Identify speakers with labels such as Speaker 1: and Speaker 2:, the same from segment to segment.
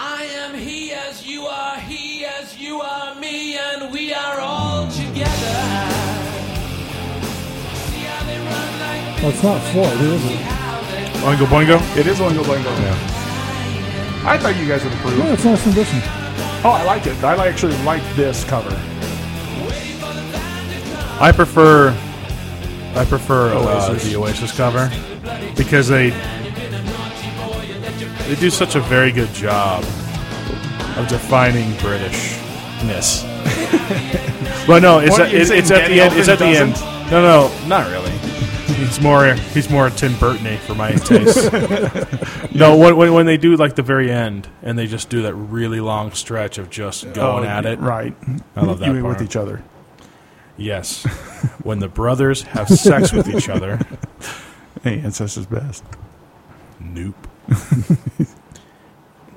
Speaker 1: am he as you are he as you are me, and we are all together. See how they run like
Speaker 2: Well, it's not Floyd, is it?
Speaker 3: Oingo Boingo.
Speaker 4: It is Oingo Boingo now. I thought you guys would approve.
Speaker 2: Yeah, it's a nice rendition.
Speaker 4: Oh, I like it. I li- actually like this cover.
Speaker 3: I prefer. I prefer uh,
Speaker 4: Oasis.
Speaker 3: the Oasis cover because they they do such a very good job of defining Britishness. but no, it's
Speaker 4: What are
Speaker 3: at,
Speaker 4: you
Speaker 3: it's,
Speaker 4: saying,
Speaker 3: it's at the
Speaker 4: Danny
Speaker 3: end. It's at the
Speaker 4: Elfman
Speaker 3: end. No, no, not really. He's more he's more Tim Burtony for my taste. no, when, when when they do like the very end and they just do that really long stretch of just
Speaker 2: Oh,
Speaker 4: Oh,
Speaker 3: going at it.
Speaker 4: Right.
Speaker 3: I love that
Speaker 4: You mean
Speaker 3: part.
Speaker 4: with each other.
Speaker 3: Yes. when the brothers have sex with each other.
Speaker 4: Hey, Ancestors best.
Speaker 3: Nope.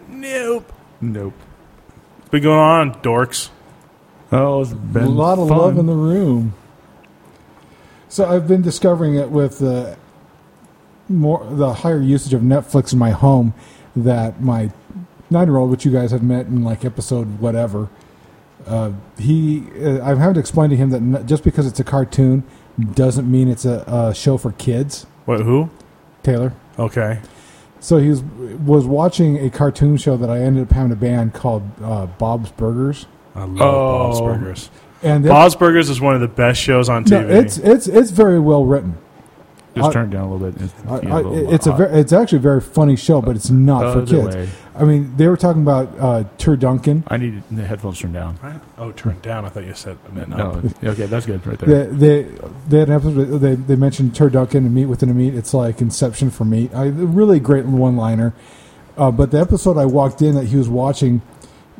Speaker 3: nope.
Speaker 4: Nope.
Speaker 3: What's been going on, dorks?
Speaker 4: Oh, it's been
Speaker 2: a lot of
Speaker 4: fun.
Speaker 2: love in the room. So I've been discovering it with the more the higher usage of Netflix in my home that my nine year old, which you guys have met in like episode whatever, uh, he uh, I'm having to explain to him that n- just because it's a cartoon doesn't mean it's a, a show for kids.
Speaker 3: What, who?
Speaker 2: Taylor.
Speaker 3: Okay.
Speaker 2: So he was, was watching a cartoon show that I ended up having to ban called uh, Bob's Burgers.
Speaker 3: I love
Speaker 4: Oh.
Speaker 3: Bob's Burgers.
Speaker 2: And that-
Speaker 3: Bob's Burgers is one of the best shows on
Speaker 2: no,
Speaker 3: TV.
Speaker 2: it's it's it's very well written.
Speaker 4: Just
Speaker 2: I-
Speaker 4: turn it down a little bit. It's,
Speaker 2: I,
Speaker 4: you
Speaker 2: I,
Speaker 4: know, little
Speaker 2: it's a
Speaker 4: hot.
Speaker 2: very, it's actually a very funny show, but it's not for
Speaker 4: Other
Speaker 2: kids.
Speaker 4: way.
Speaker 2: I mean, they were talking about uh, Tur Duncan.
Speaker 4: I need the headphones turned down.
Speaker 3: Right? Oh, turn down. I thought you said I meant
Speaker 4: No.
Speaker 3: up.
Speaker 4: Okay, that's good right there.
Speaker 2: They, they they had an episode. where They they mentioned Tur Duncan and meat within a meat. It's like Inception for meat. I, a really great one liner. Uh, but the episode I walked in that he was watching,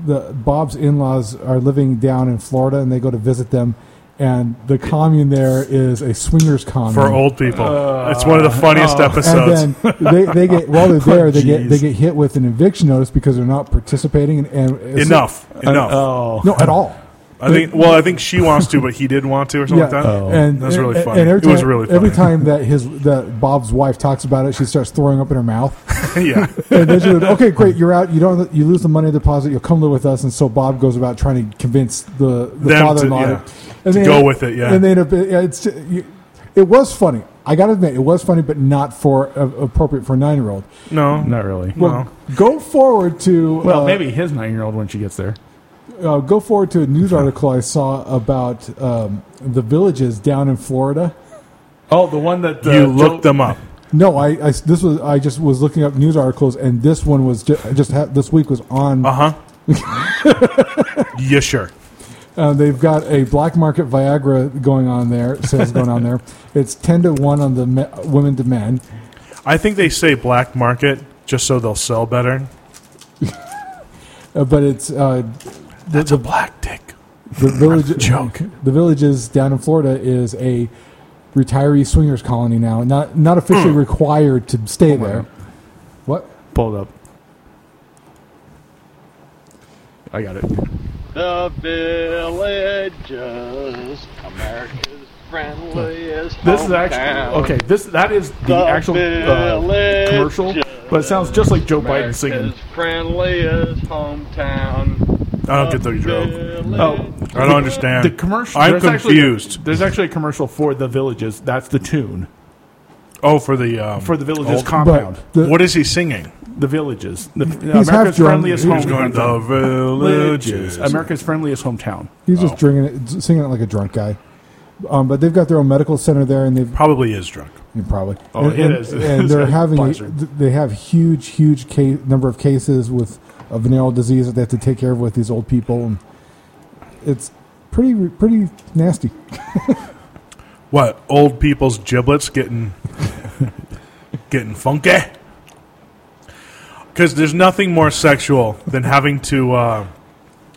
Speaker 2: the Bob's in laws are living down in Florida, and they go to visit them. And the commune there is a swingers commune
Speaker 3: For old people.
Speaker 4: Uh,
Speaker 3: it's one of the funniest
Speaker 4: oh.
Speaker 3: episodes.
Speaker 2: And then they, they get while
Speaker 3: Oh,
Speaker 2: they're there, they get they
Speaker 4: Jeez.
Speaker 2: get hit with an eviction notice because they're not participating. And, and
Speaker 3: enough. enough.
Speaker 2: uh,
Speaker 4: Oh.
Speaker 2: no, at all.
Speaker 3: I think. Well, I think she wants to, but he didn't want to, or something like that.
Speaker 4: Oh.
Speaker 2: and
Speaker 3: That's
Speaker 2: and-
Speaker 3: really
Speaker 2: and-
Speaker 3: funny.
Speaker 2: And every
Speaker 3: It
Speaker 2: time,
Speaker 3: was really funny.
Speaker 2: Every time that his that Bob's wife talks about it, she starts throwing up in her mouth.
Speaker 3: yeah.
Speaker 2: And then she would, okay, great, you're out. You don't you lose the money deposit. You'll come live with us. And so Bob goes about trying to convince the, the
Speaker 3: Them to-
Speaker 2: father-in-law
Speaker 3: yeah,
Speaker 2: and
Speaker 3: to
Speaker 2: they-
Speaker 3: go with it, yeah.
Speaker 2: and they end up. yeah, It's you- it was funny. I got to admit, it was funny, but not for uh, appropriate for a nine-year-old.
Speaker 3: No.
Speaker 4: Not really.
Speaker 2: Well, go forward to
Speaker 4: Well,
Speaker 2: uh,
Speaker 4: maybe his nine-year-old when she gets there.
Speaker 2: uh, go forward to a news article I saw about um, the villages down in Florida.
Speaker 4: Oh, the one that
Speaker 2: uh,
Speaker 3: you looked them up.
Speaker 2: No, I, I this was I just was looking up news articles, and this one was just, just ha- this week was on.
Speaker 3: Uh huh. Uh-huh. yeah, sure.
Speaker 2: Uh, they've got a black market Viagra going on there. Sales going on there. It's ten to one on the me- women to men.
Speaker 3: I think they say black market just so they'll sell better.
Speaker 2: Uh, but it's uh,
Speaker 3: That's a black dick.
Speaker 2: the village
Speaker 3: Joke.
Speaker 2: The villages down in Florida is a retiree swingers colony now. Not not officially required to stay there. What?
Speaker 4: pulled up. I got it.
Speaker 5: The villages, America's friendliest.
Speaker 4: This is actually
Speaker 5: hometown.
Speaker 4: okay. This that is the,
Speaker 5: The
Speaker 4: actual uh,
Speaker 5: village.
Speaker 4: commercial, but it sounds just like Joe Biden
Speaker 5: America's
Speaker 4: singing.
Speaker 5: friendliest hometown.
Speaker 3: I don't get the joke.
Speaker 4: Oh,
Speaker 3: I don't understand.
Speaker 4: the commercial.
Speaker 3: I'm
Speaker 4: there's
Speaker 3: confused.
Speaker 4: Actually, there's actually a commercial for the villages. That's the tune
Speaker 3: oh, for the um,
Speaker 4: for the villages
Speaker 3: oh,
Speaker 4: compound.
Speaker 2: the-
Speaker 3: what is he singing?
Speaker 4: the villages. The,
Speaker 2: half drunk.
Speaker 4: America's friendliest
Speaker 2: He's
Speaker 3: He's going
Speaker 4: hometown.
Speaker 3: the villages.
Speaker 4: America's friendliest hometown.
Speaker 2: He's just drinking it, singing it like a drunk guy. Um, but they've got their own medical center there, and they've
Speaker 3: Probably is drunk.
Speaker 2: you probably
Speaker 4: Oh,
Speaker 2: and,
Speaker 4: it
Speaker 2: and-
Speaker 4: is.
Speaker 2: and they're
Speaker 4: It's
Speaker 2: having a-
Speaker 4: pleasure.
Speaker 2: th- they have huge, huge case, number of cases with a venereal disease that they have to take care of with these old people, and it's pretty pretty nasty.
Speaker 3: What old people's giblets getting getting funky? Because there's nothing more sexual than having to uh,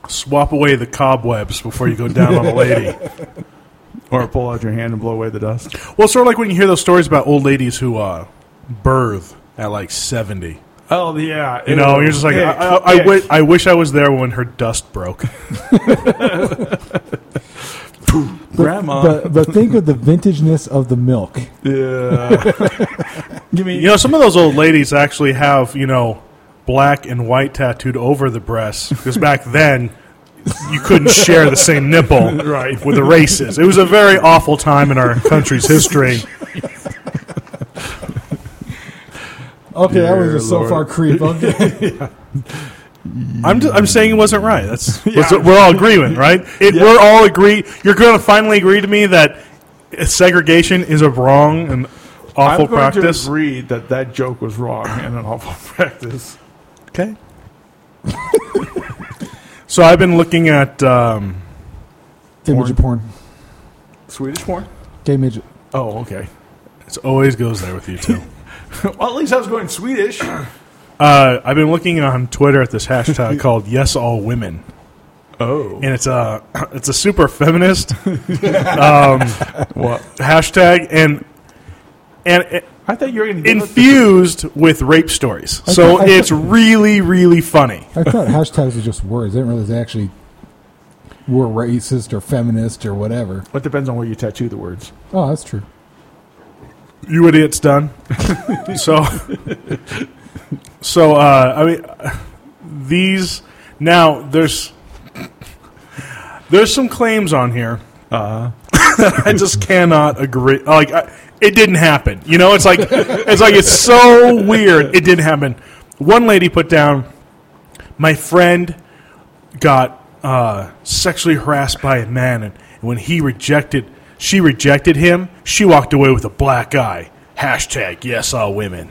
Speaker 3: swap away the cobwebs before you go down on a lady.
Speaker 4: Or pull out your hand and blow away the dust.
Speaker 3: Well, sort of like when you hear those stories about old ladies who uh, birth at like 70.
Speaker 4: Oh yeah,
Speaker 3: You know, you're just like, I, I, I, wi- I wish I was there when her dust broke.
Speaker 4: grandma.
Speaker 2: But but think of the vintageness of the milk.
Speaker 4: Yeah. Give me.
Speaker 3: You know, some of those old ladies actually have, you know, black and white tattooed over the breasts because back then you couldn't share the same nipple right. with the races. It was a very awful time in our country's history.
Speaker 2: Okay, that was
Speaker 3: Dear
Speaker 2: a so
Speaker 3: Lord.
Speaker 2: far creep. Okay.
Speaker 3: I'm, just, I'm saying it wasn't right. That's, that's what we're all agreeing, right? It, We're all agree. You're going to finally agree to me that segregation is a wrong and
Speaker 4: I'm
Speaker 3: awful
Speaker 4: going
Speaker 3: practice.
Speaker 4: to agree that that joke was wrong and an awful practice.
Speaker 3: Okay. so I've been looking at um,
Speaker 2: Gay midget porn.
Speaker 4: Swedish porn?
Speaker 2: Gay midget.
Speaker 3: oh okay. It always goes there with you too.
Speaker 4: well, at least I was going Swedish.
Speaker 3: uh, I've been looking on Twitter at this hashtag called Yes All Women,
Speaker 4: Oh.
Speaker 3: and it's a it's a super feminist um,
Speaker 4: What?
Speaker 3: hashtag and and. It,
Speaker 4: I thought you were going to
Speaker 3: infused with rape stories, so
Speaker 2: thought- I
Speaker 3: it's really, really funny.
Speaker 2: I thought hashtags were just words. I didn't realize they actually were racist or feminist or whatever.
Speaker 4: It depends on where you tattoo the words.
Speaker 2: Oh, that's true.
Speaker 3: You idiot's done. so, so uh, I mean, these now there's there's some claims on here uh I just cannot agree. Like I, it didn't happen. You know, it's like it's like it's so weird. It didn't happen. One lady put down, my friend got uh, sexually harassed by a man, and when he rejected, she rejected him. She walked away with a black eye. Hashtag yes all women.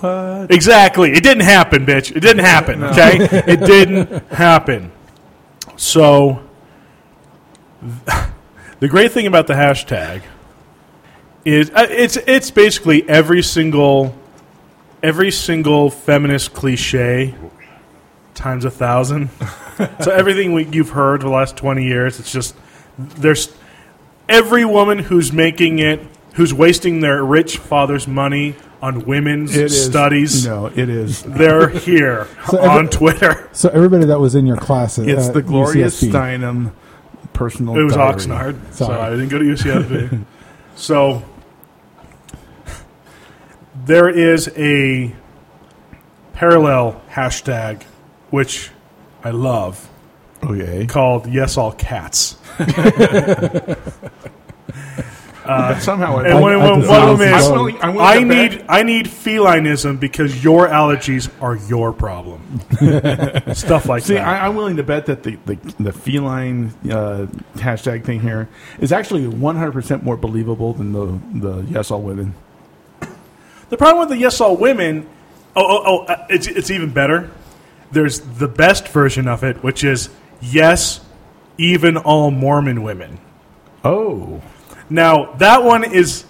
Speaker 3: What? Exactly. It didn't happen, bitch. It didn't happen. Okay, it didn't happen. So the great thing about the hashtag is uh, it's it's basically every single every single feminist cliche times a thousand. so everything we, you've heard for the last twenty years, it's just there's every woman who's making it, who's wasting their rich father's money on women's studies.
Speaker 4: No, it is.
Speaker 3: They're here
Speaker 2: So every-
Speaker 3: on Twitter.
Speaker 2: So everybody that was in your class, at,
Speaker 4: It's
Speaker 2: uh,
Speaker 4: the glorious
Speaker 2: UCSB.
Speaker 4: Steinem personal
Speaker 3: It was
Speaker 4: diary.
Speaker 3: Oxnard, so
Speaker 2: Sorry.
Speaker 3: I didn't go to UCSB. so there is a parallel hashtag which I love
Speaker 4: Okay.
Speaker 3: called Yes All Cats.
Speaker 4: Somehow I,
Speaker 3: And
Speaker 4: I,
Speaker 3: when,
Speaker 2: I can
Speaker 3: when one of
Speaker 2: see
Speaker 3: them
Speaker 2: this
Speaker 3: is,
Speaker 2: going.
Speaker 4: I'm willing- I'm willing
Speaker 3: I
Speaker 4: to bet-
Speaker 3: need I need felinism because your allergies are your problem. Stuff like
Speaker 4: See,
Speaker 3: that.
Speaker 4: I, I'm willing to bet that the, the, the feline uh, hashtag thing here is actually 100% more believable than the, the yes, all women.
Speaker 3: The problem with the Yes All Women, oh, oh, oh uh, it's, it's even better. There's the best version of it, which is Yes, even all Mormon women.
Speaker 4: Oh.
Speaker 3: Now, that one is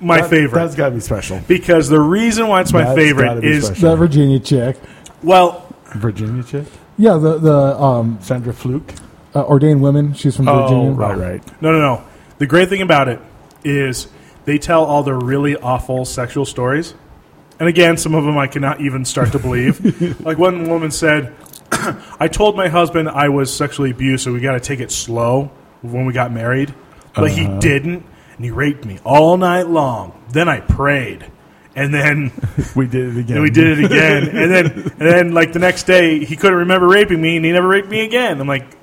Speaker 3: my favorite.
Speaker 4: That's got to be special.
Speaker 3: because the reason why it's my
Speaker 4: That's gotta
Speaker 3: favorite
Speaker 4: be
Speaker 3: is,
Speaker 4: special.
Speaker 2: That Virginia chick.
Speaker 3: well,
Speaker 4: Virginia chick?
Speaker 2: Yeah, the the um,
Speaker 4: Sandra Fluke?
Speaker 2: uh, ordained women. She's from
Speaker 3: Oh,
Speaker 2: Virginia.
Speaker 4: Oh, Right, right.
Speaker 3: no, no, no. The great thing about it is they tell all their really awful sexual stories. And again, some of them I cannot even start to believe. like one woman said, I told my husband I was sexually abused, so we got to take it slow when we got married. But he didn't, and he raped me all night long. Then I prayed, and then
Speaker 4: We did it again.
Speaker 3: and we did it again. and then and then like the next day, he couldn't remember raping me, and he never raped me again. I'm like,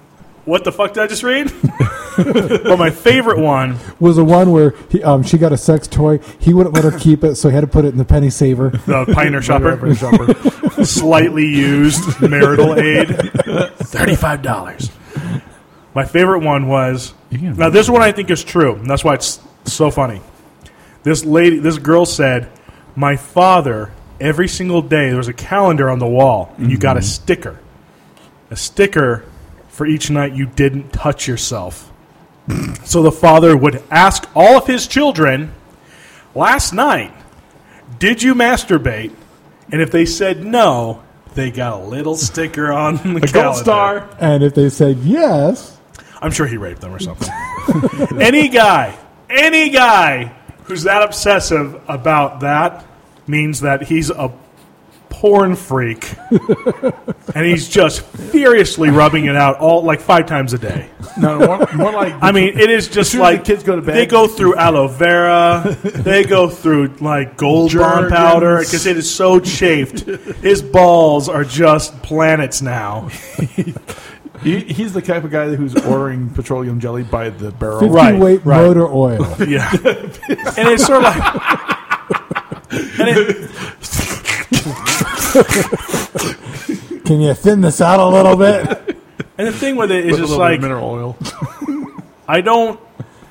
Speaker 3: what the fuck did I just read? but my favorite one
Speaker 2: Was the one where he, um, she got a sex toy. He wouldn't let her keep it, so he had to put it in the penny saver.
Speaker 3: the Pioneer Shopper,
Speaker 4: Shopper.
Speaker 3: slightly used marital aid, thirty-five dollars. My favorite one was
Speaker 4: can-
Speaker 3: now this one I think is true, and that's why it's so funny. This lady, this girl said, "My father every single day there was a calendar on the wall, and you
Speaker 4: Mm-hmm.
Speaker 3: got a sticker, a sticker for each night you didn't touch yourself." so the father would ask all of his children, "Last night, did you masturbate?" And if they said no, they got a little sticker on the
Speaker 4: A gold
Speaker 3: calendar.
Speaker 4: star.
Speaker 2: And if they said yes,
Speaker 3: I'm sure he raped them or something. any guy, any guy who's that obsessive about that means that he's a porn freak, and he's just furiously rubbing it out all like five times a day.
Speaker 4: No, more, more like
Speaker 3: I mean, it is just
Speaker 4: soon as
Speaker 3: like
Speaker 4: the kids go to bed-
Speaker 3: They go through aloe vera. they go through like gold bond
Speaker 4: Jergens.
Speaker 3: powder because it is so chafed. His balls are just planets now.
Speaker 4: he, he's the type of guy who's ordering petroleum jelly by the barrel.
Speaker 2: 50
Speaker 3: Right,
Speaker 2: weight
Speaker 3: right.
Speaker 2: motor oil.
Speaker 3: Yeah, and it's sort of like. And it,
Speaker 2: Can you thin this out a little bit?
Speaker 3: and the thing with it is
Speaker 4: With a
Speaker 3: just
Speaker 4: little
Speaker 3: like
Speaker 4: bit of mineral oil.
Speaker 3: I don't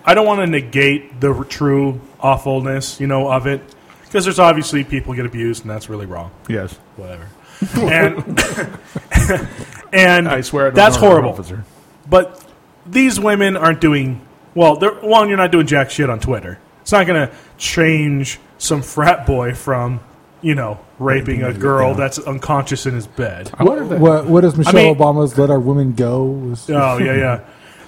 Speaker 3: I don't want to negate the r- true awfulness, you know, of it because there's obviously people get abused and that's really wrong.
Speaker 4: yes,
Speaker 3: Whatever. And and
Speaker 4: I swear. I don't
Speaker 3: that's
Speaker 4: know, I'm an
Speaker 3: horrible.
Speaker 4: officer.
Speaker 3: But these women aren't doing well. They're, one, you're not doing jack shit on Twitter. It's not going to change some frat boy from you know raping a girl that's unconscious in his bed.
Speaker 2: What, what, what is Michelle
Speaker 3: mean-
Speaker 2: Obama's Let Our Women Go? Was-
Speaker 3: Oh yeah, yeah.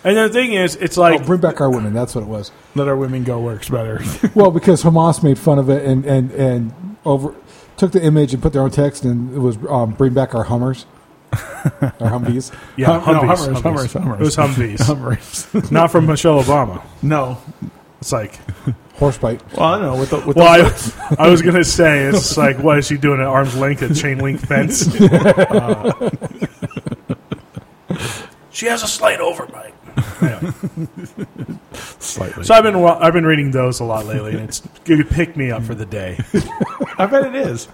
Speaker 3: And the thing is, it's like
Speaker 2: Oh, bring back our women. That's what it was.
Speaker 4: Let our women go works better.
Speaker 2: Well, because Hamas made fun of it and, and, and over took the image and put their own text, and it was um, bring back our Hummers, our Humvees.
Speaker 3: Yeah,
Speaker 4: Hum- no,
Speaker 3: Humvees, Humvees.
Speaker 4: Hummers, Hummers, Hummers.
Speaker 3: It was Humvees,
Speaker 4: Humvees.
Speaker 3: not from Michelle Obama.
Speaker 4: no,
Speaker 3: It's like,
Speaker 2: Horse bite.
Speaker 4: well, I don't know. With the, with
Speaker 3: well, I, I was gonna say it's like, what is she doing at arm's length at chain link fence? Uh, she has a slight overbite. Anyway,
Speaker 4: the, slightly.
Speaker 3: so I've been wa- I've been reading those a lot lately, and it's good pick me up for the day.
Speaker 4: I bet it is.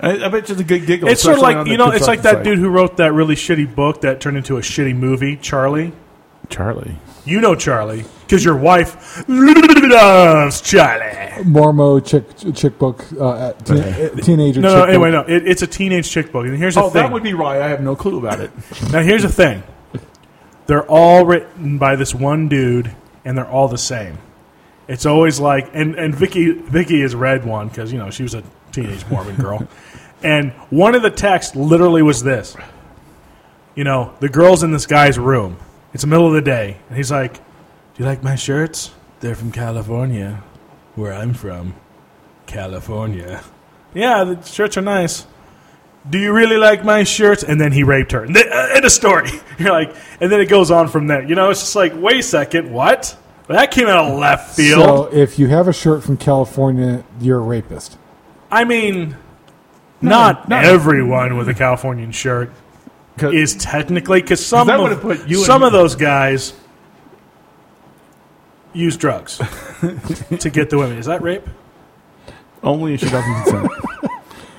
Speaker 4: I, I bet you it's a good giggle.
Speaker 3: It's sort of
Speaker 4: especially on
Speaker 3: like
Speaker 4: the
Speaker 3: you know, it's like that dude
Speaker 4: construction
Speaker 3: who wrote that really shitty book that turned into a shitty movie, Charlie.
Speaker 4: site. Charlie.
Speaker 3: You know Charlie because your wife loves Charlie.
Speaker 2: Mormo chick chick book uh, teen, uh, teenager.
Speaker 3: No,
Speaker 2: chick
Speaker 3: no,
Speaker 2: book.
Speaker 3: anyway, no. It, it's a teenage chick book. And here's the
Speaker 4: Oh,
Speaker 3: thing.
Speaker 4: that would be why I have no clue about it.
Speaker 3: now, here's the thing. They're all written by this one dude, and they're all the same. It's always like, and, and Vicky Vicky has read one because you know she was a teenage Mormon girl, and one of the texts literally was this. You know, the girl's in this guy's room. It's the middle of the day, and he's like, "Do you like my shirts? They're from California, where I'm from, California." Yeah, the shirts are nice. Do you really like my shirts? And then he raped her. And then, uh, end of story. You're like, and then it goes on from there. You know, it's just like, wait a second, what? That came out of left field.
Speaker 2: So if you have a shirt from California, you're a rapist.
Speaker 3: I mean, not,
Speaker 4: not-
Speaker 3: everyone with a Californian shirt
Speaker 4: 'Cause-
Speaker 3: is technically because some
Speaker 4: that
Speaker 3: of,
Speaker 4: would've put you
Speaker 3: some
Speaker 4: in-
Speaker 3: of those guys use drugs to get the women. Is that rape?
Speaker 4: Only if she doesn't consent.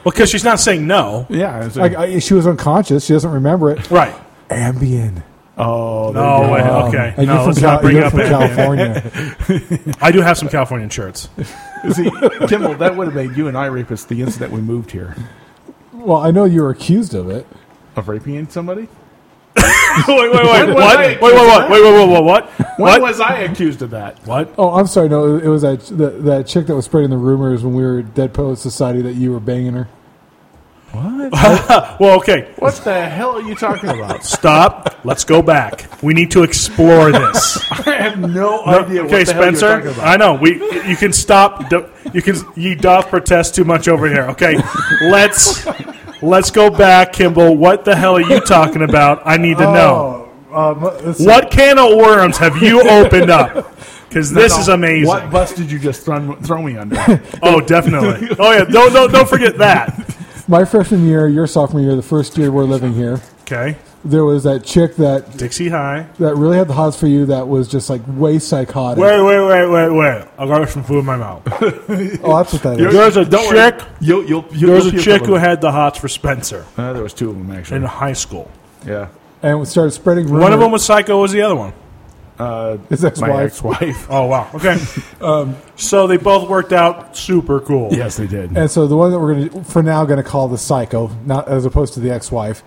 Speaker 3: Well, because she's not saying no,
Speaker 4: yeah. it's a-
Speaker 2: I, I, she was unconscious. She doesn't remember it.
Speaker 3: right?
Speaker 2: Ambien.
Speaker 4: oh, there you
Speaker 3: No,
Speaker 4: go.
Speaker 3: wait,
Speaker 2: Um,
Speaker 3: okay.
Speaker 2: and
Speaker 3: No,
Speaker 2: you're
Speaker 3: let's
Speaker 2: from, Cal-
Speaker 3: not bring
Speaker 2: you're
Speaker 3: up
Speaker 2: from
Speaker 3: it.
Speaker 2: California.
Speaker 3: I do have some Californian shirts.
Speaker 4: See, Kimball, that would have made you and I rapists the instant we moved here.
Speaker 2: well, I know you were accused of it.
Speaker 4: Of raping somebody?
Speaker 3: wait, wait, wait,
Speaker 4: was
Speaker 3: what?
Speaker 4: I
Speaker 3: Wait, wait, what? Wait, wait, wait, what?
Speaker 4: When
Speaker 3: What? What?
Speaker 4: was I accused of that?
Speaker 3: What?
Speaker 2: Oh, I'm sorry. No, it was that that, that chick that was spreading the rumors when we were at Dead Poets Society that you were banging her.
Speaker 3: Well, okay.
Speaker 4: What the hell are you talking about?
Speaker 3: Stop. Let's go back. We need to explore this.
Speaker 4: I have no,
Speaker 3: No,
Speaker 4: idea
Speaker 3: okay,
Speaker 4: what the
Speaker 3: Spencer.
Speaker 4: hell you're talking about.
Speaker 3: I know we. You can stop. do- You can. You doth protest too much over here. Okay, let's let's go back, Kimball. What the hell are you talking about? I need to know. um, What can of worms have you opened up? Because this is amazing.
Speaker 4: What bus did you just throw, throw me under?
Speaker 3: Oh, definitely. Oh yeah. Don't don't don't forget that.
Speaker 2: My freshman year, your sophomore year, the first year we're living here,
Speaker 3: Okay.
Speaker 2: there was that chick that
Speaker 3: Dixie High.
Speaker 2: that really had the hots for you. That was just like way psychotic.
Speaker 3: Wait wait wait wait wait. I got some food in my mouth.
Speaker 2: Oh, that's what that is.
Speaker 3: There's a
Speaker 4: Don't
Speaker 3: chick.
Speaker 4: Worry. You'll, you'll, you'll,
Speaker 3: There was a
Speaker 4: you'll
Speaker 3: chick who
Speaker 4: puke
Speaker 3: had the hots for Spencer
Speaker 4: a little. Uh, there was two of them actually.
Speaker 3: in high school. Mm-hmm.
Speaker 4: yeah,
Speaker 2: And we started spreading rumors.
Speaker 3: One of them was psycho. What was the other one?
Speaker 4: uh,
Speaker 2: his ex-wife.
Speaker 4: my ex-wife.
Speaker 3: Oh wow. Okay. Um, so they both worked out super cool.
Speaker 4: yes, they did.
Speaker 2: And so the one that we're gonna for now gonna call the psycho, not as opposed to the ex-wife.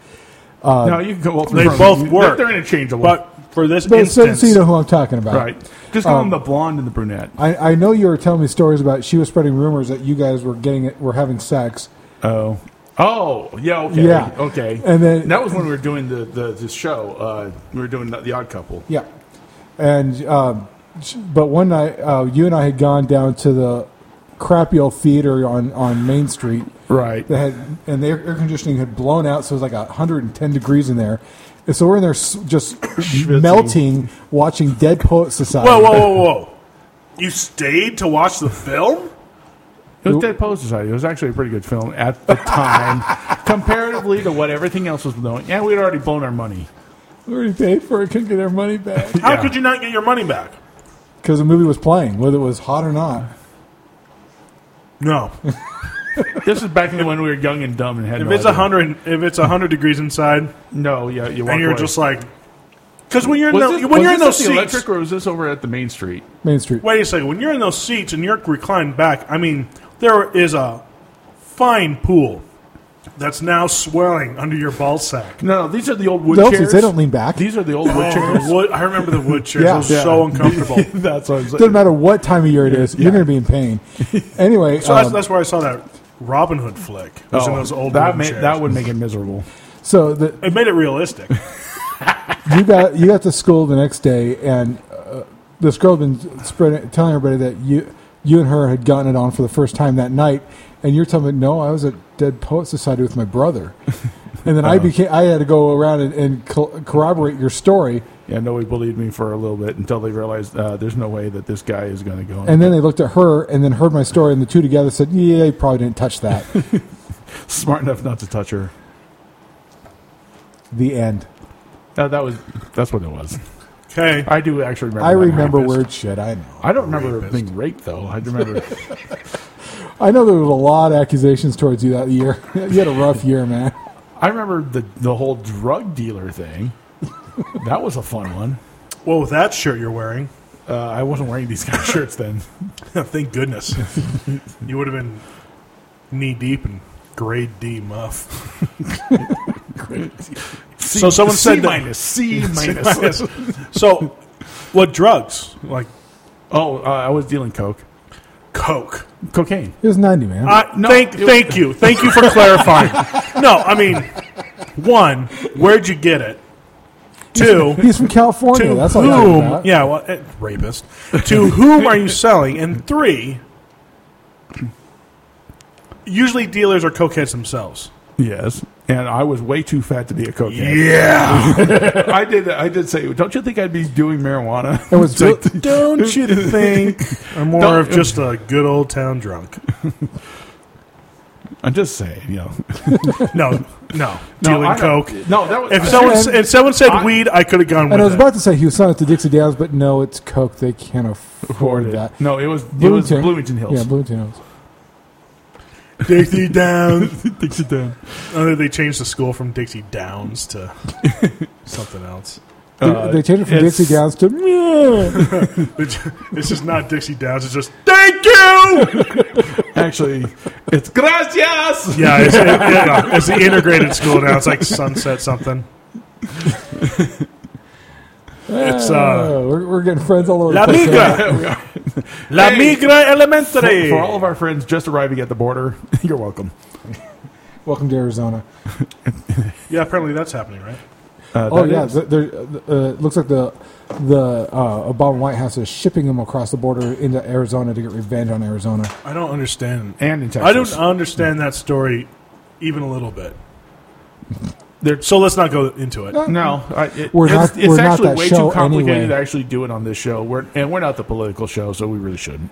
Speaker 4: no, you can go Uh, both.
Speaker 3: They
Speaker 4: from-
Speaker 3: both
Speaker 4: they're-
Speaker 3: work.
Speaker 4: They're interchangeable,
Speaker 3: But for this
Speaker 2: But so,
Speaker 3: instance,
Speaker 2: so you know who I'm talking about,
Speaker 4: right? Just call them the blonde and the brunette.
Speaker 2: I, I know you were telling me stories about she was spreading rumors that you guys were getting it, were having sex.
Speaker 4: Oh. Oh, yeah, okay.
Speaker 2: Yeah.
Speaker 4: Okay.
Speaker 2: And then-
Speaker 4: that was when we were doing the, the, the show. Uh, we were doing The, the Odd Couple.
Speaker 2: Yeah, and um, sh- but one night uh, you and I had gone down to the crappy old theater on on Main Street
Speaker 4: Right.
Speaker 2: that had and the air air conditioning had blown out, so it was like 110 degrees in there. And so we're in there s- just melting, watching Dead Poet Society.
Speaker 3: Whoa, whoa, whoa, whoa! You stayed to watch the film?
Speaker 4: It was Dead Poet Society. It was actually a pretty good film at the time, comparatively to what everything else was doing. Yeah, we'd already blown our money.
Speaker 2: We already paid for it, couldn't get our money back
Speaker 3: How
Speaker 4: Yeah.
Speaker 3: could you not get your money back?
Speaker 2: because the movie was playing, whether it was hot or not.
Speaker 3: No.
Speaker 4: This is back in when we were young and dumb and had.
Speaker 3: If
Speaker 4: no
Speaker 3: it's
Speaker 4: idea.
Speaker 3: a hundred, if it's a hundred degrees inside,
Speaker 4: no, yeah, you walk
Speaker 3: and you're
Speaker 4: away.
Speaker 3: just like, because when you're in
Speaker 4: Was
Speaker 3: the,
Speaker 4: it-
Speaker 3: when
Speaker 4: was
Speaker 3: you're in
Speaker 4: this
Speaker 3: those
Speaker 4: at the
Speaker 3: seats,
Speaker 4: electric, or was this over at the main street?
Speaker 2: Main Street.
Speaker 3: wait a second, when you're in those seats and you're reclined back, I mean, there is a fine pool that's now swelling under your ball sack.
Speaker 4: No, no, these are the old wood
Speaker 2: Adults,
Speaker 4: chairs.
Speaker 2: they don't lean back.
Speaker 4: These are the old wood
Speaker 3: Oh,
Speaker 4: chairs.
Speaker 3: the wood, I remember the wood chairs;
Speaker 2: Yeah.
Speaker 3: it was
Speaker 2: Yeah.
Speaker 3: so uncomfortable.
Speaker 4: That's what I was
Speaker 2: Doesn't matter what time of year it is, you're going to be in pain. Anyway,
Speaker 3: So that's,
Speaker 2: um,
Speaker 3: that's where I saw that Robin Hood flick. It was in those old
Speaker 4: Oh, that,
Speaker 3: wooden
Speaker 4: ma-
Speaker 3: chairs.
Speaker 4: that would make it miserable.
Speaker 2: so the,
Speaker 3: it made it realistic.
Speaker 2: you got you got to school the next day, and uh, this girl had been spreading, telling everybody that you you and her had gotten it on for the first time that night, and you're telling me no, I was at Dead Poet Society with my brother, and then I
Speaker 3: Uh-huh.
Speaker 2: became I had to go around and, and co- corroborate your story,
Speaker 4: Yeah, nobody believed me for a little bit until they realized uh, there's no way that this guy is going to go.
Speaker 2: and then they looked at her and then heard my story, and the two together said, yeah, they probably didn't touch that.
Speaker 4: smart enough not to touch her.
Speaker 2: the end.
Speaker 4: Uh, that was that's what it was.
Speaker 3: Okay,
Speaker 4: I do actually remember.
Speaker 2: I
Speaker 4: that
Speaker 2: remember
Speaker 4: rapist.
Speaker 2: weird shit. I know.
Speaker 4: I don't remember being raped though. I remember.
Speaker 2: I know there was a lot of accusations towards you that year. you had a rough year, man.
Speaker 4: I remember the the whole drug dealer thing. That was a fun one.
Speaker 3: well, with that shirt you're wearing,
Speaker 4: Uh, I wasn't wearing these kind of shirts then.
Speaker 3: thank goodness, you would have been knee deep in grade D muff.
Speaker 4: C,
Speaker 3: So someone
Speaker 4: C
Speaker 3: said that-
Speaker 4: minus C minus.
Speaker 3: Yes. So, what drugs? Like
Speaker 4: Oh, uh, I was dealing coke,
Speaker 3: coke.
Speaker 4: cocaine.
Speaker 2: It was ninety, man.
Speaker 3: I,
Speaker 4: No,
Speaker 3: thank,
Speaker 4: it-
Speaker 3: thank you, thank you for clarifying. no, I mean, one, where'd you get it? Two,
Speaker 2: He's from California.
Speaker 3: to
Speaker 2: That's all. I know
Speaker 3: whom?
Speaker 2: about.
Speaker 3: Yeah, well, eh, rapist. to whom are you selling? And three, usually dealers are cokeheads themselves.
Speaker 4: Yes, and I was way too fat to be a cokehead.
Speaker 3: Yeah,
Speaker 4: I did. I did say, don't you think I'd be doing marijuana?
Speaker 2: It was real-
Speaker 3: don't you think? Or more
Speaker 4: Don't-
Speaker 3: of just a good old town drunk.
Speaker 4: I'm just saying, you know,
Speaker 3: No, no,
Speaker 4: No,
Speaker 3: dealing
Speaker 4: I don't-
Speaker 3: coke.
Speaker 4: No, that was
Speaker 3: If someone
Speaker 2: And-
Speaker 3: if someone said
Speaker 4: I-
Speaker 3: weed, I could have gone with
Speaker 2: And I was
Speaker 3: it.
Speaker 2: about to say he was signed up to Dixie Downs, but no, it's Coke. They can't afford
Speaker 4: Afford
Speaker 2: that.
Speaker 4: it. No, it was it was Bloomington Hills.
Speaker 2: Yeah, Bloomington Hills.
Speaker 3: Dixie Downs.
Speaker 4: Dixie Town.
Speaker 3: Although they changed the school from Dixie Downs to something else.
Speaker 2: They,
Speaker 4: Uh,
Speaker 2: they changed it from
Speaker 4: it's- Uh,
Speaker 2: Dixie Downs to. Meh.
Speaker 3: It's it's just not Dixie Downs. It's just thank you.
Speaker 4: Actually, it's gracias.
Speaker 3: Yeah, it's, it, yeah, it's the integrated school now. It's like Sunset something. It's uh,
Speaker 2: Oh, we're, we're getting friends all over
Speaker 3: La
Speaker 2: the place. right?
Speaker 3: Migra, La
Speaker 4: Hey.
Speaker 3: Migra Elementary.
Speaker 4: For all of our friends just arriving at the border, you're welcome.
Speaker 2: Welcome to Arizona.
Speaker 3: yeah, apparently that's happening, right?
Speaker 4: Uh,
Speaker 2: Oh
Speaker 4: that
Speaker 2: yeah,
Speaker 4: is-
Speaker 2: th- there uh, it looks like the the uh, Obama White House is shipping them across the border into Arizona to get revenge on Arizona.
Speaker 3: I don't understand.
Speaker 4: and in Texas,
Speaker 3: I don't understand that story even a little bit.
Speaker 4: They're-
Speaker 3: so let's not go into it.
Speaker 4: No, I, it,
Speaker 2: We're
Speaker 4: it's,
Speaker 2: not-
Speaker 4: it's
Speaker 2: we're not
Speaker 4: actually
Speaker 2: that
Speaker 4: way
Speaker 2: show
Speaker 4: too complicated
Speaker 2: anyway.
Speaker 4: to actually do it on this show. We're and we're not the political show, so we really shouldn't.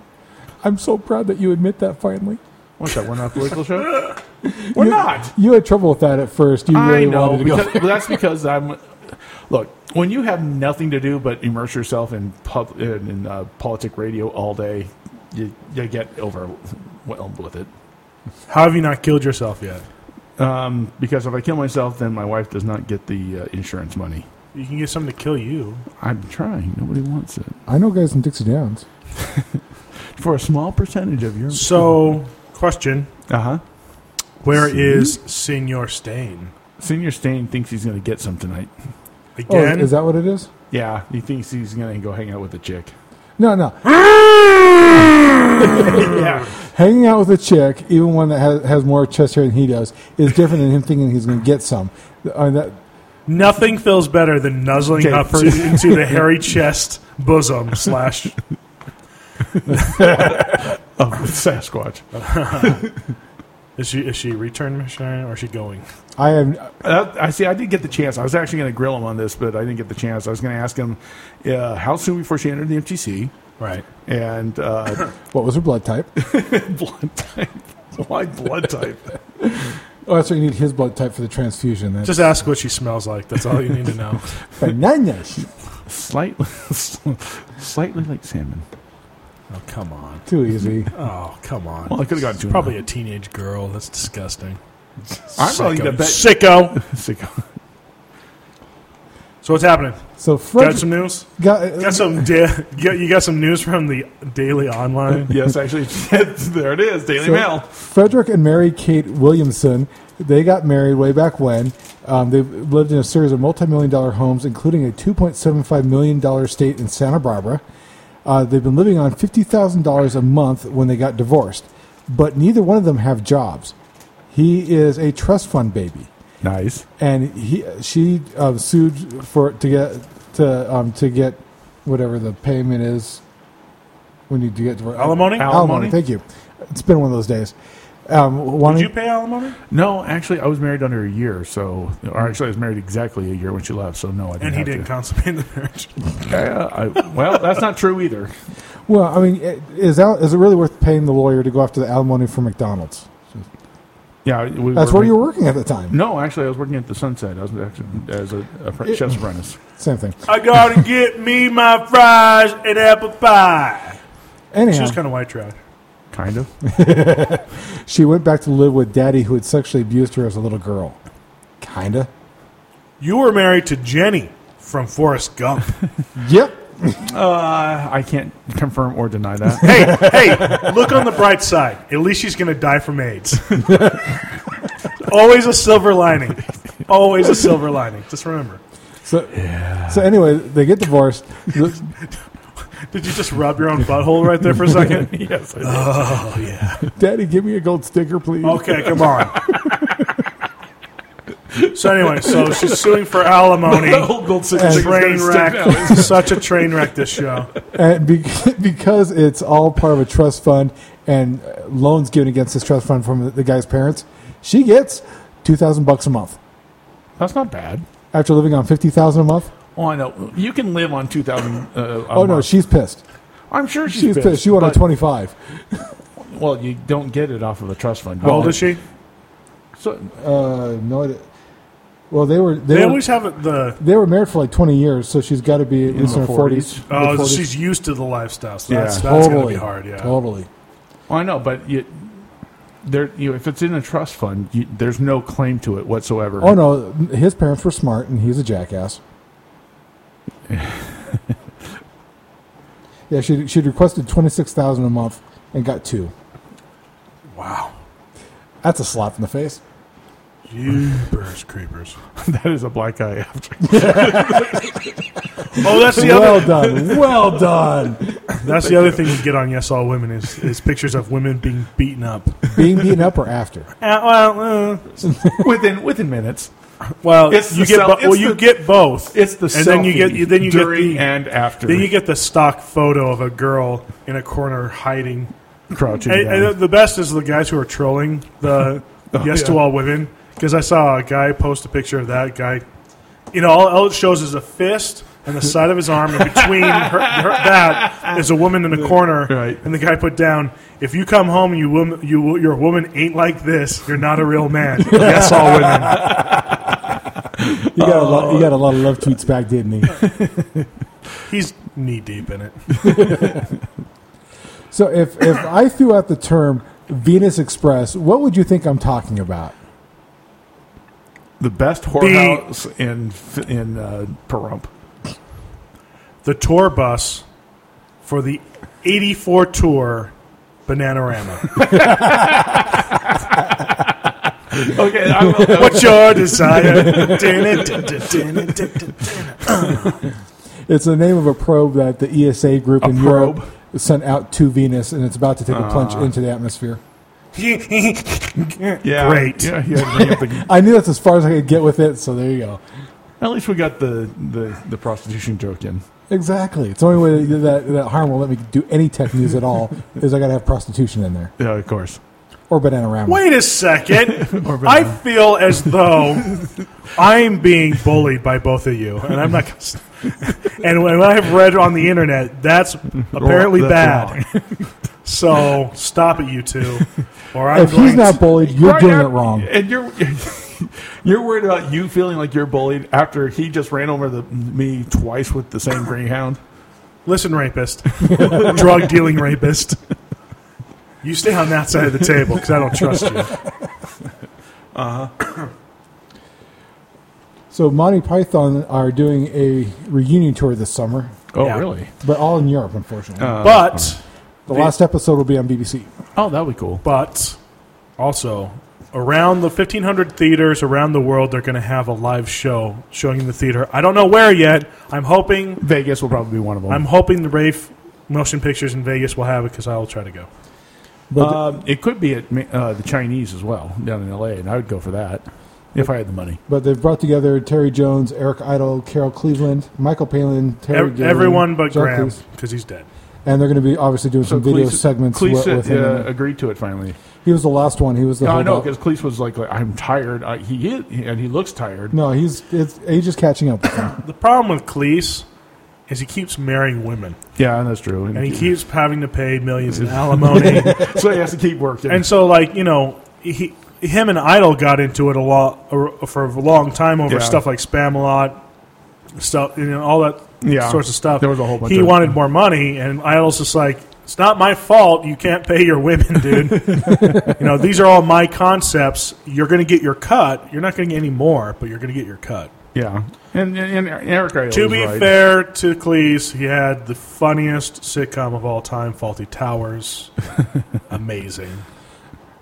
Speaker 2: I'm so proud that you admit that finally.
Speaker 4: What's that? We're not a political show. We're not.
Speaker 2: You had trouble with that at first. You really
Speaker 4: I know.
Speaker 2: wanted to go.
Speaker 4: Because, that's because I'm. Look, when you have nothing to do but immerse yourself in pub in, in uh, politic radio all day, you, you get overwhelmed with it.
Speaker 3: How have you not killed yourself yet?
Speaker 4: Um, because if I kill myself, then my wife does not get the uh, insurance money.
Speaker 3: You can get something to kill you.
Speaker 4: I'm trying. Nobody wants it
Speaker 2: I know guys in Dixie Downs.
Speaker 4: for a small percentage of your.
Speaker 3: So, question:
Speaker 4: Uh huh.
Speaker 3: Where is Senor Stain
Speaker 4: Senior Stain thinks he's going to get some tonight.
Speaker 2: Oh,
Speaker 3: again?
Speaker 2: is that what it is?
Speaker 4: Yeah, he thinks he's going to go hang out with the chick.
Speaker 2: No, no.
Speaker 4: yeah,
Speaker 2: Hanging out with a chick, even one that has, has more chest hair than he does, is different than him thinking he's going to get some. Uh, that,
Speaker 3: Nothing feels better than nuzzling
Speaker 4: Okay,
Speaker 3: up to,
Speaker 4: first-
Speaker 3: into the hairy chest, bosom slash.
Speaker 4: Oh, of Sasquatch.
Speaker 3: Is she is she return missionary or is she going?
Speaker 2: I have
Speaker 4: That, Uh, I see. I did get the chance. I was actually going to grill him on this, but I didn't get the chance. I was going to ask him uh, how soon before she entered the MTC
Speaker 3: Right.
Speaker 4: and uh,
Speaker 2: what was her blood type?
Speaker 4: blood type. Why blood type?
Speaker 2: Oh, that's right. You need his blood type for the transfusion. That's
Speaker 3: Just ask what she smells like. That's all you need to know.
Speaker 2: bananas.
Speaker 4: slightly, slightly like salmon.
Speaker 3: Oh come on.
Speaker 2: Too easy.
Speaker 3: Oh come on.
Speaker 4: Well, I could have gotten two.
Speaker 3: Probably a teenage girl. That's disgusting.
Speaker 4: I'm willing to
Speaker 3: Sicko.
Speaker 4: bet-
Speaker 3: Sicko.
Speaker 4: Sicko.
Speaker 3: So what's happening?
Speaker 2: So
Speaker 3: Got
Speaker 2: Frederick
Speaker 3: some news?
Speaker 2: got,
Speaker 3: Got some da- you got- you got some news from the Daily Online?
Speaker 4: yes, actually, there it is. Daily
Speaker 2: So,
Speaker 4: Mail.
Speaker 2: Frederick and Mary Kate Williamson, they got married way back when. Um, they've lived in a series of multi-million dollar homes, including a $2.75 million estate in Santa Barbara. Uh, they've been living on $50,000 a month when they got divorced, but neither one of them have jobs. He is a trust fund baby,
Speaker 4: Nice.
Speaker 2: and he she uh, sued for to get to um, to get whatever the payment is when you do get divorced.
Speaker 3: Alimony?
Speaker 2: Alimony. Thank you. It's been one of those days. Um, why
Speaker 3: Did
Speaker 2: don't-
Speaker 3: you pay alimony?
Speaker 4: No, actually, I was married under a year, so or actually, I was married exactly a year when she left. So no, I didn't.
Speaker 3: And he
Speaker 4: have
Speaker 3: didn't
Speaker 4: to.
Speaker 3: consummate the marriage.
Speaker 4: Yeah, I- well, that's not true either.
Speaker 2: well, I mean, i- is al- is it really worth paying the lawyer to go after the alimony for McDonald's?
Speaker 4: Yeah, we
Speaker 2: That's
Speaker 4: were,
Speaker 2: where you were working at the time.
Speaker 4: No, actually, I was working at the Sunset. I was actually as a, a fr- chef's apprentice.
Speaker 2: Same thing.
Speaker 3: I gotta get me my fries and apple pie. She's
Speaker 2: Anyhow,
Speaker 3: kind of white trash.
Speaker 4: Kind of.
Speaker 2: she went back to live with Daddy, who had sexually abused her as a little girl. Kinda.
Speaker 3: You were married to Jenny from Forrest Gump.
Speaker 2: Yep.
Speaker 4: Uh, I can't confirm or deny that.
Speaker 3: hey, hey, look on the bright side. At least she's going to die from AIDS. Always a silver lining. Always a silver lining. Just remember.
Speaker 2: So, so anyway, they get divorced. The-
Speaker 3: Did you just rub your own butthole right there for a second?
Speaker 4: yes, I did.
Speaker 3: Oh, yeah.
Speaker 2: Daddy, give me a gold sticker, please.
Speaker 3: Okay, come on. So anyway, so she's suing for alimony.
Speaker 4: gold
Speaker 2: And-
Speaker 3: Train wreck. Such a train wreck, this show.
Speaker 2: And be- because it's all part of a trust fund and uh, loans given against this trust fund from the- the guy's parents, she gets two thousand bucks a month
Speaker 4: That's not bad.
Speaker 2: after living on fifty thousand a month.
Speaker 4: Oh, I know. You can live on two thousand. Uh, a
Speaker 2: Oh no,
Speaker 4: month.
Speaker 2: she's pissed.
Speaker 4: I'm sure she's,
Speaker 2: She's pissed. She wanted
Speaker 4: but-
Speaker 2: twenty five.
Speaker 4: Well, you don't get it off of a trust fund.
Speaker 3: How old is she?
Speaker 4: Oh. So,
Speaker 2: Uh, no, it, well they were they,
Speaker 3: They
Speaker 2: were,
Speaker 3: always have the.
Speaker 2: they were married for like twenty years, so she's got to be at least in her forties.
Speaker 3: Oh, she's used to the lifestyle. So that's,
Speaker 4: Yeah.
Speaker 3: that's going to be hard, yeah.
Speaker 2: totally.
Speaker 4: Well, I know, but you, there, you, if it's in a trust fund, you, there's no claim to it whatsoever.
Speaker 2: Oh no, his parents were smart, and he's a jackass. yeah, she she requested twenty six thousand a month and got two.
Speaker 3: Wow.
Speaker 2: That's a slap in the face.
Speaker 3: Jeepers creepers.
Speaker 4: that is a black guy after.
Speaker 3: Oh, that's the
Speaker 2: Well
Speaker 3: other.
Speaker 2: done, well done.
Speaker 3: That's the other thing you get on Yes All Women is, is pictures of women being beaten up. Uh,
Speaker 2: Being beaten up or after?
Speaker 3: well, uh,
Speaker 4: within within minutes.
Speaker 3: well,
Speaker 4: It's
Speaker 3: you
Speaker 4: the
Speaker 3: get
Speaker 4: self-
Speaker 3: bo-
Speaker 4: it's
Speaker 3: well, you
Speaker 4: the-
Speaker 3: get both.
Speaker 4: It's the
Speaker 3: and then you
Speaker 4: selfie
Speaker 3: get you- then you get
Speaker 4: during
Speaker 3: the
Speaker 4: and after.
Speaker 3: then you get the stock photo of a girl in a corner hiding.
Speaker 4: crouching.
Speaker 3: And,
Speaker 4: down.
Speaker 3: and the best is the guys who are trolling the Yes to
Speaker 4: Oh, yeah.
Speaker 3: All Women because I saw a guy post a picture of that guy. You know, all, all it shows is a fist and the side of his arm, and between her, her, that is a woman in a corner.
Speaker 4: Right.
Speaker 3: And the guy put down, "If you come home, you woman, you your woman ain't like this. You're not a real man." yes, all women.
Speaker 2: You got a lot. You got a lot of love tweets back, didn't he?
Speaker 3: He's knee deep in it.
Speaker 2: So if if I threw out the term Venus Express, what would you think I'm talking about?
Speaker 4: the best whorehouse in in uh, Pahrump.
Speaker 3: The tour bus for the '84 tour, Bananarama.
Speaker 4: Okay, I will,
Speaker 3: What's your desire?
Speaker 2: It's the name of a probe that the ESA group in
Speaker 4: probe? Ah.
Speaker 2: Europe sent out to Venus, and it's about to take a plunge into the atmosphere.
Speaker 4: yeah,
Speaker 3: Great.
Speaker 4: Yeah, yeah, bring up the-
Speaker 2: I knew that's as far as I could get with it, so there you go.
Speaker 4: at least we got the, the, the prostitution joke in.
Speaker 2: Exactly. It's the only way that that, that harm will let me do any tech news at all is I got to have prostitution in there.
Speaker 4: Yeah, of course.
Speaker 2: or banana round.
Speaker 3: Wait a second. I feel as though I'm being bullied by both of you, and I'm not. Gonna st- and when I've read on the internet, that's apparently
Speaker 4: that's
Speaker 3: bad. so stop it, you two. Or I'm
Speaker 2: If he's
Speaker 3: going
Speaker 2: not
Speaker 3: to-
Speaker 2: bullied, you're
Speaker 4: Right,
Speaker 2: doing
Speaker 4: I-
Speaker 2: it wrong.
Speaker 4: And you're you're worried about you feeling like you're bullied after he just ran over the me twice with the same greyhound.
Speaker 3: listen, rapist, drug dealing rapist. You stay on that side of the table because I don't trust you.
Speaker 2: So Monty Python are doing a reunion tour this summer,
Speaker 4: Oh,
Speaker 3: Yeah.
Speaker 2: but all in Europe, unfortunately.
Speaker 4: Ah.
Speaker 3: But
Speaker 2: the last episode will be on BBC.
Speaker 4: Oh, that would be cool.
Speaker 3: but also around the 1500 theaters around the world they're going to have a live show showing in the theater i don't know where yet i'm hoping
Speaker 4: Vegas will probably be one of them.
Speaker 3: i'm hoping the rafe motion pictures in vegas will have it because i'll try to go
Speaker 2: But
Speaker 4: um, it could be at uh, the Chinese as well down in L.A., and I would go for that if I had the money.
Speaker 2: but they've brought together Terry Jones, Eric Idle, Carol Cleveland, Michael Palin, Terry
Speaker 3: Ev-
Speaker 2: Gilliam,
Speaker 3: everyone but
Speaker 2: John
Speaker 3: graham
Speaker 2: Cleese.
Speaker 3: because he's dead
Speaker 2: and they're going to be obviously doing some video
Speaker 4: Cleese-
Speaker 2: segments
Speaker 4: Cleese
Speaker 2: with, with him.
Speaker 4: uh, agreed to it finally. Uh,
Speaker 2: he was the last one. He was the
Speaker 4: No, I know
Speaker 2: holdout.
Speaker 4: because Cleese was like, like, "I'm tired." I, he is, and he looks tired.
Speaker 2: No, he's it's, age is catching up. With him.
Speaker 3: the problem with cleese is he keeps marrying women
Speaker 4: Yeah, that's true.
Speaker 3: and he keeps having to pay millions in alimony
Speaker 4: so he has to keep working.
Speaker 3: and so like you know he him and Idol got into it a lot or- for a long time over
Speaker 4: Yeah.
Speaker 3: stuff like spam a lot stuff you know all that
Speaker 4: Yeah.
Speaker 3: sorts of stuff
Speaker 4: There was a whole bunch
Speaker 3: he
Speaker 4: of-
Speaker 3: wanted more money and Idol's just like it's not my fault you can't pay your women dude you know these are all my concepts you're going to get your cut you're not going to get any more but you're going to get your cut
Speaker 4: yeah, and and, and Eric Idle
Speaker 3: to
Speaker 4: is
Speaker 3: be
Speaker 4: right.
Speaker 3: fair to Cleese, he had the funniest sitcom of all time, Faulty Towers. Amazing.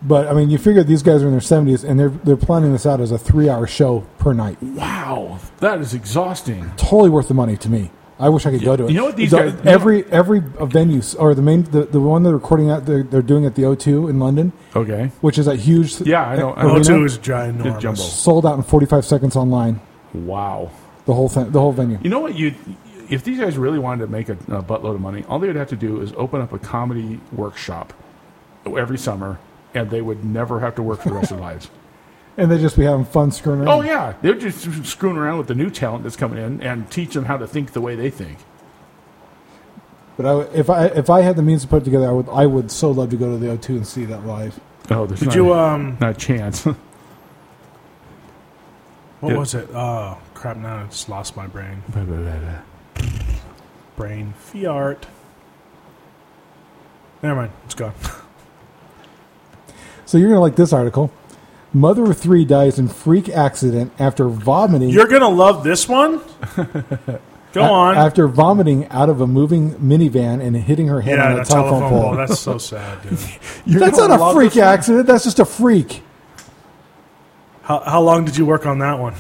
Speaker 2: But I mean, you figure these guys are in their seventies, and they're they're planning this out as a three-hour show per night.
Speaker 4: Wow, that is exhausting.
Speaker 2: Totally worth the money to me. I wish I could go to it.
Speaker 4: You know what these
Speaker 2: The-
Speaker 4: guys- you know-
Speaker 2: Every every venue s- or the main the, the one they're recording at they're, they're doing at the O2 in London,
Speaker 4: Okay.
Speaker 2: which is a huge
Speaker 4: Yeah, I know. I know.
Speaker 3: Oh,
Speaker 2: Arena?
Speaker 3: two is ginormous.
Speaker 4: Jumbo.
Speaker 2: sold out in 45 seconds online.
Speaker 4: Wow.
Speaker 2: The whole thing, the whole venue.
Speaker 4: You know what? You, if these guys really wanted to make a, a buttload of money, all they would have to do is open up a comedy workshop every summer, and they would never have to work for the rest of their lives.
Speaker 2: And they just be having fun screwing around.
Speaker 4: Oh yeah, they're just screwing around with the new talent that's coming in and teach them how to think the way they think.
Speaker 2: But I, would- if I if I had the means to put it together, I would I would so love to go to the O2 and see that live.
Speaker 4: Oh, there's
Speaker 3: Did
Speaker 4: not,
Speaker 3: you um?
Speaker 4: not a chance.
Speaker 3: What
Speaker 4: Yeah.
Speaker 3: was it? Oh crap! Now I just lost my brain. Brain fiart. Never mind. It's gone.
Speaker 2: So you're gonna like this article. Mother of three dies in freak accident after vomiting.
Speaker 3: You're gonna love this one. Go on.
Speaker 2: After vomiting out of a moving minivan and hitting her head
Speaker 3: yeah,
Speaker 2: on
Speaker 3: the
Speaker 2: a telephone,
Speaker 3: telephone
Speaker 2: pole.
Speaker 3: pole. That's so sad. Dude.
Speaker 2: That's
Speaker 4: gonna
Speaker 2: not a
Speaker 4: love
Speaker 2: freak
Speaker 4: this one.
Speaker 2: accident. That's just a freak.
Speaker 3: How, how long did you work on that one?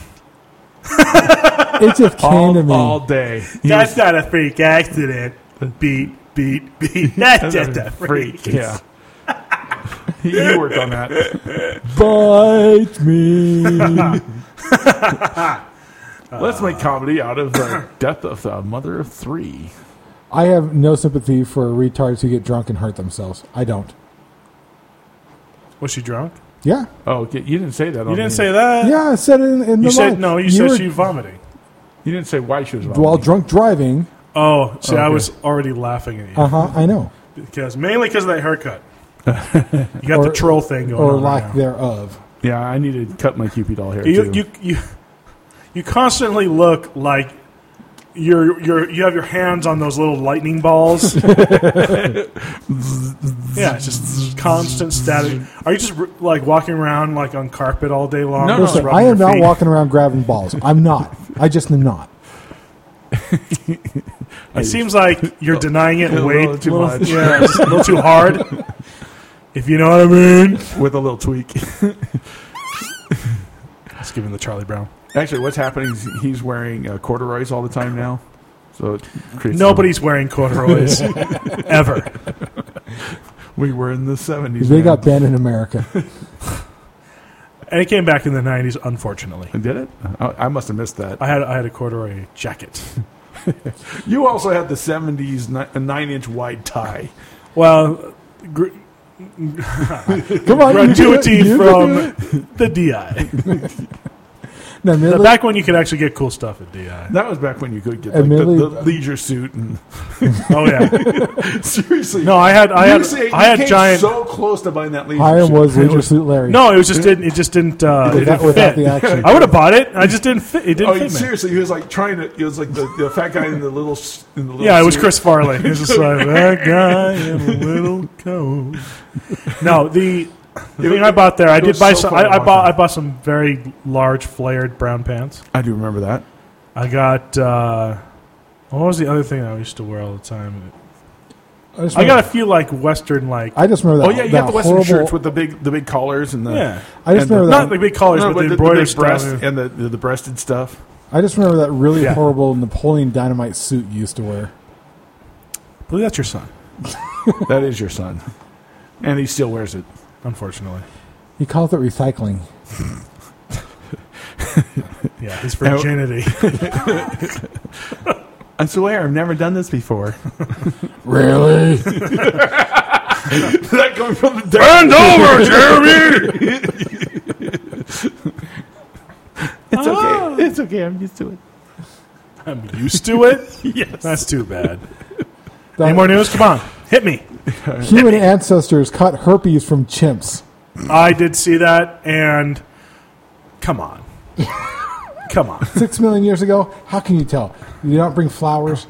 Speaker 2: It just came to
Speaker 4: all,
Speaker 2: me.
Speaker 4: all day.
Speaker 3: That's not a freak accident. Beat, beat, beat. That's just a freak.
Speaker 4: Yeah. he, he worked on
Speaker 3: Uh,
Speaker 4: that.
Speaker 2: Bite me.
Speaker 4: Let's make comedy out of the death of the mother of three.
Speaker 2: I have no sympathy for retards who get drunk and hurt themselves. I don't.
Speaker 3: Was she drunk?
Speaker 2: Yeah,
Speaker 4: Oh, okay, you didn't say that.
Speaker 3: You didn't say that.
Speaker 2: yeah. I said it in, in
Speaker 3: You
Speaker 2: the
Speaker 3: said
Speaker 2: live.
Speaker 3: no. You, said
Speaker 2: were-
Speaker 3: she vomiting.
Speaker 4: You didn't say why she was.
Speaker 2: while
Speaker 4: vomiting.
Speaker 2: drunk driving.
Speaker 3: Oh, see, I
Speaker 4: Okay.
Speaker 3: was already laughing at you.
Speaker 2: Uh huh. I know.
Speaker 3: Because mainly because of that haircut. You got
Speaker 2: Or-
Speaker 3: the troll thing going
Speaker 2: Or
Speaker 3: on.
Speaker 2: lack
Speaker 3: right now.
Speaker 2: thereof.
Speaker 4: Yeah, I need to cut my cupid doll hair
Speaker 3: You,
Speaker 4: too.
Speaker 3: you you you constantly look like you're you're you have your hands on those little lightning balls. yeah, it's just constant static. Are you just like walking around like on carpet all day long?
Speaker 4: No,
Speaker 3: just
Speaker 2: Listen,
Speaker 3: rubbing
Speaker 2: I am
Speaker 3: your
Speaker 2: not
Speaker 3: feet?
Speaker 2: walking around grabbing balls. I'm not. I just am not.
Speaker 3: It seems like you're denying it
Speaker 4: A
Speaker 3: way
Speaker 4: little too much.
Speaker 3: Yeah, it's a little too hard. If you know what I mean.
Speaker 4: with a little tweak.
Speaker 3: Let's give him the Charlie Brown.
Speaker 4: Actually, what's happening is he's wearing uh, corduroys all the time now. So it creates
Speaker 3: Nobody's wearing corduroys ever.
Speaker 4: We were in the seventies.
Speaker 2: They got banned in America.
Speaker 3: And it came back in the '90s, unfortunately.
Speaker 4: did it. I, I must have missed that.
Speaker 3: I had I had a corduroy jacket.
Speaker 4: You also had the seventies nine-inch wide tie.
Speaker 3: Well, gr-
Speaker 2: Come
Speaker 4: Oh,
Speaker 2: on, you do it,
Speaker 3: gratuity
Speaker 2: you
Speaker 3: from
Speaker 2: do it.
Speaker 3: the DI.
Speaker 2: Now, admittedly-
Speaker 3: Back when you could actually get cool stuff at DI.
Speaker 4: That was back when you could get like, the,
Speaker 2: Admittedly-
Speaker 4: the leisure suit and
Speaker 3: Oh yeah.
Speaker 4: seriously.
Speaker 3: No, I had I
Speaker 4: You
Speaker 3: had
Speaker 4: say-
Speaker 3: I
Speaker 4: you
Speaker 3: had
Speaker 4: came
Speaker 3: giant.
Speaker 4: So close to buying that leisure
Speaker 2: I
Speaker 4: suit.
Speaker 2: was Leisure Suit Larry.
Speaker 3: No, it was just didn't. It just didn't. Uh, it
Speaker 2: that
Speaker 3: didn't
Speaker 2: without
Speaker 3: fit.
Speaker 2: the action.
Speaker 3: I would have bought it. I just didn't fit. It didn't
Speaker 4: Oh,
Speaker 3: fit me.
Speaker 4: seriously, he was like trying to. It was like the, the fat guy in the little. s- In the little
Speaker 3: Yeah, it was
Speaker 4: suit.
Speaker 3: Chris Farley. It was just like that guy in a little coat. No, the, the thing I bought there, I
Speaker 4: It
Speaker 3: did
Speaker 4: was
Speaker 3: buy
Speaker 4: so
Speaker 3: some.
Speaker 4: fun to
Speaker 3: I, I
Speaker 4: watch
Speaker 3: bought
Speaker 4: that.
Speaker 3: I bought some very large flared brown pants.
Speaker 4: I do remember that.
Speaker 3: I got uh, what was the other thing I used to wear all the time?
Speaker 2: I, just
Speaker 3: I
Speaker 2: remember,
Speaker 3: got a few like Western like
Speaker 2: I just remember
Speaker 4: Oh
Speaker 2: that.
Speaker 4: yeah, you
Speaker 2: that
Speaker 4: got the western
Speaker 2: horrible,
Speaker 4: shirts with the big the big collars and the Oh,
Speaker 3: yeah,
Speaker 2: I just
Speaker 4: and the-
Speaker 2: remember that.
Speaker 3: not the big collars,
Speaker 4: No,
Speaker 3: but the
Speaker 4: big
Speaker 3: embroidered stuff.
Speaker 4: breast and the, the the breasted stuff.
Speaker 2: I just remember that really
Speaker 3: Yeah.
Speaker 2: horrible Napoleon Dynamite suit you used to wear.
Speaker 3: I believe that's your son,
Speaker 4: that is your son, and he still wears it.
Speaker 3: unfortunately.
Speaker 2: He called it recycling.
Speaker 3: Yeah, his virginity.
Speaker 4: I swear, I've never done this before.
Speaker 2: Really?
Speaker 4: that coming from the
Speaker 6: Bend over, Jeremy.
Speaker 4: It's okay. It's okay. I'm used to it.
Speaker 3: Ah. I'm used to it.
Speaker 4: Yes.
Speaker 3: That's too bad. Any more news? Come on, hit me.
Speaker 2: Human ancestors caught herpes from chimps.
Speaker 3: I did see that, and come on, come on.
Speaker 2: Six million years ago. How can you tell? You don't bring flowers.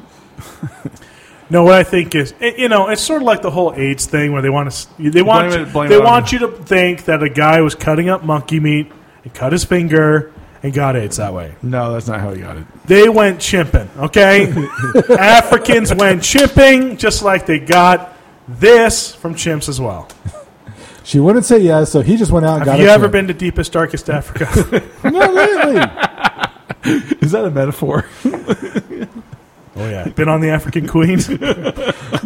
Speaker 3: No, what I think is, it, you know, it's sort of like the whole AIDS thing where they want to, they want,
Speaker 4: Blame it- blame
Speaker 3: they
Speaker 4: it on-
Speaker 3: want you to think that a guy was cutting up monkey meat and cut his finger and got AIDS that way.
Speaker 4: No, that's not how he got it.
Speaker 3: They went chimping, okay? Africans went chimping, just like they got this from chimps as well.
Speaker 2: She wouldn't say yes, so he just went out and got
Speaker 3: Have you
Speaker 2: a
Speaker 3: ever
Speaker 2: chimp.
Speaker 3: been to deepest, darkest Africa?
Speaker 2: No, lately.
Speaker 4: Is that a metaphor?
Speaker 3: oh yeah, been on the African Queen.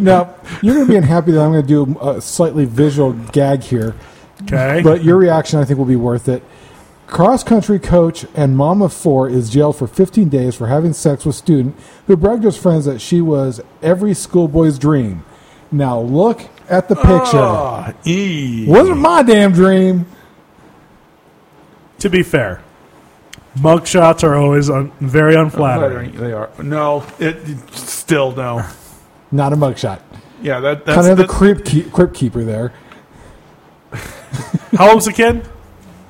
Speaker 2: now you're going to be unhappy that I'm going to do a slightly visual gag here.
Speaker 3: Okay,
Speaker 2: But your reaction, I think, will be worth it. Cross country coach and mom of four is jailed for 15 days for having sex with student who bragged to his friends that she was every schoolboy's dream. Now look at the picture.
Speaker 4: Ah, e.
Speaker 2: Wasn't my damn dream.
Speaker 3: to be fair, mug shots are always un- very unflattering.
Speaker 4: Flattering, They are no. It, it- still no.
Speaker 2: Not a mugshot.
Speaker 4: Yeah, that that's
Speaker 2: Kind of the
Speaker 4: that-
Speaker 2: crypt, keep, crypt keeper there.
Speaker 3: How old's the kid?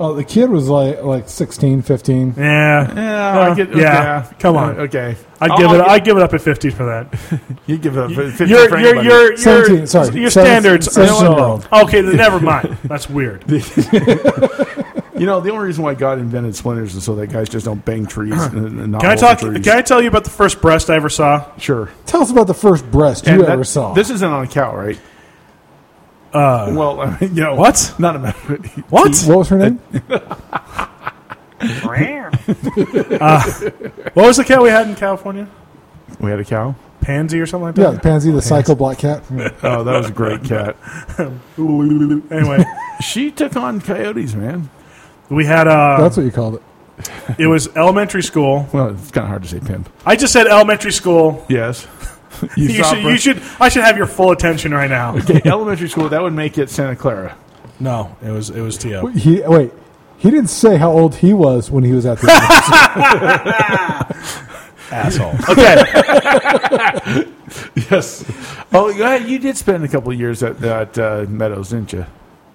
Speaker 2: Oh, the kid was like like 16, 15.
Speaker 3: Yeah,
Speaker 4: Yeah, I get,
Speaker 3: yeah,
Speaker 4: okay.
Speaker 3: come on.
Speaker 4: Okay,
Speaker 3: I'd
Speaker 4: I'll-
Speaker 3: give
Speaker 4: I'll
Speaker 3: it. I'd give it up at fifty for that.
Speaker 4: You give it a 50
Speaker 3: Your
Speaker 4: for
Speaker 3: your
Speaker 4: anybody.
Speaker 3: your your
Speaker 2: 17, sorry.
Speaker 3: your
Speaker 2: Seven-
Speaker 3: standards. are
Speaker 2: 17-year-old.
Speaker 3: Okay, then never mind. That's weird.
Speaker 4: You know, the only reason why God invented splinters is so that guys just don't bang trees. And, and
Speaker 3: Can I talk? Can I tell you about the first breast I ever saw?
Speaker 4: Sure.
Speaker 2: Tell us about the first breast you
Speaker 4: And
Speaker 2: ever
Speaker 4: that-
Speaker 2: saw.
Speaker 4: This isn't on a cow, right? Uh, well, I mean, you know
Speaker 3: What?
Speaker 4: Not a matter.
Speaker 3: What? Uh,
Speaker 2: what was her name?
Speaker 3: Uh, What was the cat we had in California?
Speaker 4: We had a cow.
Speaker 3: Pansy Hmm. or something like
Speaker 2: Yeah,
Speaker 3: that.
Speaker 2: Pansy, the psycho black cat.
Speaker 4: Oh, that was a great cat.
Speaker 3: Anyway,
Speaker 4: She took on coyotes, man.
Speaker 3: we had uh,
Speaker 2: That's what you called it.
Speaker 3: it was elementary school.
Speaker 4: Well, it's kind of hard to say pimp.
Speaker 3: I just said elementary school.
Speaker 4: Yes.
Speaker 3: You
Speaker 4: saw
Speaker 3: should, you
Speaker 4: breast-
Speaker 3: should. I should have your full attention right now.
Speaker 4: Okay, elementary school. That would make it Santa Clara.
Speaker 3: No, it was it was Tio.
Speaker 2: He wait. He didn't say how old he was when he was at the.
Speaker 3: Asshole.
Speaker 4: Okay. Oh. yes. Oh, yeah, you did spend a couple of years at, at uh, Meadows, didn't you?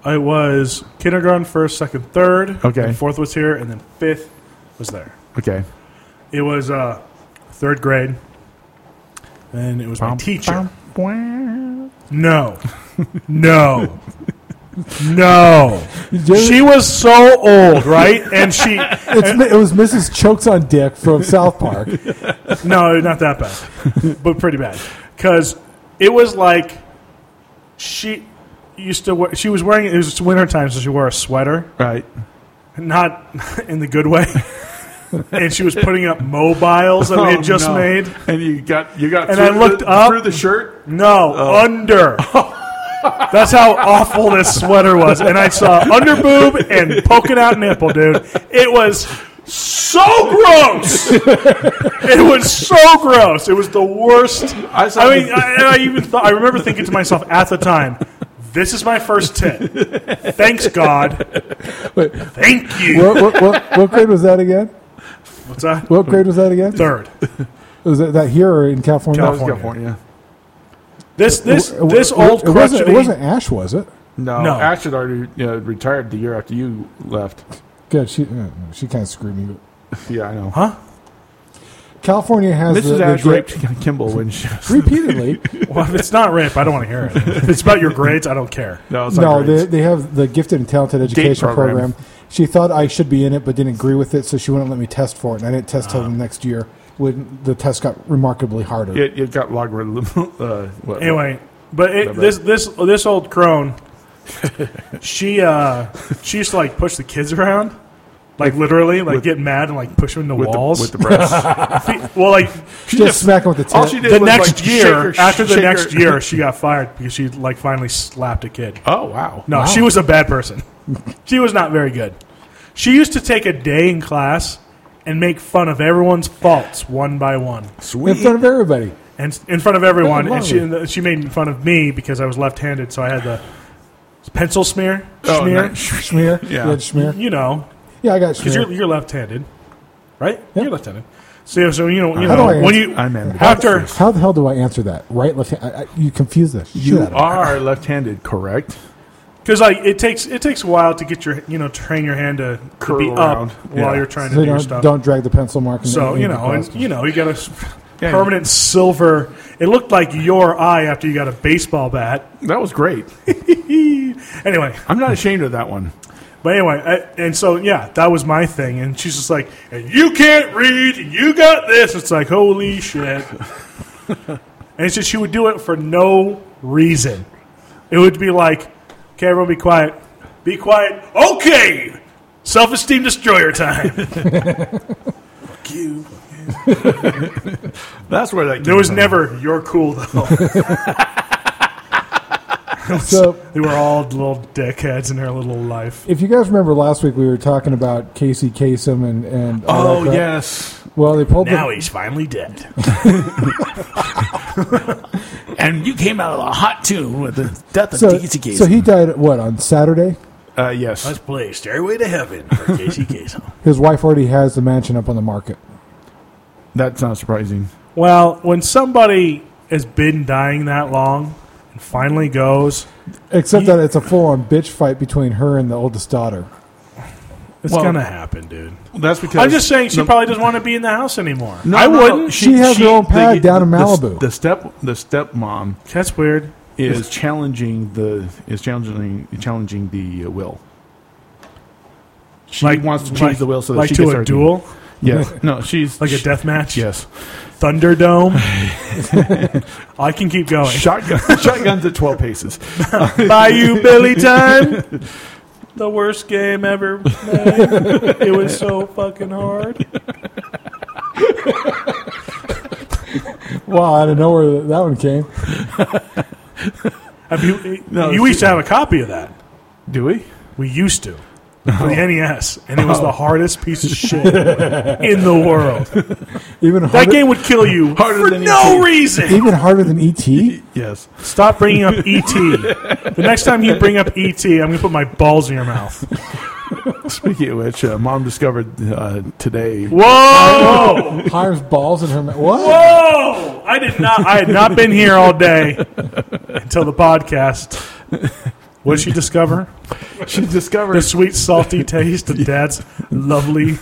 Speaker 3: I was kindergarten, first, second, third.
Speaker 4: Okay.
Speaker 3: And fourth was here, and then fifth was there.
Speaker 4: Okay.
Speaker 3: It was uh, third grade, and it was my teacher. No, no, no.
Speaker 2: Jerry-
Speaker 3: She was so old, right? And she
Speaker 2: It's, it was Mrs. Chokes on Dick from South Park.
Speaker 3: no, not that bad, but pretty bad because it was like she used to. Wear, she was wearing it was winter time, so she wore a sweater.
Speaker 4: Right.
Speaker 3: not in the good way. and she was putting up mobiles that we had
Speaker 4: Oh,
Speaker 3: just
Speaker 4: no.
Speaker 3: made.
Speaker 4: And you got you got
Speaker 3: And
Speaker 4: through
Speaker 3: I looked
Speaker 4: the,
Speaker 3: up.
Speaker 4: through the shirt.
Speaker 3: No, under. That's how awful this sweater was. And I saw under boob and poking out nipple, dude. It was so gross. it was so gross. It was the worst.
Speaker 4: I saw
Speaker 3: I mean, I, and I even thought, I remember thinking to myself at the time, This is my first tip. Thanks, God.
Speaker 2: Wait,
Speaker 3: Thank you.
Speaker 2: what, what, what, what grade was that again?
Speaker 3: What's that?
Speaker 2: What grade was that again?
Speaker 3: Third.
Speaker 2: Was that, that here or in California?
Speaker 4: That was
Speaker 3: California.
Speaker 4: California.
Speaker 3: This this
Speaker 2: It wa-
Speaker 3: this
Speaker 2: it,
Speaker 3: old
Speaker 2: it wasn't,
Speaker 3: crotchety.
Speaker 2: it wasn't Ash, was it?
Speaker 4: No,
Speaker 3: No.
Speaker 4: Ash had already you know, retired the year after you left.
Speaker 2: Good. She uh, she kind of screwed me.
Speaker 4: Yeah, I know.
Speaker 3: Huh?
Speaker 2: California has the,
Speaker 4: Mrs.
Speaker 2: the
Speaker 4: Ash
Speaker 2: gate-
Speaker 4: raped Kimball when she.
Speaker 2: repeatedly.
Speaker 3: Well, if it's not rape, I don't want to hear it. If it's about your grades, I don't care.
Speaker 4: No, it's
Speaker 2: no,
Speaker 4: not
Speaker 2: they,
Speaker 4: great.
Speaker 2: they have the gifted and talented education
Speaker 4: program.
Speaker 2: program. She thought I should be in it, but didn't agree with it, so she wouldn't let me test for it. And I didn't test till the next year when the test got remarkably harder.
Speaker 4: It, it got logarithm. Uh, what,
Speaker 3: Anyway, but it, this this this old crone, she uh she used to like push the kids around, like literally, like get mad and like push them into
Speaker 4: with
Speaker 3: walls.
Speaker 4: The, with the breasts.
Speaker 3: Fe- well, like
Speaker 2: She just smack him with the
Speaker 4: all
Speaker 2: tent.
Speaker 4: she did
Speaker 3: the
Speaker 4: was,
Speaker 3: next
Speaker 4: like,
Speaker 3: year,
Speaker 4: shake her-
Speaker 3: after the
Speaker 4: shake her-
Speaker 3: next year, she got fired because she like finally slapped a kid.
Speaker 4: Oh wow.
Speaker 3: No,
Speaker 4: Wow.
Speaker 3: she was a bad person. she was not very good. She used to take a day in class and make fun of everyone's faults one by one,
Speaker 2: in front of everybody.
Speaker 3: and s- in front of everyone.
Speaker 2: Oh,
Speaker 3: And she and she made fun of me because I was left-handed, so I had the pencil smear,
Speaker 4: Oh,
Speaker 3: smear.
Speaker 4: nice.
Speaker 2: Schmear.
Speaker 4: Yeah.
Speaker 2: You had schmear.
Speaker 3: You know,
Speaker 2: Yeah, I got
Speaker 3: because you're
Speaker 2: schmear.
Speaker 3: you're left-handed, right?
Speaker 2: Yeah.
Speaker 3: You're left-handed. So, yeah, so you know, you
Speaker 2: How do
Speaker 3: know
Speaker 2: I
Speaker 3: when
Speaker 2: answer-
Speaker 3: you
Speaker 4: I'm ambidextrous.
Speaker 3: after
Speaker 2: How the hell do I answer that? Right, left hand. I, I, you confuse this.
Speaker 4: You are left-handed, correct?
Speaker 3: because like it takes it takes a while to get your you know train your hand to, to
Speaker 4: Curl
Speaker 3: be up
Speaker 4: around.
Speaker 3: while
Speaker 4: Yeah.
Speaker 3: you're trying to
Speaker 2: So
Speaker 3: do your
Speaker 2: don't,
Speaker 3: stuff.
Speaker 2: don't drag the pencil mark. in the-
Speaker 3: So
Speaker 2: in
Speaker 3: you
Speaker 2: the
Speaker 3: know, and
Speaker 2: cross.
Speaker 3: you know, you got a s-
Speaker 4: Yeah.
Speaker 3: permanent silver. It looked like your eye after you got a baseball bat.
Speaker 4: That was great.
Speaker 3: Anyway,
Speaker 4: I'm not ashamed of that one.
Speaker 3: but anyway, I, and so yeah, that was my thing. And she's just like, and "You can't read. You got this." It's like, holy shit. and so she would do it for no reason. It would be like, "Okay, everyone, be quiet. Be quiet. Okay." Self-esteem destroyer time. Fuck you.
Speaker 4: That's where that.
Speaker 3: There was
Speaker 4: came
Speaker 3: never "you're cool" though.
Speaker 2: so
Speaker 3: They were all little dickheads in their little life.
Speaker 2: if you guys remember last week, we were talking about Casey Kasem and and
Speaker 4: from.
Speaker 2: all
Speaker 4: Oh
Speaker 2: that crap.
Speaker 4: yes,
Speaker 2: Well, they pulled the,
Speaker 3: Now he's finally dead.
Speaker 7: And you came out of a hot tune with the death of
Speaker 2: so,
Speaker 7: Casey Kasem.
Speaker 2: so he died what on Saturday.
Speaker 4: uh, yes.
Speaker 3: Let's play Stairway to Heaven for Casey Kasem.
Speaker 2: His wife already has the mansion up on the market.
Speaker 4: That's not surprising.
Speaker 3: Well, when somebody has been dying that long and finally goes,
Speaker 2: Except that it's a full-on bitch fight between her and the oldest daughter.
Speaker 3: it's
Speaker 4: Well-
Speaker 3: gonna happen, dude.
Speaker 4: That's because
Speaker 3: I'm just saying she
Speaker 4: No,
Speaker 3: probably doesn't want to be in the house anymore.
Speaker 4: no,
Speaker 3: I
Speaker 4: no, no.
Speaker 3: wouldn't.
Speaker 2: She has her own pad down in
Speaker 4: the-
Speaker 2: Malibu.
Speaker 4: The step, the stepmom
Speaker 3: That's weird.
Speaker 4: is challenging the is challenging challenging the uh, will. She wants to change
Speaker 3: like-
Speaker 4: the will so that
Speaker 3: like
Speaker 4: she
Speaker 3: to
Speaker 4: gets
Speaker 3: a
Speaker 4: her
Speaker 3: duel,
Speaker 4: Yes. No, she's
Speaker 3: like a death match.
Speaker 4: Yes.
Speaker 3: Thunderdome. I can keep going.
Speaker 4: Shotgun, shotguns at twelve paces.
Speaker 3: By you, Billy time. The worst game ever. Made. It was so fucking hard.
Speaker 2: Wow, I don't know where that one came.
Speaker 3: Have you?
Speaker 4: No,
Speaker 3: you
Speaker 4: she-
Speaker 3: used to have a copy of that.
Speaker 4: Do we?
Speaker 3: We used to for the NES, and it was the hardest piece of shit in the world.
Speaker 2: Even harder,
Speaker 3: That game would kill you
Speaker 4: Harder
Speaker 3: for
Speaker 4: than
Speaker 3: no
Speaker 4: ET.
Speaker 3: reason.
Speaker 2: even harder than E ET.
Speaker 4: Yes.
Speaker 3: Stop bringing up ET. The next time you bring up ET, I'm gonna put my balls in your mouth.
Speaker 4: Speaking of which, uh, mom discovered uh, today.
Speaker 3: Whoa!
Speaker 2: Hires balls in her mouth. What?
Speaker 3: Whoa! I did not. I had not been here all day until the podcast. What did she discover?
Speaker 4: She discovered
Speaker 3: The sweet, salty taste of Dad's lovely,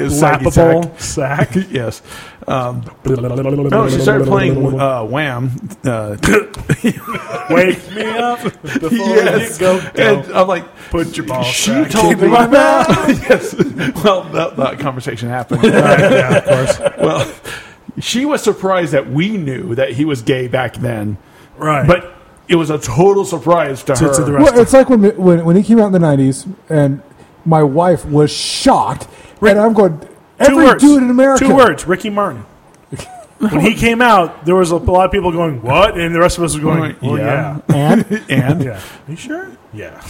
Speaker 3: lap,
Speaker 4: sacky
Speaker 3: lappable sack.
Speaker 4: Yes. Um, no, she started playing uh, Wham. Uh,
Speaker 3: Wake me up before
Speaker 4: yes.
Speaker 3: you go.
Speaker 4: And
Speaker 3: Don't
Speaker 4: I'm like,
Speaker 3: put your balls.
Speaker 4: she
Speaker 3: back.
Speaker 4: told me. yes. Well, that, that conversation happened.
Speaker 3: yeah, of course.
Speaker 4: well, she was surprised that we knew that he was gay back then,
Speaker 3: Right,
Speaker 4: but it was a total surprise to, her.
Speaker 3: to the rest.
Speaker 2: Well, it's like when, when when he came out in the '90s, and my wife was shocked, and I'm going.
Speaker 3: two
Speaker 2: Every
Speaker 3: words.
Speaker 2: dude in America.
Speaker 3: Two words. Ricky Martin. When he came out, there was a lot of people going, "What?" and the rest of us were going,
Speaker 4: Right,
Speaker 3: well, "Yeah,
Speaker 4: yeah.
Speaker 2: And
Speaker 4: And
Speaker 3: yeah." Are you sure? Yeah.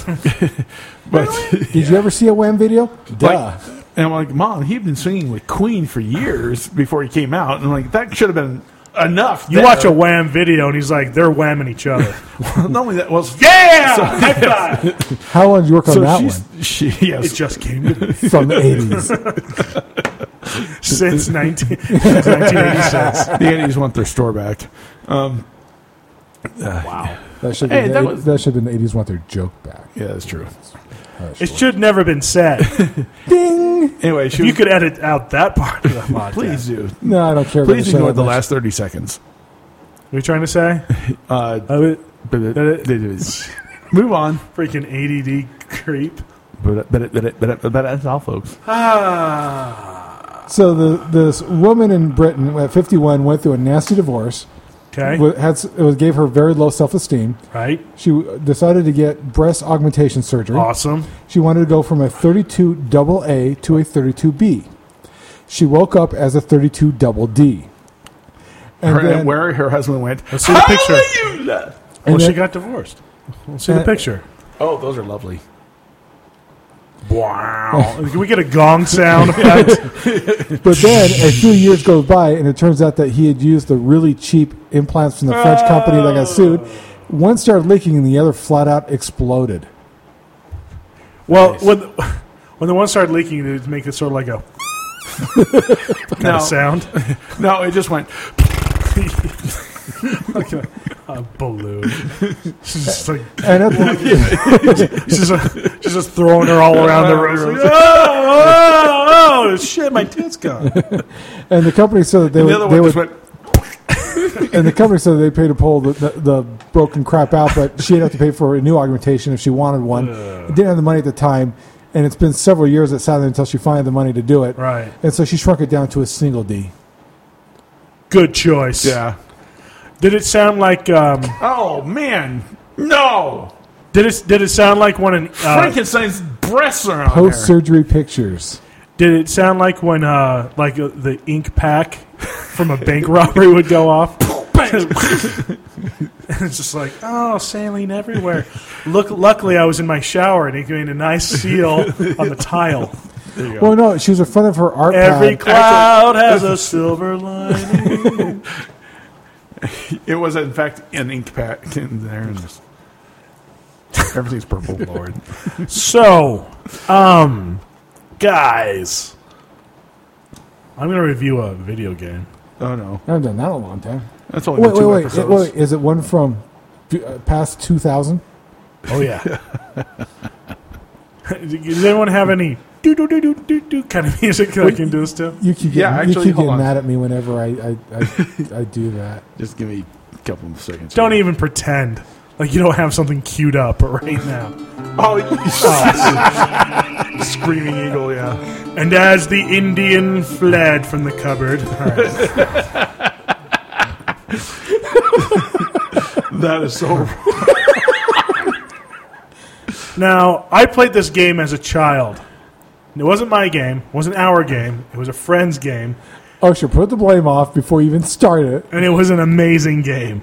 Speaker 4: but
Speaker 2: did you ever see a Wham video? Duh.
Speaker 4: like, and I'm like, Mom, he'd been singing with Queen for years before he came out, and I'm like that should have been enough.
Speaker 3: You watch
Speaker 2: uh,
Speaker 3: a wham video and he's like, they're whamming each other.
Speaker 4: not only that was
Speaker 3: yeah! High five!
Speaker 2: How long did you work on that
Speaker 4: she's
Speaker 2: one?
Speaker 4: she yes
Speaker 3: It just came to me
Speaker 2: From the 80s.
Speaker 3: since 19, since 1986.
Speaker 4: the Andes want their store back.
Speaker 2: That should
Speaker 4: Hey,
Speaker 2: have
Speaker 4: that
Speaker 2: been,
Speaker 4: was-
Speaker 2: the- that should have been the 80s want their joke back.
Speaker 4: Yeah, that's true.
Speaker 3: It should never been said.
Speaker 4: Anyway, she
Speaker 3: You
Speaker 4: was,
Speaker 3: could edit out that part of the podcast.
Speaker 4: please do.
Speaker 2: No, I don't care. about
Speaker 4: Please
Speaker 2: the show
Speaker 4: ignore the
Speaker 2: that much.
Speaker 4: last thirty seconds.
Speaker 3: What are you trying to say?
Speaker 4: Uh,
Speaker 3: I would-
Speaker 4: but
Speaker 3: that-
Speaker 4: it is- move on.
Speaker 3: Freaking ADD creep.
Speaker 4: But but but but but that's all, folks.
Speaker 2: So the, this woman in Britain at 51 went through a nasty divorce.
Speaker 3: Okay.
Speaker 2: Wa- Had, s- it was- gave her very low self esteem.
Speaker 3: Right?
Speaker 2: She w- decided to get breast augmentation surgery.
Speaker 3: Awesome.
Speaker 2: She wanted to go from a 32 double A to a 32 B. She woke up as a 32 double D. And
Speaker 4: Her,
Speaker 2: then-
Speaker 4: where her husband went.
Speaker 3: Let's see the picture.
Speaker 2: and
Speaker 3: Well, she
Speaker 2: then-
Speaker 3: got divorced. Let's see
Speaker 2: Uh,
Speaker 3: the picture.
Speaker 4: Oh, those are lovely.
Speaker 3: Wow. Can we get a gong sound effect?
Speaker 2: But then a few years goes by, and it turns out that he had used the really cheap implants from the French company that got sued.
Speaker 4: Oh.
Speaker 2: One started leaking, and the other flat out exploded.
Speaker 3: well, when, when the one started leaking, it would make it sort of like a kind
Speaker 4: No.
Speaker 3: of sound.
Speaker 4: No, it just went.
Speaker 3: A balloon. She's just like
Speaker 2: And at the,
Speaker 3: she's just, she's just throwing her all around the
Speaker 4: Uh,
Speaker 3: room. Like, "Ah." oh, oh, oh, shit! My tits gone.
Speaker 2: and the company said that they
Speaker 4: The
Speaker 2: would,
Speaker 4: other
Speaker 2: they
Speaker 4: one
Speaker 2: would
Speaker 4: just went.
Speaker 2: and the company said they paid to pull the, the, the broken crap out, but she'd have to pay for a new augmentation if she wanted one. Didn't have the money at the time, and it's been several years that sadly until she finally had the money to do it.
Speaker 3: Right.
Speaker 2: And so she shrunk it down to a single D.
Speaker 3: Good choice.
Speaker 4: Yeah.
Speaker 3: Did it sound like? Um,
Speaker 4: Oh man, no!
Speaker 3: did it? Did it sound like when? An, uh,
Speaker 4: Frankenstein's breasts are on
Speaker 2: Post surgery pictures.
Speaker 3: did it sound like when? Uh, like uh, the ink pack from a bank robbery would go off. and it's just like, oh, saline everywhere. Look, luckily I was in my shower and it made a nice seal on the tile.
Speaker 2: Well, no, she was in front of her art
Speaker 3: Every
Speaker 2: pad.
Speaker 3: cloud has a silver lining.
Speaker 4: there. It was in fact an ink pack in there. And just, everything's purple. Lord,
Speaker 3: So, um, guys, I'm gonna review a video game.
Speaker 4: oh no,
Speaker 2: I haven't done that in a long time.
Speaker 4: that's only
Speaker 2: Wait,
Speaker 4: been
Speaker 2: wait,
Speaker 4: two
Speaker 2: wait, wait,
Speaker 4: episodes.
Speaker 2: wait. Is it one from uh, past 2000?
Speaker 3: Oh yeah. Does anyone have any do do do do do do kind of music that I can do this to?
Speaker 2: You keep getting,
Speaker 4: Yeah, actually,
Speaker 2: you keep
Speaker 4: hold
Speaker 2: getting
Speaker 4: on.
Speaker 2: mad at me whenever I, I, I, I do that.
Speaker 4: Just give me a couple of seconds.
Speaker 3: Don't even pretend like you don't have something queued up right now.
Speaker 4: Oh,
Speaker 3: Screaming eagle, yeah. And as the Indian fled from the cupboard, All right.
Speaker 4: that is so.
Speaker 3: now I played this game as a child. It wasn't my game. It wasn't our game. It was a friend's game.
Speaker 2: Oh, sure. Put the blame off before you even start it.
Speaker 3: and it was an amazing game.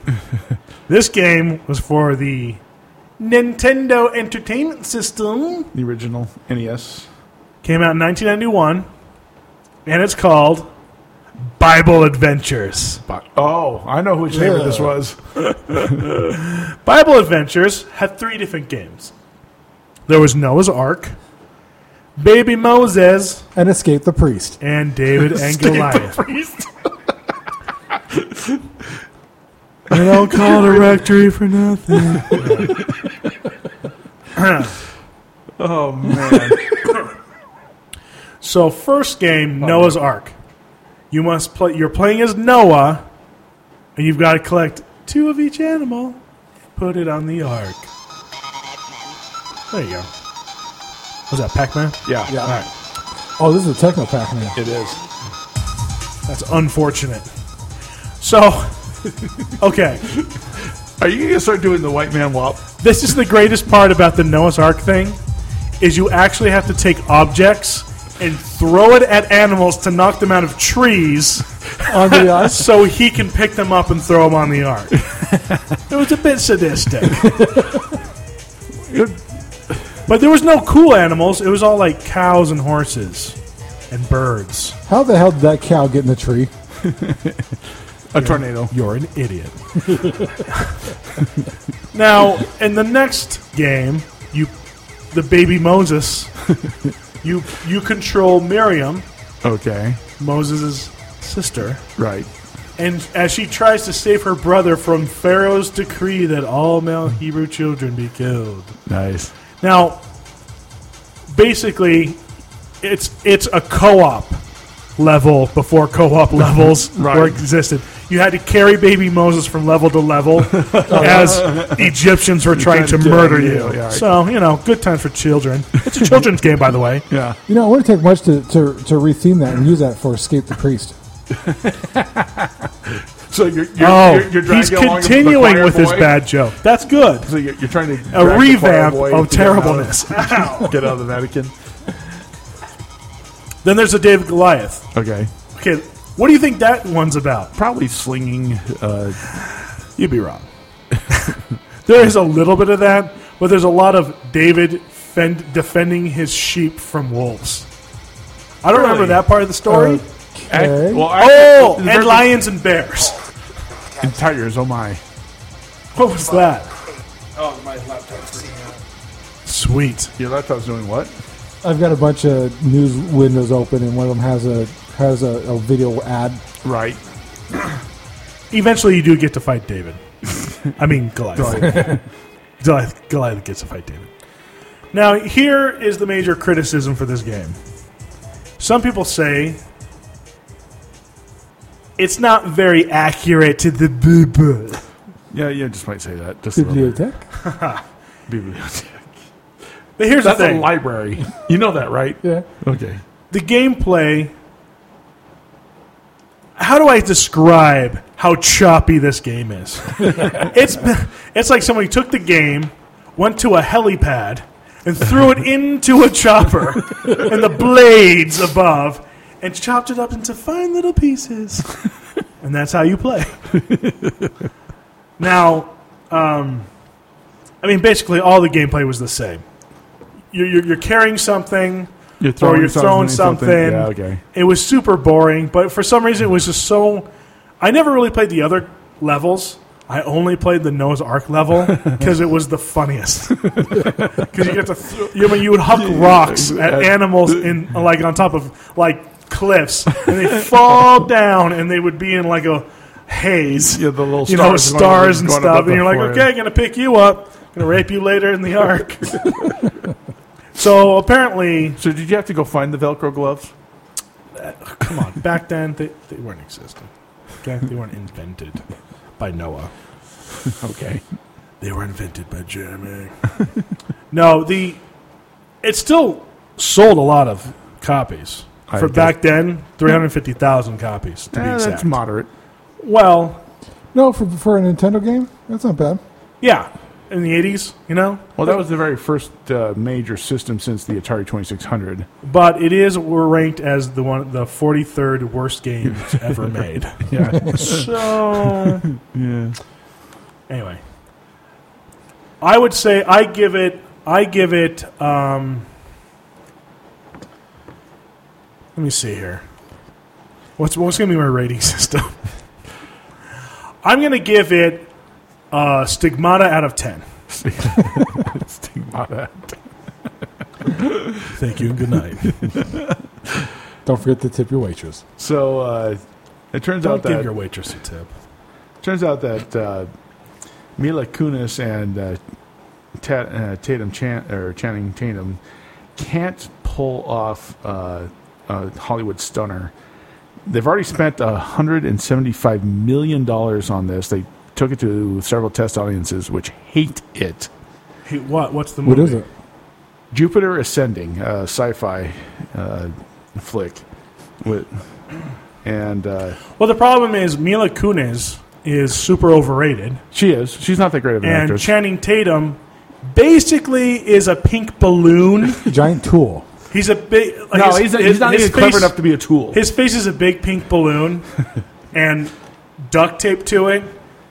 Speaker 3: this game was for the Nintendo Entertainment System.
Speaker 4: The original E NES.
Speaker 3: Came out in 1991, and it's called Bible Adventures.
Speaker 4: Oh, I know which neighbor this
Speaker 2: Yeah.
Speaker 4: was.
Speaker 3: Bible Adventures had three different games. There was Noah's Ark, Baby Moses,
Speaker 2: And escape the priest.
Speaker 3: and David and Goliath. and I'll call it a rectory for nothing.
Speaker 4: Oh man,
Speaker 3: So first game, Noah's Ark. You must play. You're playing as Noah, and you've got to collect two of each animal. Put it on the ark. There you go. Was that Pac-Man?
Speaker 4: yeah,
Speaker 2: Yeah.
Speaker 4: all right,
Speaker 2: Oh, this is a techno pack now.
Speaker 4: it is.
Speaker 3: That's unfortunate. So, okay,
Speaker 4: Are you gonna start doing the white man wop?
Speaker 3: this is the greatest part about the Noah's Ark thing, is you actually have to take objects and throw it at animals to knock them out of trees.
Speaker 2: on the ice.
Speaker 3: so he can pick them up and throw them on the ark. it was a bit sadistic. but there was no cool animals. It was all like cows and horses and birds.
Speaker 2: How the hell did that cow get in the tree?
Speaker 4: a tornado.
Speaker 3: You're an idiot. now, in the next game, you the baby Moses, you you control Miriam,
Speaker 4: Okay,
Speaker 3: Moses' sister,
Speaker 4: right.
Speaker 3: and as she tries to save her brother from Pharaoh's decree that all male Hebrew children be killed.
Speaker 4: Nice.
Speaker 3: Now, basically, it's it's a co-op level before co-op levels were existed. You had to carry baby Moses from level to level as Egyptians were trying to
Speaker 4: trying to
Speaker 3: murder
Speaker 4: kill you.
Speaker 3: you.
Speaker 4: Yeah, right.
Speaker 3: So you know, good times for children. It's a children's game, by the way.
Speaker 4: Yeah.
Speaker 2: You know, it wouldn't take much to, to, to retheme that and use that for Escape the Priest.
Speaker 4: So you're you're,
Speaker 3: oh,
Speaker 4: you're, you're
Speaker 3: he's
Speaker 4: dragging along the
Speaker 3: continuing
Speaker 4: choir
Speaker 3: with his
Speaker 4: boy?
Speaker 3: bad joke. That's good.
Speaker 4: So you're, you're trying to drag the
Speaker 3: A
Speaker 4: choir
Speaker 3: revamp
Speaker 4: boy
Speaker 3: of
Speaker 4: to get out
Speaker 3: terribleness.
Speaker 4: Get out of the Vatican.
Speaker 3: then there's a David Goliath.
Speaker 4: Okay.
Speaker 3: Okay, what do you think that one's about?
Speaker 4: Probably slinging. Uh, you'd be wrong.
Speaker 3: There is a little bit of that, but there's a lot of David fend- defending his sheep from wolves. I don't remember
Speaker 4: Really?
Speaker 3: that part of the story. Eh?
Speaker 4: Act-
Speaker 2: Okay.
Speaker 4: Eh? well, act-
Speaker 3: Uh, oh,
Speaker 4: the
Speaker 3: and
Speaker 4: version-
Speaker 3: lions and bears.
Speaker 4: and tigers. Oh my.
Speaker 3: What was that? Oh, my laptop. Sweet.
Speaker 4: Your laptop's doing what?
Speaker 2: I've got a bunch of news windows open, and one of them has a has a, a video ad.
Speaker 4: Right.
Speaker 3: Eventually, you do get to fight David. I mean, Goliath. Goliath. Goliath gets to fight David. Now, here is the major criticism for this game. Some people say it's not very accurate to the boo
Speaker 4: Yeah, you just might say that. Just a little bit.
Speaker 2: Bibliotech?
Speaker 4: Bibliothe-
Speaker 3: But here's
Speaker 4: That's
Speaker 3: the thing:
Speaker 4: a library. You know that, right?
Speaker 2: Yeah.
Speaker 4: Okay.
Speaker 3: the gameplay. How do I describe how choppy this game is? it's it's like somebody took the game, went to a helipad, and threw it into a chopper and the blades above, and chopped it up into fine little pieces, and that's how you play. now, um, I mean, basically, all the gameplay was the same. You're, you're, you're carrying something
Speaker 4: You're
Speaker 3: or Oh, you're throwing something.
Speaker 4: Yeah, okay.
Speaker 3: It was super boring, but for some reason it was just so. I never really played the other levels. I only played the Noah's Ark level because it was the funniest. Because you get to, th- you, I mean, you would huck rocks at animals in like on top of like cliffs, and they fall down, and they would be in like a haze.
Speaker 4: Yeah, the little
Speaker 3: you know
Speaker 4: stars going-
Speaker 3: stars and
Speaker 4: going
Speaker 3: stuff,
Speaker 4: above
Speaker 3: and you're like,
Speaker 4: the
Speaker 3: okay, gonna pick you up, gonna rape you later in the Ark. so apparently,
Speaker 4: So did you have to go find the Velcro gloves?
Speaker 3: Come on, back then they, they weren't existing. Okay, they weren't invented by Noah.
Speaker 4: Okay.
Speaker 3: They were invented by Jeremy. no, the it still sold a lot of copies
Speaker 4: I
Speaker 3: for
Speaker 4: guess-
Speaker 3: back then. Three hundred fifty thousand copies to be
Speaker 4: Yeah,
Speaker 3: exact.
Speaker 4: Eh, that's moderate.
Speaker 3: well,
Speaker 2: No, for, for a Nintendo game? That's not bad.
Speaker 3: yeah, in the eighties, you know.
Speaker 4: Well, that was the very first uh, major system since the Atari 2600.
Speaker 3: But it is we're ranked as the one the forty third worst games ever made.
Speaker 4: Yeah.
Speaker 3: So
Speaker 4: yeah.
Speaker 3: Anyway, I would say I give it. I give it. Um, let me see here. What's what's going to be my rating system? I'm going to give it uh, stigmata out of ten.
Speaker 4: Stigmata.
Speaker 3: Thank you and good night.
Speaker 2: Don't forget to tip your waitress.
Speaker 4: So uh, it turns
Speaker 3: Don't
Speaker 4: out
Speaker 3: give
Speaker 4: that
Speaker 3: your waitress a tip.
Speaker 4: turns out that uh, Mila Kunis and uh, Ta- uh, Tatum Chan- or Channing Tatum can't pull off uh, a Hollywood stunner. They've already spent 175 million dollars on this. They took it to several test audiences, which hate it.
Speaker 3: Hey, what? What's the
Speaker 2: What
Speaker 3: movie?
Speaker 2: is it?
Speaker 4: Jupiter Ascending, uh, sci-fi uh, flick, with and uh,
Speaker 3: Well, the problem is Mila Kunis is super overrated,
Speaker 4: she is. She's not that great of an
Speaker 3: and
Speaker 4: actress.
Speaker 3: Channing Tatum basically is a pink balloon.
Speaker 2: Giant tool.
Speaker 3: He's a big. Like
Speaker 4: no,
Speaker 3: his-
Speaker 4: he's,
Speaker 3: his-
Speaker 4: he's not
Speaker 3: his
Speaker 4: even
Speaker 3: face-
Speaker 4: clever enough to be a tool.
Speaker 3: His face is a big pink balloon, and duct tape to it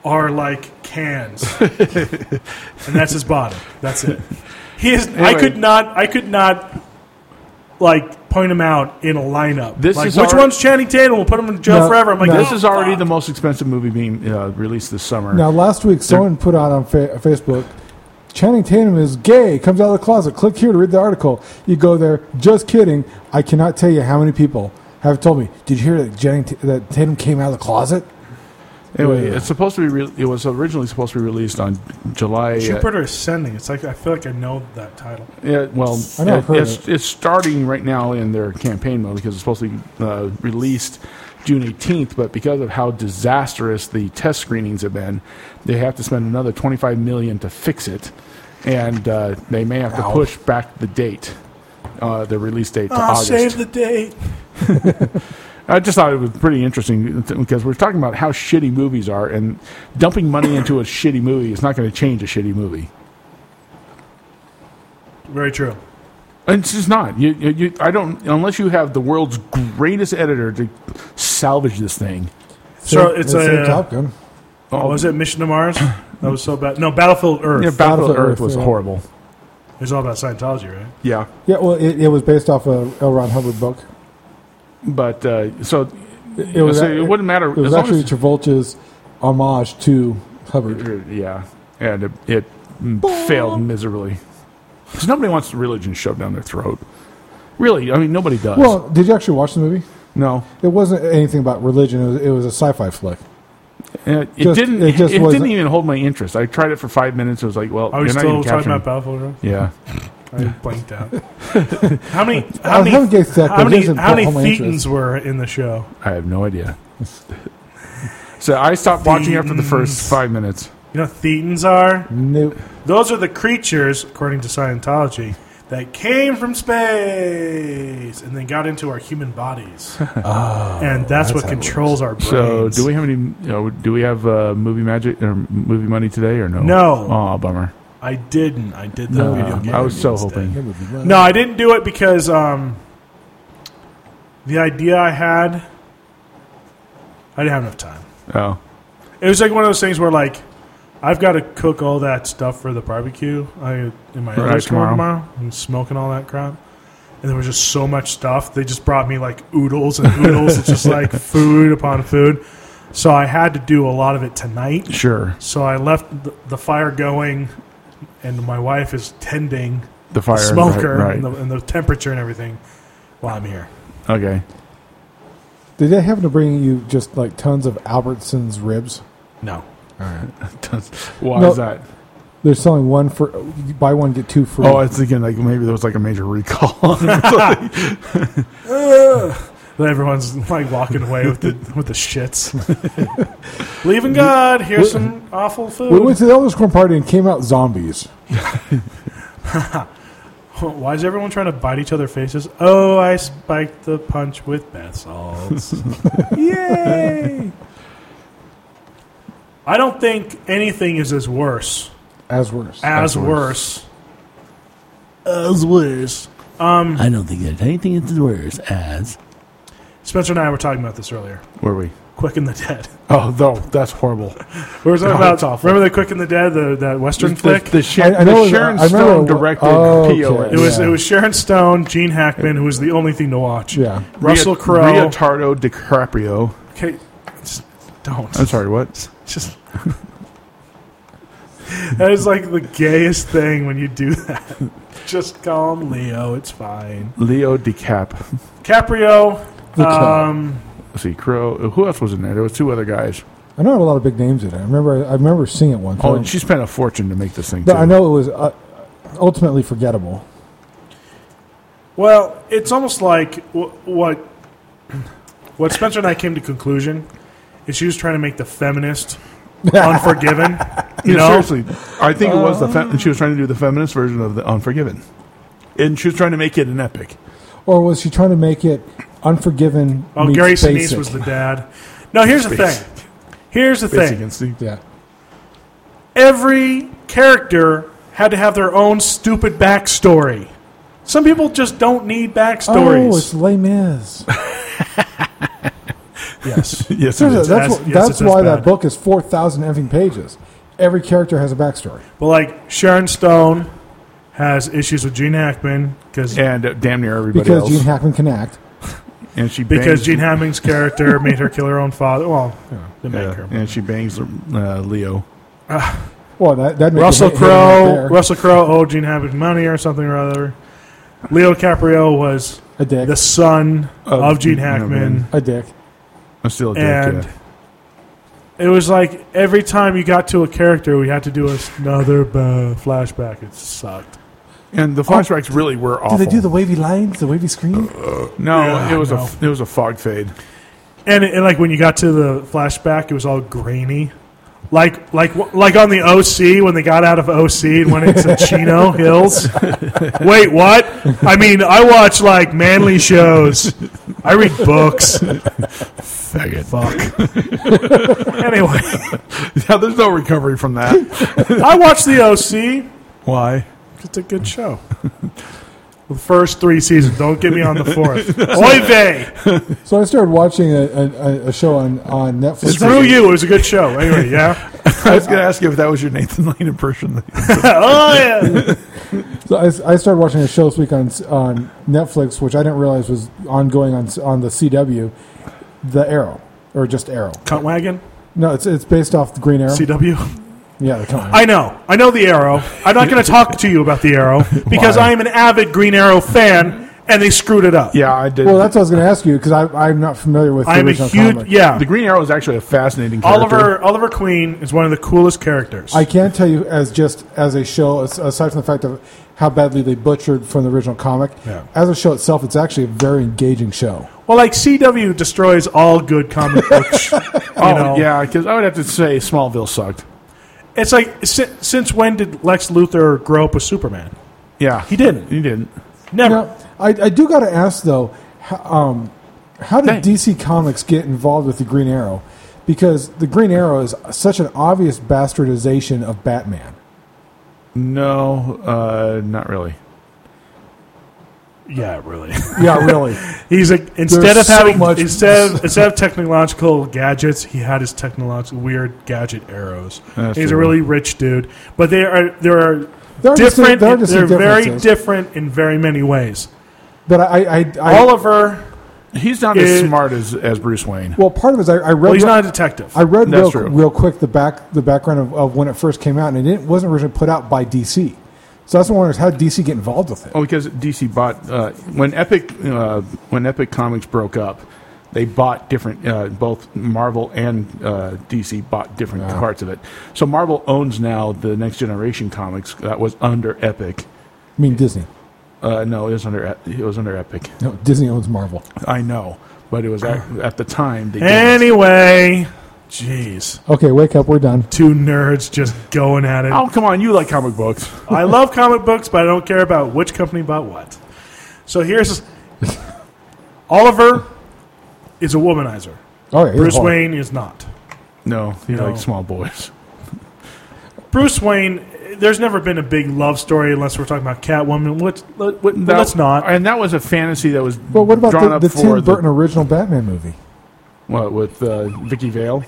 Speaker 3: are like cans, and that's his body. That's it. He is. I
Speaker 4: Anyway.
Speaker 3: could not. I could not like point him out in a lineup.
Speaker 4: This
Speaker 3: like,
Speaker 4: is
Speaker 3: which
Speaker 4: our-
Speaker 3: one's Channing Tatum? We'll put him in jail
Speaker 2: No,
Speaker 3: forever. I'm like,
Speaker 2: no.
Speaker 4: This
Speaker 3: oh,
Speaker 4: is already
Speaker 3: fuck.
Speaker 4: the most expensive movie being uh, released this summer.
Speaker 2: Now, last week, someone put out on fa- Facebook, Channing Tatum is gay, comes out of the closet. Click here to read the article. You go there, just kidding. I cannot tell you how many people have told me, did you hear that, Channing T- that Tatum came out of the closet?
Speaker 4: Anyway,
Speaker 2: Yeah.
Speaker 4: it's supposed to be. Re- it was originally supposed to be released on July. uh,
Speaker 3: Jupiter Ascending. It's like I feel like I know that title.
Speaker 4: yeah, well,
Speaker 2: I know, I've
Speaker 4: it-
Speaker 2: heard of
Speaker 4: it's it's starting right now in their campaign mode because it's supposed to be uh, released June 18th. But because of how disastrous the test screenings have been, they have to spend another 25 million to fix it, and uh, they may have to push back the date, uh, the release date to
Speaker 3: Ah,
Speaker 4: August.
Speaker 3: save the date.
Speaker 4: I just thought it was pretty interesting th- because we're talking about how shitty movies are, and dumping money into a shitty movie is not going to change a shitty movie.
Speaker 3: Very true.
Speaker 4: It's just not. You, you, you, I don't unless you have the world's greatest editor to salvage this thing.
Speaker 3: So
Speaker 2: Same-
Speaker 3: it's
Speaker 2: the
Speaker 4: uh,
Speaker 2: same
Speaker 3: a.
Speaker 2: Top Gun.
Speaker 3: Oh, was it Mission to Mars? that was so bad. No, Battlefield Earth.
Speaker 4: Yeah, Battlefield Earth, was
Speaker 2: yeah.
Speaker 4: horrible.
Speaker 3: It was all about Scientology, right?
Speaker 4: Yeah,
Speaker 2: Yeah, well, it, it was based off a L. Ron Hubbard book.
Speaker 4: but uh, so
Speaker 2: It, was,
Speaker 4: so it wouldn't matter.
Speaker 2: it was
Speaker 4: as long
Speaker 2: actually
Speaker 4: as-
Speaker 2: Travolta's homage to Hubbard.
Speaker 4: yeah, and it, it mm, failed miserably because nobody wants religion shoved down their throat. Really, I mean, nobody does.
Speaker 2: Well, did you actually watch the movie?
Speaker 4: no,
Speaker 2: It wasn't anything about religion. It was, it was a sci-fi flick.
Speaker 4: And it, it
Speaker 2: Just-
Speaker 4: didn't.
Speaker 2: it
Speaker 4: It,
Speaker 2: just
Speaker 4: didn't
Speaker 2: wasn't-
Speaker 4: even hold my interest. I tried it for five minutes. It was like, well,
Speaker 3: Are we
Speaker 4: you're not
Speaker 3: still
Speaker 4: even
Speaker 3: talking
Speaker 4: capturing-
Speaker 3: about Battlefield Earth?
Speaker 4: Yeah,
Speaker 3: I blanked out. how many?
Speaker 2: I
Speaker 3: How
Speaker 2: was having
Speaker 3: many?
Speaker 2: to guess that,
Speaker 3: How
Speaker 2: but it
Speaker 3: many?
Speaker 2: doesn't
Speaker 3: How many
Speaker 2: hold my
Speaker 3: thetans
Speaker 2: interest.
Speaker 3: were in the show?
Speaker 4: I have no idea. so I stopped watching after the first
Speaker 3: Fiends.
Speaker 4: five minutes.
Speaker 3: You know, what thetans are
Speaker 2: Nope.
Speaker 3: those are the creatures, according to Scientology, that came from space and then got into our human bodies,
Speaker 4: Oh,
Speaker 3: and that's, what controls our brains.
Speaker 4: So do we have any? You know, do we have uh, movie magic or movie money today or no?
Speaker 3: No. Uh,
Speaker 4: Oh, bummer.
Speaker 6: I didn't. I did that video game.
Speaker 4: I was so
Speaker 6: instead.
Speaker 4: hoping.
Speaker 3: No, I didn't do it because um, the idea I had, I didn't have enough time.
Speaker 4: Oh,
Speaker 3: It was like one of those things where like I've got to cook all that stuff for the barbecue. I in my
Speaker 4: Right,
Speaker 3: others tomorrow.
Speaker 4: tomorrow.
Speaker 3: tomorrow and smoking all that crap. And there was just so much stuff. They just brought me like oodles and oodles. it's just like food upon food. So I had to do a lot of it tonight.
Speaker 4: sure.
Speaker 3: So I left the, the fire going, and my wife is tending
Speaker 4: The fire
Speaker 3: the smoker
Speaker 4: Right.
Speaker 3: And, the,
Speaker 4: right.
Speaker 3: and the temperature and everything while I'm here.
Speaker 4: Okay.
Speaker 2: Did they happen to bring you just like tons of Albertsons ribs?
Speaker 3: No,
Speaker 4: Why
Speaker 2: No.
Speaker 4: is that?
Speaker 2: They're selling one for buy one get two free.
Speaker 4: Oh, I was thinking like maybe there was like a major recall. I
Speaker 3: Then everyone's like walking away with the with the shits. Believe in God. Here's some awful food.
Speaker 2: we went to the Elder's Corn party and came out zombies.
Speaker 3: Why is everyone trying to bite each other faces? Oh, I spiked the punch with bath salts. Yay! I don't think anything is as worse
Speaker 2: As worse.
Speaker 3: as worse as worse.
Speaker 7: I don't think there's anything that's worse as
Speaker 3: Spencer and I were talking about this earlier.
Speaker 4: Were we?
Speaker 3: Quick and the Dead.
Speaker 4: Oh, no, that's horrible.
Speaker 3: We were talking
Speaker 4: Oh,
Speaker 3: about
Speaker 4: it's awful.
Speaker 3: remember the Quick and the Dead, the that Western
Speaker 4: The-
Speaker 3: flick.
Speaker 4: The, the, Sha-
Speaker 2: I- I know it
Speaker 4: the
Speaker 2: was-
Speaker 4: Sharon
Speaker 2: I remember
Speaker 4: Stone
Speaker 2: it wa-
Speaker 4: directed
Speaker 2: oh, okay.
Speaker 4: POS.
Speaker 3: it was
Speaker 2: Yeah.
Speaker 3: it was Sharon Stone, Gene Hackman, who was the only thing to watch.
Speaker 2: Yeah.
Speaker 3: Russell
Speaker 4: Ria-
Speaker 3: Crowe.
Speaker 4: Ria Tardo DiCaprio.
Speaker 3: okay, just don't.
Speaker 4: I'm sorry, what?
Speaker 3: Just that is like the gayest thing when you do that. Just call him Leo. It's fine.
Speaker 4: Leo DiCap.
Speaker 3: Caprio.
Speaker 2: The Cap.
Speaker 3: Um,
Speaker 4: Let's see, Crow. Who else was in there? There was two other guys.
Speaker 2: I know a lot of big names in it. I remember I remember seeing it once.
Speaker 4: Oh, and she spent a fortune to make this thing.
Speaker 2: but
Speaker 4: too.
Speaker 2: I know it was uh, ultimately forgettable.
Speaker 3: well, it's almost like wh- what what Spencer and I came to conclusion is she was trying to make the feminist Unforgiven.
Speaker 4: Yeah,
Speaker 3: You know,
Speaker 4: seriously, I think it was the
Speaker 2: Oh.
Speaker 4: fem- she was trying to do the feminist version of the Unforgiven, and she was trying to make it an epic.
Speaker 2: Or was she trying to make it Unforgiven?
Speaker 3: oh,
Speaker 2: meets
Speaker 3: Gary
Speaker 2: Basic?
Speaker 3: Sinise was the dad. No, here's the thing. Here's the
Speaker 4: Basic
Speaker 3: thing.
Speaker 4: instinct.
Speaker 2: Yeah.
Speaker 3: every character had to have their own stupid backstory. Some people just don't need
Speaker 2: Oh,
Speaker 3: backstories.
Speaker 2: it's Les Mis.
Speaker 3: yes.
Speaker 4: Yes, it
Speaker 2: Seriously,
Speaker 4: is.
Speaker 2: that's
Speaker 3: as-
Speaker 2: wh-
Speaker 3: yes,
Speaker 2: that's
Speaker 3: it's as
Speaker 2: why
Speaker 3: bad.
Speaker 2: that book is four thousand effing pages. Every character has a backstory.
Speaker 3: But like Sharon Stone has issues with Gene Hackman because
Speaker 4: and uh, damn near everybody
Speaker 2: because
Speaker 4: else.
Speaker 2: Gene Hackman can act.
Speaker 4: and she bangs,
Speaker 3: because Gene Hackman's character made her kill her own father. Well, the
Speaker 4: yeah,
Speaker 3: maker.
Speaker 4: and she bangs uh, Leo.
Speaker 2: Well, that that
Speaker 3: Russell Crowe, Russell Crowe owed Gene Hackman money or something or other. Leo DiCaprio was
Speaker 2: a dick,
Speaker 3: the son of, Gene
Speaker 4: Gene
Speaker 3: Hackman.
Speaker 4: Hackman.
Speaker 2: a dick.
Speaker 4: I'm still a dick.
Speaker 3: and
Speaker 4: yeah.
Speaker 3: it was like every time you got to a character, we had to do another uh, flashback. It sucked.
Speaker 4: and the
Speaker 2: Oh.
Speaker 4: flashbacks really were
Speaker 3: Oh,
Speaker 4: awful.
Speaker 2: wavy lines, the wavy screen?
Speaker 4: No, it was
Speaker 3: no.
Speaker 4: a it was a fog fade.
Speaker 3: And, it, and like when you got to the flashback, it was all grainy, like like like on the OC when they got out of OC and went into Chino Hills. Wait, what? I mean, I watch like manly shows. I read books. Fuck. anyway,
Speaker 4: Yeah, there's no recovery from that.
Speaker 3: I watched the OC.
Speaker 4: Why?
Speaker 3: It's a good show. the first three seasons. Don't get me on the fourth. Oy vey!
Speaker 2: So I started watching a, a, a show on, on Netflix.
Speaker 3: Screw you. It was a good show. Anyway, yeah.
Speaker 4: I was going to ask you if that was your Nathan Lane impression.
Speaker 3: oh yeah.
Speaker 2: So I, I started watching a show this week on on Netflix, which I didn't realize was ongoing on on the CW, The Arrow, or just Arrow.
Speaker 3: Cunt wagon.
Speaker 2: No, it's it's based off the Green Arrow.
Speaker 3: CW.
Speaker 2: yeah, the comic.
Speaker 3: I know. I know the Arrow. I'm not going to talk to you about the Arrow because
Speaker 4: Why?
Speaker 3: I am an avid Green Arrow fan, and they screwed it up.
Speaker 4: yeah, I did.
Speaker 2: well, that's what I was going to ask you because I'm not familiar with the
Speaker 3: I'm a
Speaker 2: original
Speaker 3: huge
Speaker 2: comic.
Speaker 3: yeah.
Speaker 4: the Green Arrow is actually a fascinating character.
Speaker 3: Oliver Oliver Queen is one of the coolest characters.
Speaker 2: I can tell you as just as a show, as- aside from the fact of how badly they butchered from the original comic,
Speaker 3: Yeah.
Speaker 2: as a show itself, it's actually a very engaging show.
Speaker 3: well, like CW destroys all good comic books. you
Speaker 4: Oh
Speaker 3: know?
Speaker 4: yeah, because I would have to say Smallville sucked.
Speaker 3: It's like si- since when did Lex Luthor grow up with Superman?
Speaker 4: Yeah,
Speaker 3: He didn't.
Speaker 4: He didn't.
Speaker 3: Never.
Speaker 2: Now, I, I do got to ask though, how, um, how did DC Comics get involved with the Green Arrow? Because the Green Arrow is such an obvious bastardization of Batman.
Speaker 4: No, uh, not really.
Speaker 3: Yeah, really.
Speaker 2: Yeah, really.
Speaker 3: He's a instead of
Speaker 2: so
Speaker 3: having
Speaker 2: much-
Speaker 3: instead of, instead of technological gadgets, he had his technological weird gadget arrows.
Speaker 4: That's
Speaker 3: He's a
Speaker 4: true.
Speaker 3: really rich dude, but they are there are
Speaker 2: There are distinct-
Speaker 3: different.
Speaker 2: there are
Speaker 3: they're
Speaker 2: distinct
Speaker 3: very
Speaker 2: differences.
Speaker 3: different in very many ways.
Speaker 2: but I, I, I, I
Speaker 3: Oliver,
Speaker 4: He's not as
Speaker 3: It-
Speaker 4: smart as, as Bruce Wayne.
Speaker 2: well, part of it is I, I read.
Speaker 3: well, he's not a detective.
Speaker 2: I read real,
Speaker 4: That's true.
Speaker 2: real quick the back the background of, of when it first came out, and it didn't- wasn't originally put out by DC. So that's what I wonder is how did DC get involved with it?
Speaker 4: Oh, because DC bought uh, when Epic uh, when Epic Comics broke up, they bought different uh, both Marvel and uh, DC bought different parts of it. So Marvel owns now the Next Generation comics that was under Epic.
Speaker 2: I mean Disney.
Speaker 4: Uh, no, it was under it was under Epic.
Speaker 2: No, Disney owns Marvel.
Speaker 4: I know, but it was at, at the time. They didn't.
Speaker 3: Anyway, jeez,
Speaker 2: Okay, wake up, we're done.
Speaker 3: two nerds just going at it.
Speaker 4: oh come on, you like comic books?
Speaker 3: I love comic books, but I don't care about which company bought what. So here's Oliver is a womanizer.
Speaker 2: All right,
Speaker 3: Bruce
Speaker 2: hold on.
Speaker 3: Wayne is not.
Speaker 4: No, you
Speaker 3: No.
Speaker 4: like small boys.
Speaker 3: Bruce Wayne. There's never been a big love story unless we're talking about Catwoman. What? let- what-
Speaker 4: That-
Speaker 3: let's not.
Speaker 4: And that was a fantasy that was
Speaker 2: But what about
Speaker 4: drawn
Speaker 2: the,
Speaker 4: up
Speaker 2: the
Speaker 4: for
Speaker 2: Tim Burton original Batman movie?
Speaker 4: the, what with uh, Vicky Vale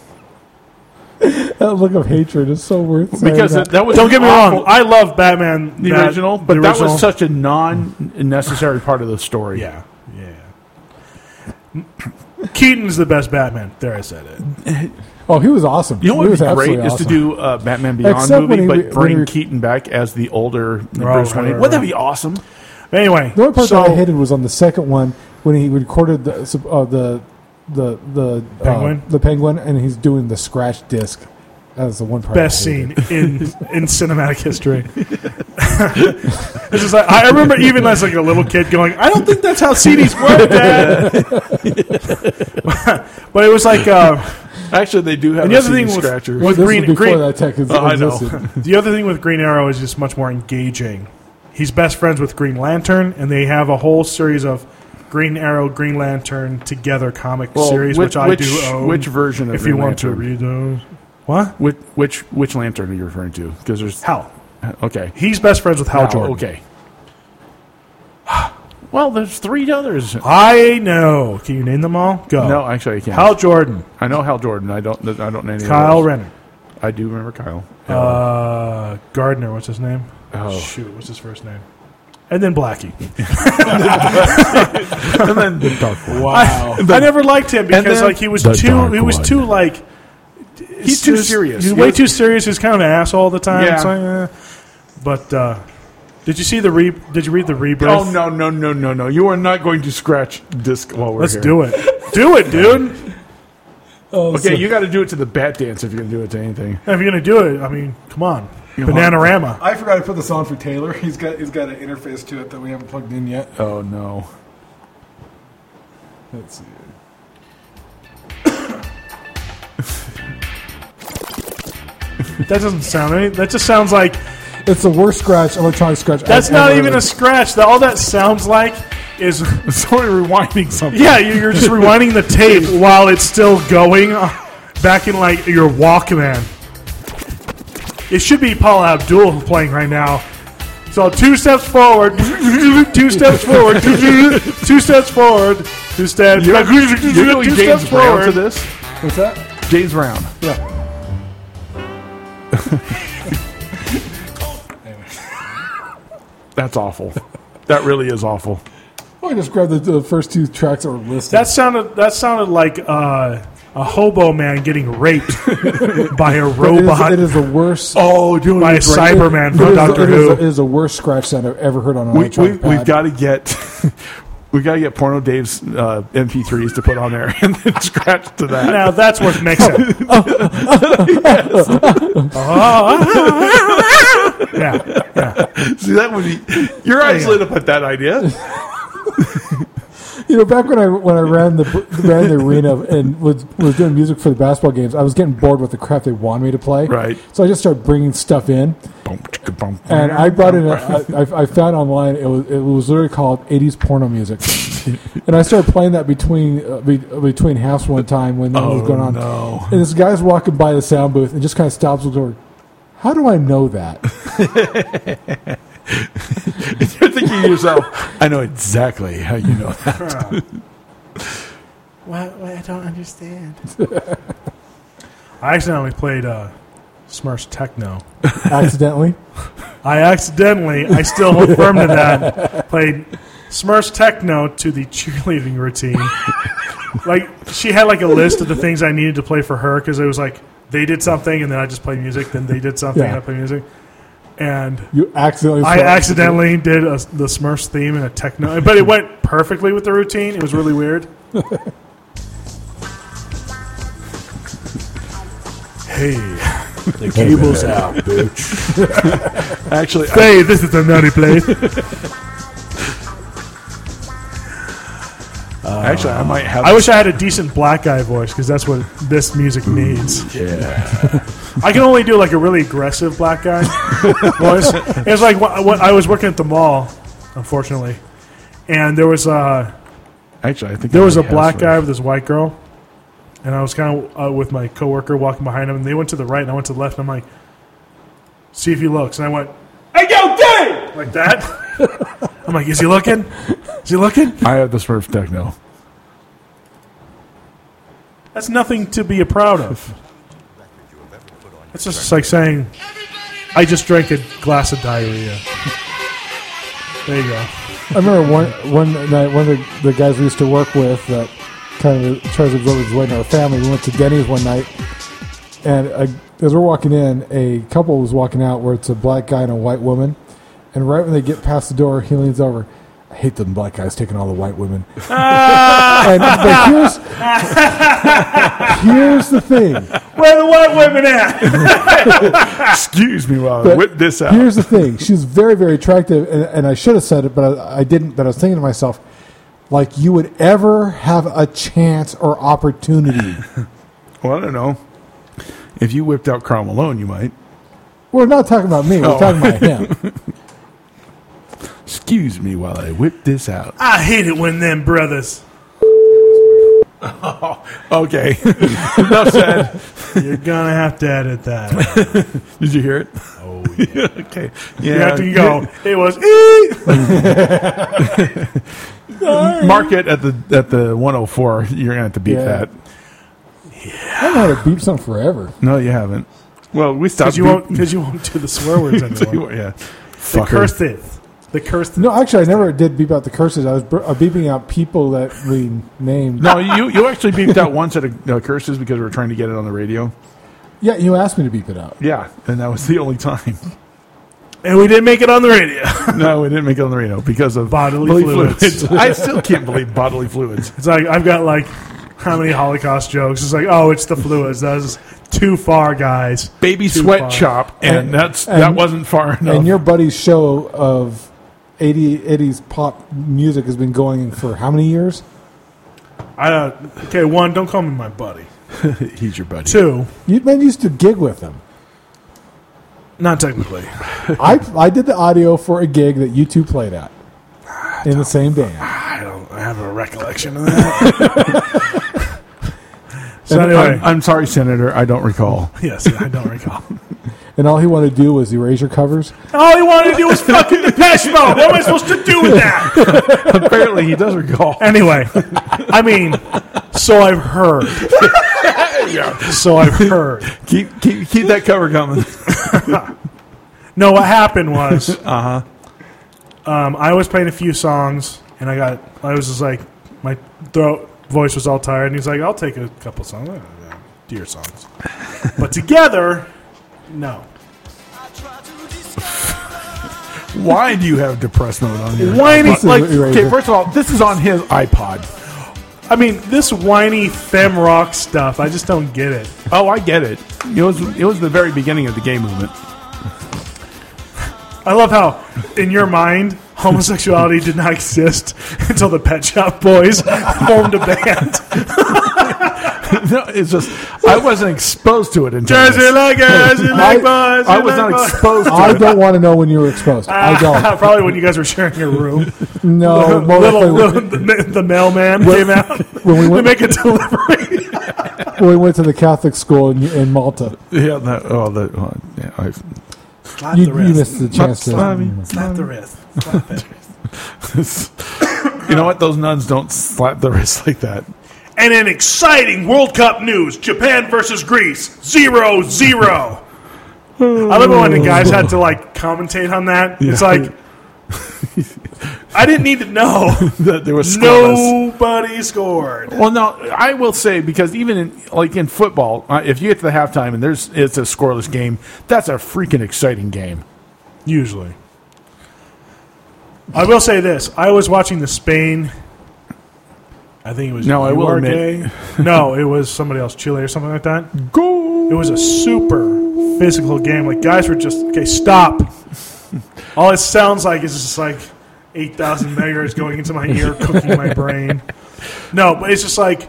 Speaker 2: That look of hatred is so worth saying
Speaker 4: because
Speaker 2: that.
Speaker 4: that, that was
Speaker 3: Don't get me
Speaker 4: awful-
Speaker 3: wrong. I love Batman.
Speaker 4: the
Speaker 3: that-
Speaker 4: original, but
Speaker 3: the
Speaker 4: that
Speaker 3: original.
Speaker 4: was such a non-necessary part of the story.
Speaker 3: yeah, yeah. Keaton's the best Batman. There, I said it.
Speaker 2: oh, he was awesome.
Speaker 4: You know
Speaker 2: he
Speaker 4: what would
Speaker 2: was
Speaker 4: be great
Speaker 2: absolutely
Speaker 4: is to
Speaker 2: awesome.
Speaker 4: do a Batman Beyond
Speaker 2: Except when
Speaker 4: movie,
Speaker 2: he
Speaker 4: but
Speaker 2: re- when
Speaker 4: bring
Speaker 2: he Oh, re-
Speaker 4: Keaton back as the older
Speaker 3: Right,
Speaker 4: Bruce
Speaker 3: right,
Speaker 4: Wayne.
Speaker 3: right,
Speaker 4: Wouldn't that
Speaker 3: right.
Speaker 4: be awesome?
Speaker 3: Anyway,
Speaker 2: The only part
Speaker 3: so
Speaker 2: that I hated was on the second one when he recorded the uh, the the the uh,
Speaker 3: Penguin?
Speaker 2: the penguin, and he's doing the scratch disc. That was the one part. I
Speaker 3: best
Speaker 2: hated.
Speaker 3: scene in in cinematic history. this is like I remember even as like a little kid going, I don't think that's how CDs work, Dad. but it was like. Uh,
Speaker 4: Actually, they do have
Speaker 3: And the
Speaker 4: a
Speaker 3: other
Speaker 4: CD
Speaker 3: thing with-
Speaker 4: scratcher.
Speaker 3: with-
Speaker 2: This was
Speaker 3: Green-
Speaker 2: before
Speaker 3: Green-
Speaker 2: that tech ex-
Speaker 4: Oh, I know.
Speaker 2: existed.
Speaker 3: The other thing with Green Arrow is just much more engaging. He's best friends with Green Lantern, and they have a whole series of Green Arrow, Green Lantern together comic
Speaker 4: Well,
Speaker 3: series, which, I do own.
Speaker 4: Which version of
Speaker 3: if you
Speaker 4: Green
Speaker 3: want to
Speaker 4: Lantern?
Speaker 3: read those, what?
Speaker 4: Which, which which lantern are you referring to? Because there's
Speaker 3: Hal.
Speaker 4: okay.
Speaker 3: He's best friends with Hal
Speaker 4: Hal,
Speaker 3: Jordan.
Speaker 4: Okay. Well, there's three others.
Speaker 3: Oh. I know. Can you name them all? Go.
Speaker 4: No, actually, I can't.
Speaker 3: Hal Jordan,
Speaker 4: I know Hal Jordan. I don't. I don't know any.
Speaker 3: Kyle
Speaker 4: Others.
Speaker 3: Renner,
Speaker 4: I do remember Kyle.
Speaker 3: uh, Gardner. What's his name?
Speaker 4: Oh.
Speaker 3: Shoot, what's his first name? And then Blackie.
Speaker 4: and then the dark one.
Speaker 3: Wow. I, I never liked him because
Speaker 4: then-
Speaker 3: like he was
Speaker 8: The
Speaker 3: too
Speaker 8: Dark
Speaker 3: he was
Speaker 8: One.
Speaker 3: too like
Speaker 4: He's too serious.
Speaker 3: He's
Speaker 4: He
Speaker 3: way
Speaker 4: was-
Speaker 3: too serious. He's kind of an asshole all the time.
Speaker 4: Yeah.
Speaker 3: It's like, eh. But uh, did you see the re? Did you read the rebirth?
Speaker 4: Oh no no no no no! You are not going to scratch disc while we're
Speaker 3: Let's
Speaker 4: here.
Speaker 3: do it. Do it, dude.
Speaker 2: Oh,
Speaker 4: Okay, you got to do it to the bat dance if you're going to do it to anything.
Speaker 3: If you're gonna do it, I mean, come on, Bananarama.
Speaker 2: I forgot to put this on for Taylor. He's got he's got an interface to it that we haven't plugged in yet.
Speaker 4: Oh no!
Speaker 2: Let's see.
Speaker 3: That doesn't sound any. That just sounds like
Speaker 2: It's the worst scratch, electronic scratch.
Speaker 3: that's
Speaker 2: I've
Speaker 3: not
Speaker 2: ever-
Speaker 3: even a scratch. That all that sounds like is
Speaker 4: Somebody rewinding something.
Speaker 3: yeah. you- You're just rewinding the tape while it's still going uh, back in like your Walkman. It should be Paul Abdul playing right now. So two steps forward, two steps forward, two steps forward, two steps.
Speaker 4: You're, you're doing
Speaker 3: two
Speaker 4: James
Speaker 3: steps
Speaker 4: Brown to
Speaker 3: forward.
Speaker 4: this.
Speaker 2: What's that?
Speaker 4: James Brown.
Speaker 2: Yeah.
Speaker 4: That's awful. that really is awful.
Speaker 2: Well, I just grabbed the, the first two tracks that were listed.
Speaker 3: That sounded that sounded like uh, a hobo man getting raped by a
Speaker 2: it, is,
Speaker 3: robot
Speaker 2: it is the worst.
Speaker 4: Oh, dude,
Speaker 3: by a Cyberman from Doctor
Speaker 2: it is,
Speaker 3: Who.
Speaker 2: It is the worst scratch that I've ever heard on an
Speaker 4: We, we,
Speaker 2: electronic
Speaker 4: we've
Speaker 2: pad.
Speaker 4: got to get we got to get Porno Dave's uh, MP3s to put on there and then scratch to that.
Speaker 3: now that's worth mixing. yeah,
Speaker 4: See, that would be your eyes lit up at that idea.
Speaker 2: You know, back when I when I ran the ran the arena and was was doing music for the basketball games, I was getting bored with the crap they wanted me to play.
Speaker 4: Right.
Speaker 2: So I just started bringing stuff in, and I brought in. A, I, I- I found online it was it was literally called '80s porno music, and I started playing that between uh, be, between halves one time when that
Speaker 3: Oh,
Speaker 2: was going on.
Speaker 4: Oh, no.
Speaker 2: And this guy's walking by the sound booth and just kind of stops and goes, "How do I know that?"
Speaker 4: You're thinking to yourself, I know exactly how you know that.
Speaker 3: I accidentally played uh, Smurfs Techno.
Speaker 2: Accidentally.
Speaker 3: I accidentally, I still hold firm to that, played Smurfs Techno to the cheerleading routine. like, she had like a list of the things I needed to play for her because it was like they did something and then I just played music, then they did something and I
Speaker 2: Yeah.
Speaker 3: played music. And
Speaker 2: You accidentally.
Speaker 3: I accidentally did a, the Smurfs theme in a techno, but it went perfectly with the routine. It was really weird. hey, the cable's out, bitch.
Speaker 4: Actually, I,
Speaker 3: Hey, this is a nutty place.
Speaker 4: actually, I might have.
Speaker 3: I wish I had a decent black guy voice because that's what this music needs. I can only do like a really aggressive black guy voice. It was like wh- wh- I was working at the mall, unfortunately, and there was uh,
Speaker 4: actually, I think
Speaker 3: there
Speaker 4: I
Speaker 3: was a
Speaker 4: might have
Speaker 3: black
Speaker 4: some.
Speaker 3: guy with this white girl, and I was kind of uh, with my coworker walking behind him, and they went to the right, and I went to the left, and I'm like, "See if he looks," and I went, "Hey, yo, get it!" like that. I'm like, "Is he looking? Is he looking?"
Speaker 4: I have the Smurf techno.
Speaker 3: That's nothing to be proud of. It's just like saying, I just drank a glass of diarrhea. There you go.
Speaker 2: I remember one one night one of the, the guys we used to work with that kind of tries to absorb his way into our family. We went to Denny's one night, and uh as we're walking in, a couple was walking out where it's a black guy and a white woman, and right when they get past the door, he leans over. I hate them black guys taking all the white women. and, but here's, here's the thing.
Speaker 3: Where the white women at?
Speaker 4: Ah! Excuse me while I
Speaker 2: But
Speaker 4: whip this out.
Speaker 2: Here's the thing: she's very, very attractive, and, and I should have said it, but I, I didn't. But I was thinking to myself, like you would ever have a chance or opportunity.
Speaker 4: Well, I don't know. If you whipped out Carl Malone, you might.
Speaker 2: We're not talking about me. We're
Speaker 4: Oh.
Speaker 2: talking about him.
Speaker 4: Excuse me while I whip this out.
Speaker 3: I hate it when them brothers.
Speaker 4: Okay. Enough said.
Speaker 3: You're gonna have to edit that.
Speaker 4: Did you hear it? Oh, yeah. okay. Yeah.
Speaker 3: You have to go. It was.
Speaker 4: Mark it at the at the 104. You're gonna have to beat
Speaker 2: Yeah.
Speaker 4: that.
Speaker 2: I know how to beep something forever.
Speaker 4: No, you haven't. Well, we stopped.
Speaker 3: Because you
Speaker 4: beep-
Speaker 3: won't. Because you won't do the swear words anymore.
Speaker 4: yeah.
Speaker 3: The
Speaker 9: Fucker.
Speaker 3: curses. The curses.
Speaker 2: No, actually, I never did beep out the curses. I was br- uh, beeping out people that we named.
Speaker 4: No, you you actually beeped out one set of uh, curses because we were trying to get it on the radio.
Speaker 2: Yeah, you asked me to beep it out.
Speaker 4: Yeah, and that was the only time.
Speaker 3: And we didn't make it on the radio.
Speaker 4: No, we didn't make it on the radio because of
Speaker 3: Bodily fluids.
Speaker 4: I still can't believe bodily fluids.
Speaker 3: It's like I've got like how many Holocaust jokes? It's like oh, it's the fluids. That was too far, guys.
Speaker 4: Baby
Speaker 3: Too
Speaker 4: sweat
Speaker 3: far.
Speaker 4: chop, and,
Speaker 2: And-
Speaker 4: that's
Speaker 2: and-
Speaker 4: that wasn't far enough.
Speaker 2: And your buddy's show of 80, 80s pop music has been going for how many years?
Speaker 3: I don't. Okay, one. Don't call me my buddy.
Speaker 4: he's your buddy.
Speaker 3: Two.
Speaker 2: You man used to gig with him.
Speaker 3: Not technically.
Speaker 2: I I did the audio for a gig that you two played at in the same band.
Speaker 3: I don't. I have a recollection of that. so
Speaker 2: And
Speaker 3: anyway,
Speaker 4: I'm, I'm sorry, Senator. I don't recall.
Speaker 3: yes, I don't recall.
Speaker 2: And all he wanted to do was erasure covers.
Speaker 3: All he wanted to do was fucking Depeche Mode. What am I supposed to do with that?
Speaker 4: Apparently, he does recall.
Speaker 3: Anyway, I mean, so I've heard. So I've heard.
Speaker 4: Keep keep keep that cover coming.
Speaker 3: No, what happened was, uh
Speaker 4: Uh-huh.
Speaker 3: huh. Um, I was playing a few songs, and I got, I was just like, my throat voice was all tired, and he's like, I'll take a couple songs, uh, dear songs, but together, no.
Speaker 4: Why do you have depressed mode on your?
Speaker 3: Whiny,
Speaker 2: This is
Speaker 3: like,
Speaker 2: erasure.
Speaker 4: Okay, first of all, this is on his iPod.
Speaker 3: I mean, this whiny fem rock stuff, I just don't get it.
Speaker 4: Oh, I get it. It was it was the very beginning of the gay movement.
Speaker 3: I love how, in your mind, homosexuality did not exist until the Pet Shop Boys formed a band.
Speaker 4: no, it's just I wasn't exposed to it until
Speaker 3: Jersey
Speaker 4: this.
Speaker 3: like Jersey like boys.
Speaker 4: I was not exposed to
Speaker 2: I
Speaker 4: it.
Speaker 2: don't want to know when you were exposed. I don't.
Speaker 3: Probably when you guys were sharing your room.
Speaker 2: No, more
Speaker 3: little,
Speaker 2: likely
Speaker 3: little the, the mailman came out
Speaker 2: when we
Speaker 3: to
Speaker 2: went
Speaker 3: make a delivery.
Speaker 2: when we went to the Catholic school in, in Malta.
Speaker 4: Yeah, that, oh, the, oh, yeah, I,
Speaker 3: Slap
Speaker 2: You, you missed the chance to.
Speaker 4: Slimy,
Speaker 3: Slap the wrist.
Speaker 4: slimy. you know what? Those nuns don't slap the wrist like that.
Speaker 3: And in exciting World Cup news, Japan versus Greece, 0 0. I remember when the guys had to like commentate on that. It's like, I didn't need to know.
Speaker 4: That they were scoreless.
Speaker 3: Nobody scored.
Speaker 4: Well, no, I will say because even in like in football, uh, if you get to the halftime and there's it's a scoreless game, that's a freaking exciting game.
Speaker 3: Usually. I will say this. I was watching the Spain. I think it was.
Speaker 4: No, I will
Speaker 3: URK.
Speaker 4: admit-
Speaker 3: no, it was somebody else, Chile or something like that.
Speaker 4: Go.
Speaker 3: It was a super physical game. Like guys were just okay. Stop. All it sounds like is just like eight thousand megahertz going into my ear, cooking my brain. No, but it's just like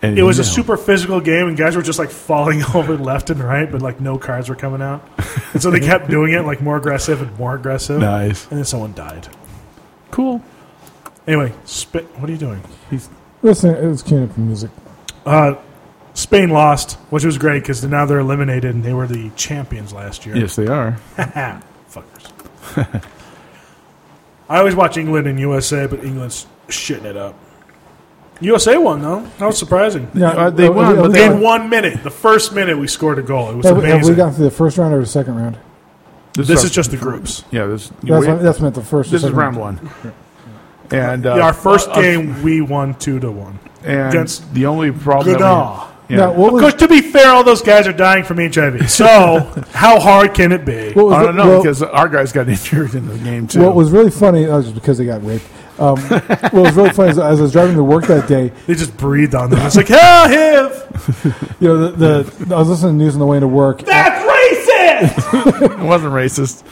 Speaker 3: it was a super physical game, and guys were just like falling over left and right, but like no cards were coming out, and so they kept doing it like more aggressive and more aggressive.
Speaker 4: nice,
Speaker 3: And then someone died.
Speaker 4: cool.
Speaker 3: Anyway, Sp- what are you doing?
Speaker 2: Listen, it was queuing up for music.
Speaker 3: Uh, Spain lost, which was great because now they're eliminated, and they were the champions last year.
Speaker 4: Yes, they are.
Speaker 3: Ah, fuckers. I always watch England and USA, but England's shitting it up. USA won though. That was surprising.
Speaker 2: Yeah,
Speaker 4: Uh, they
Speaker 2: have we-
Speaker 4: won,
Speaker 2: have
Speaker 4: but
Speaker 2: we
Speaker 4: they
Speaker 2: gone-
Speaker 3: In one minute, the first minute, we scored a goal. It was
Speaker 2: have we- Have we
Speaker 3: amazing.
Speaker 2: gone through the first round or the second round?
Speaker 3: this
Speaker 4: our-
Speaker 3: is just the groups.
Speaker 4: yeah. This
Speaker 2: That's, what, that's meant the first. or
Speaker 4: this is
Speaker 2: second
Speaker 4: round one. And uh,
Speaker 3: Yeah, our first
Speaker 4: uh, uh,
Speaker 3: game, we won two to one.
Speaker 4: and
Speaker 3: against
Speaker 4: the only problem. that we-
Speaker 3: Ghana.
Speaker 4: yeah.
Speaker 2: Now, what was,
Speaker 3: Because to be fair, all those guys are dying from HIV. So how hard can it be?
Speaker 2: what was
Speaker 4: I
Speaker 2: the-
Speaker 4: don't know
Speaker 2: well-
Speaker 4: because our guys got injured in the game too.
Speaker 2: What was really funny, that was just because they got raped. Um, what was really funny is as I was driving to work that day,
Speaker 3: They just breathed on them. It's like hell, HIV.
Speaker 2: you know, the, the I was listening to news on the way into work.
Speaker 3: That's racist.
Speaker 4: it wasn't racist.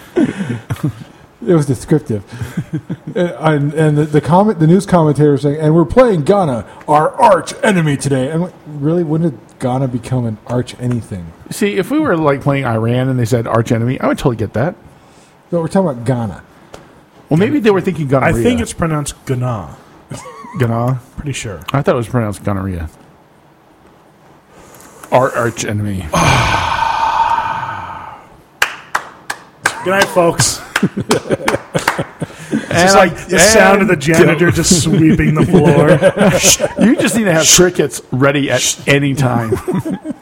Speaker 2: It was descriptive, and, and the, the comment, the news commentator was saying, "And we're playing Ghana, our arch enemy today." And like, really, when did Ghana become an arch anything?
Speaker 4: See, if we were like playing Iran and they said arch enemy, I would totally get that.
Speaker 2: But we're talking about Ghana.
Speaker 4: Well, maybe they were thinking
Speaker 3: I
Speaker 4: gonorrhea.
Speaker 3: think it's pronounced Ghana.
Speaker 4: Ghana.
Speaker 3: Pretty sure.
Speaker 4: I thought it was pronounced gonorrhea. Our arch enemy.
Speaker 3: Good night, folks.
Speaker 4: And
Speaker 3: It's like the sound of the janitor just sweeping the floor.
Speaker 4: You just need to have crickets ready at any time.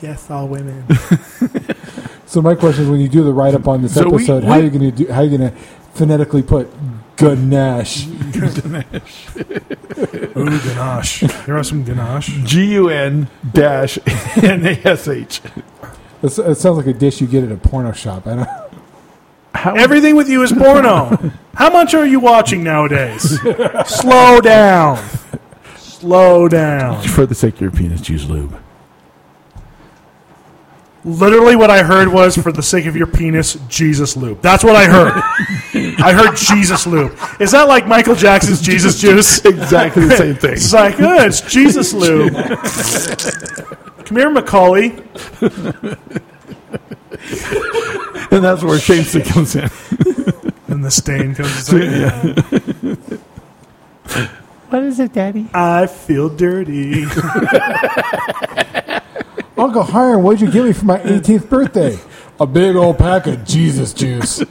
Speaker 9: Yes, all women.
Speaker 2: So my question is, when you do the write up on this
Speaker 4: So we-
Speaker 2: episode, how are
Speaker 4: we-
Speaker 2: you going to do? How are you going to phonetically put Ganesh?
Speaker 3: Ooh, ganache. There are some ganache.
Speaker 4: G U N dash N A S H.
Speaker 2: It's- It sounds like a dish you get at a porno shop. I don't.
Speaker 3: Everything with you is porno. How much are you watching nowadays? Slow down. Slow down.
Speaker 4: For the sake of your penis, use lube.
Speaker 3: Literally, what I heard was, for the sake of your penis, Jesus loop. That's what I heard. I heard Jesus loop. Is that like Michael Jackson's Jesus juice?
Speaker 4: Exactly the same thing.
Speaker 3: It's like, oh, it's Jesus lube. Come here, Macaulay.
Speaker 4: And that's where Shane Stick comes in.
Speaker 3: And the stain comes. It's like,
Speaker 9: what is it, Daddy?
Speaker 3: I feel dirty.
Speaker 2: Uncle Hiram, what'd you give me for my 18th birthday? A big old pack of Jesus juice.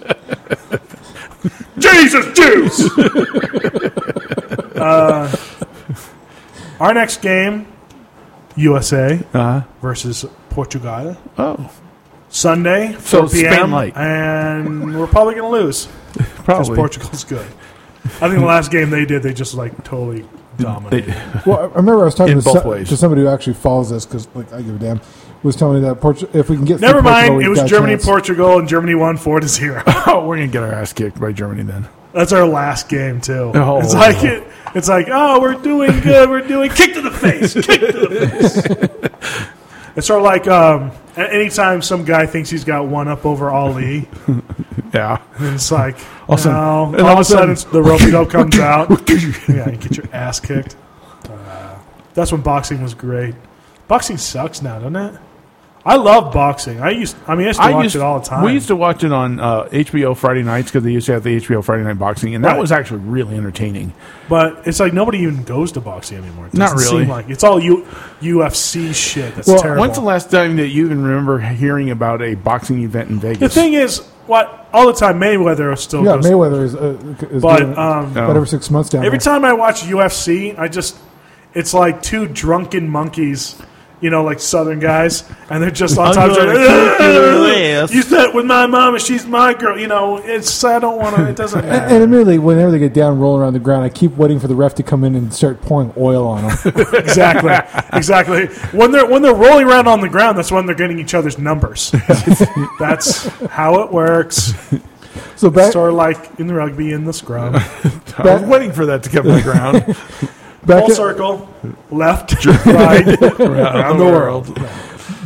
Speaker 3: Jesus juice. uh, our next game, USA versus Portugal.
Speaker 4: Uh-huh. Oh,
Speaker 3: Sunday, 4
Speaker 4: So
Speaker 3: p.m.
Speaker 4: Spain light.
Speaker 3: and we're probably going to lose because
Speaker 4: probably.
Speaker 3: Portugal's good. I think the last game they did, they just like totally dominated.
Speaker 2: Well, I I remember I was talking
Speaker 4: In
Speaker 2: to,
Speaker 4: both
Speaker 2: some-
Speaker 4: ways.
Speaker 2: to somebody who actually follows this because, like, I give a damn. Was telling me that Portu- if we can get through
Speaker 3: Never
Speaker 2: Portugal,
Speaker 3: mind.
Speaker 2: we've
Speaker 3: It was
Speaker 2: got a
Speaker 3: Germany,
Speaker 2: chance.
Speaker 3: Portugal, and Germany won four to zero.
Speaker 4: Oh, we're gonna get our ass kicked by Germany then.
Speaker 3: That's our last game too.
Speaker 4: Oh.
Speaker 3: it's like it, it's like oh, we're doing good. We're doing kick to the face. Kick to the face. it's sort of like um, a- anytime some guy thinks he's got one up over Ali,
Speaker 4: Yeah.
Speaker 3: and it's like
Speaker 4: All of a sudden-
Speaker 3: no.
Speaker 4: and
Speaker 3: all of a sudden, it's- the rope dope comes out. yeah, you get your ass kicked. Uh, that's when boxing was great. Boxing sucks now, doesn't it? I love boxing. I used. I mean, I used to watch it all the time.
Speaker 4: We used to watch it on uh, HBO Friday nights because they used to have the HBO Friday night boxing, and that
Speaker 3: Right.
Speaker 4: was actually really entertaining.
Speaker 3: But it's like nobody even goes to boxing anymore. It
Speaker 4: Not
Speaker 3: doesn't
Speaker 4: really.
Speaker 3: Seem like it's all U- UFC shit. That's
Speaker 4: Well,
Speaker 3: terrible.
Speaker 4: when's the last time that you can remember hearing about a boxing event in Vegas?
Speaker 3: The thing is, what all the time Mayweather still
Speaker 2: Yeah,
Speaker 3: goes.
Speaker 2: Mayweather is, uh, is
Speaker 3: But,
Speaker 2: doing it
Speaker 3: um,
Speaker 2: about every six months down
Speaker 3: Every
Speaker 2: there.
Speaker 3: time I watch UFC, I just it's like two drunken monkeys. You know, like Southern guys, and they're just on top. of each other. "Ah, You said with my mom, and she's my girl. You know, it's I don't want to. It doesn't.
Speaker 2: And, and admittedly, whenever they get down rolling around the ground, I keep waiting for the ref to come in and start pouring oil on them.
Speaker 3: exactly, exactly. When they're when they're rolling around on the ground, that's when they're getting each other's numbers. that's how it works.
Speaker 2: So back,
Speaker 3: sort of like in the rugby in the scrum,
Speaker 4: I was waiting for that to come to the ground.
Speaker 2: back,
Speaker 3: full
Speaker 2: in-
Speaker 3: circle, left, right, around the world.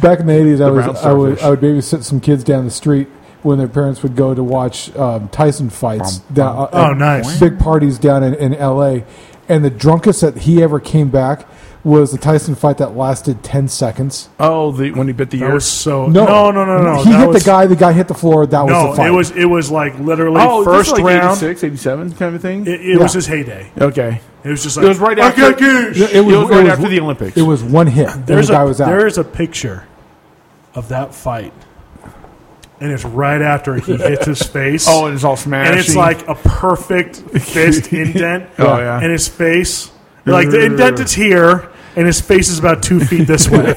Speaker 2: back in the eighties, I was
Speaker 4: brown
Speaker 2: I would
Speaker 4: starfish.
Speaker 2: I would babysit some kids down the street when their parents would go to watch um, Tyson fights. down, uh,
Speaker 3: Oh,
Speaker 2: at
Speaker 3: nice.
Speaker 2: Big parties down in, in L.A. And the drunkest that he ever came back was the Tyson fight that lasted ten seconds.
Speaker 4: oh, the, when he bit the
Speaker 3: That
Speaker 4: ear.
Speaker 3: was so no, no, no, no. no.
Speaker 2: He
Speaker 3: That
Speaker 2: hit
Speaker 3: was-
Speaker 2: the guy. The guy hit the floor. That
Speaker 3: No,
Speaker 2: was the fight.
Speaker 3: it was it was like literally
Speaker 4: Oh,
Speaker 3: first round. It,
Speaker 4: 86, 87 kind of thing.
Speaker 3: it was
Speaker 2: Yeah.
Speaker 3: his heyday.
Speaker 4: okay,
Speaker 3: It was just like
Speaker 4: it was right
Speaker 3: "I
Speaker 4: after.
Speaker 3: got goose."
Speaker 2: It was-
Speaker 4: right
Speaker 2: it was-
Speaker 4: after the Olympics.
Speaker 2: It was one hit. and
Speaker 3: There's
Speaker 2: the guy
Speaker 3: a
Speaker 2: was out.
Speaker 3: there is a picture of that fight, and it's right after he hits his face.
Speaker 4: oh, and it's all smashing.
Speaker 3: and it's like a perfect fist indent.
Speaker 4: Oh, yeah.
Speaker 3: and his face, like the indent is here, and his face is about two feet this way.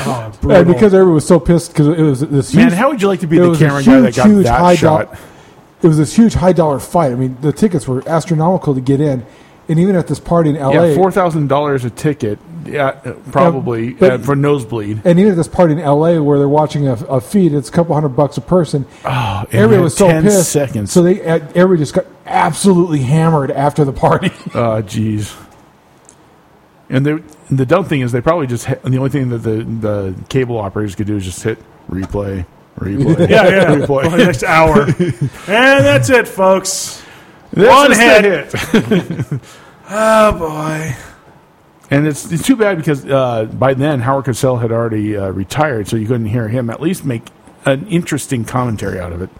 Speaker 3: oh,
Speaker 2: And
Speaker 3: brutal.
Speaker 2: because everyone was so pissed because it was this huge.
Speaker 4: man, how would you like to be
Speaker 2: it
Speaker 4: the
Speaker 2: was a
Speaker 4: camera guy that
Speaker 2: huge,
Speaker 4: got
Speaker 2: huge
Speaker 4: that
Speaker 2: high
Speaker 4: shot?
Speaker 2: dollar- it was this huge high dollar fight. I mean, the tickets were astronomical to get in, and even at this party in L.A.
Speaker 4: Yeah, four thousand dollars a ticket. Yeah, uh, probably
Speaker 2: but-
Speaker 4: uh, for nosebleed.
Speaker 2: and even at this party in L.A. where they're watching a, a feed, it's a couple hundred bucks a person.
Speaker 4: Oh,
Speaker 2: everyone was so
Speaker 4: 10
Speaker 2: pissed.
Speaker 4: Seconds.
Speaker 2: So they uh, everyone just got absolutely hammered after the party.
Speaker 4: Oh, jeez. And they, and the dumb thing is, they probably just hit, and the only thing that the, the cable operators could do is just hit replay, replay.
Speaker 3: yeah, yeah.
Speaker 4: replay.
Speaker 3: Over the next hour, and that's it, folks.
Speaker 4: This
Speaker 3: One
Speaker 4: is the
Speaker 3: hit.
Speaker 4: hit.
Speaker 3: Oh boy,
Speaker 4: And it's, it's too bad because uh, by then Howard Cosell had already uh, retired, so you couldn't hear him at least make an interesting commentary out of it.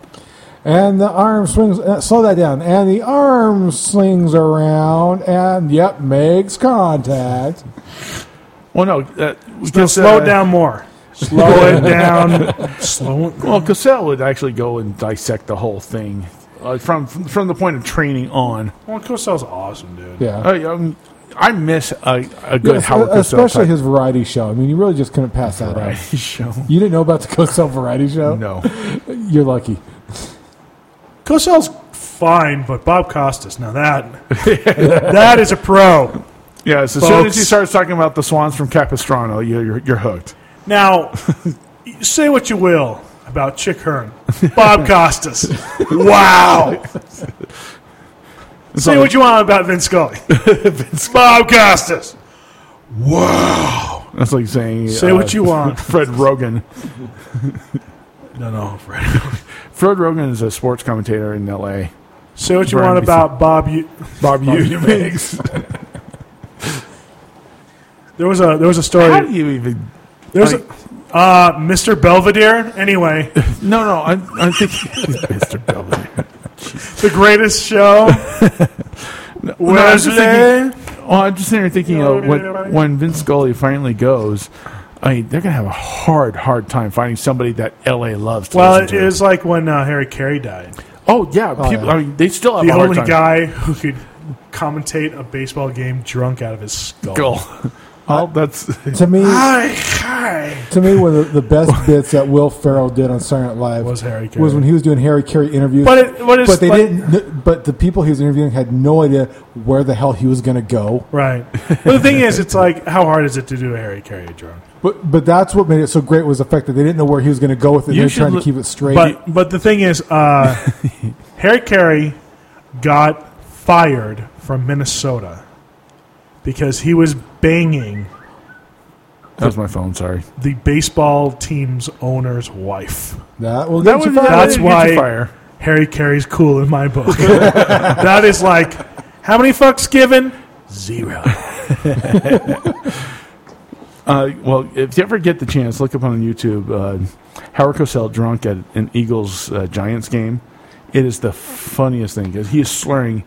Speaker 2: And the arm swings. Uh, slow that down. And the arm swings around, and yep, makes contact.
Speaker 4: Well, no, uh,
Speaker 3: just
Speaker 4: because,
Speaker 3: slow
Speaker 4: uh,
Speaker 3: it down more. Slow it down. Slow. it-
Speaker 4: Well, Cosell would actually go and dissect the whole thing uh, from from the point of training on.
Speaker 3: Well, Cosell's awesome, dude.
Speaker 2: Yeah.
Speaker 4: Uh, um, I miss a, a good
Speaker 2: Yes,
Speaker 4: Howard
Speaker 2: uh,
Speaker 3: e-,
Speaker 4: Cosell
Speaker 2: especially
Speaker 4: type
Speaker 2: his variety show. I mean, you really just couldn't pass that up.
Speaker 4: variety show.
Speaker 2: You didn't know about the Cosell variety show?
Speaker 4: No,
Speaker 2: You're lucky.
Speaker 3: Cosell's fine, but Bob Costas, now that that is a pro.
Speaker 4: yeah. As soon as
Speaker 3: Folks.
Speaker 4: he starts talking about the swans from Capistrano, you, you're you're hooked.
Speaker 3: Now, say what you will about Chick Hearn, Bob Costas. Wow. say what you want about Vince Scully, Bob Costas.
Speaker 4: That's like saying
Speaker 3: Say
Speaker 4: uh,
Speaker 3: what you want.
Speaker 4: Fred Rogan.
Speaker 3: No, no, Fred.
Speaker 4: Fred Rogan is a sports commentator in L.A.
Speaker 3: Say what you
Speaker 4: Brian
Speaker 3: want
Speaker 4: Beasley.
Speaker 3: about Bob. U-
Speaker 4: Bob Eubanks.
Speaker 3: there was a there was a
Speaker 4: How do
Speaker 3: story.
Speaker 4: you even?
Speaker 3: There was a, uh, Mr. Belvedere. Anyway,
Speaker 4: No, no. I'm, I'm thinking Mr. Belvedere.
Speaker 3: the greatest show.
Speaker 4: No, I'm just
Speaker 3: Wesley.
Speaker 4: thinking- Well, I'm just sitting here thinking, you know, when, when Vince Scully finally goes, I mean, they're going to have a hard, hard time finding somebody that LA loves. To
Speaker 3: Well,
Speaker 4: listen
Speaker 3: it
Speaker 4: to.
Speaker 3: is like when uh, Harry Carey died.
Speaker 4: Oh yeah,
Speaker 2: yeah.
Speaker 4: people, I mean, they still have
Speaker 3: The
Speaker 4: a hard
Speaker 3: only
Speaker 4: time.
Speaker 3: guy who could commentate a baseball game drunk out of his skull.
Speaker 4: Goal. Oh, that's
Speaker 2: To me,
Speaker 3: Hi, hi.
Speaker 2: to me, one of the, the best bits that Will Ferrell did on Saturday Night Live
Speaker 3: Was Harry Carey.
Speaker 2: was when he was doing Harry Carey interviews.
Speaker 3: But it- but it's
Speaker 2: but they
Speaker 3: like-
Speaker 2: didn't. But the people he was interviewing had no idea where the hell he was going to go.
Speaker 3: Right. Well, the thing is, it's like, how hard is it to do a Harry Carey drunk?
Speaker 2: But but that's what made it so great was the fact that they didn't know where he was going to go with it.
Speaker 4: You
Speaker 2: They're
Speaker 4: should
Speaker 2: trying
Speaker 4: look-
Speaker 2: to keep it straight.
Speaker 3: But but the thing is, uh, Harry Carey got fired from Minnesota because he was banging
Speaker 4: that was my phone. Sorry.
Speaker 3: the baseball team's owner's wife.
Speaker 2: that will get you fired.
Speaker 3: that's
Speaker 4: Get
Speaker 3: why-
Speaker 4: you fire.
Speaker 3: Harry Carey's cool in my book. that is like, how many fucks given? Zero.
Speaker 4: Uh, well, if you ever get the chance, look up on YouTube uh, Howard Cosell drunk at an Eagles uh, Giants game. It is the funniest thing because he is slurring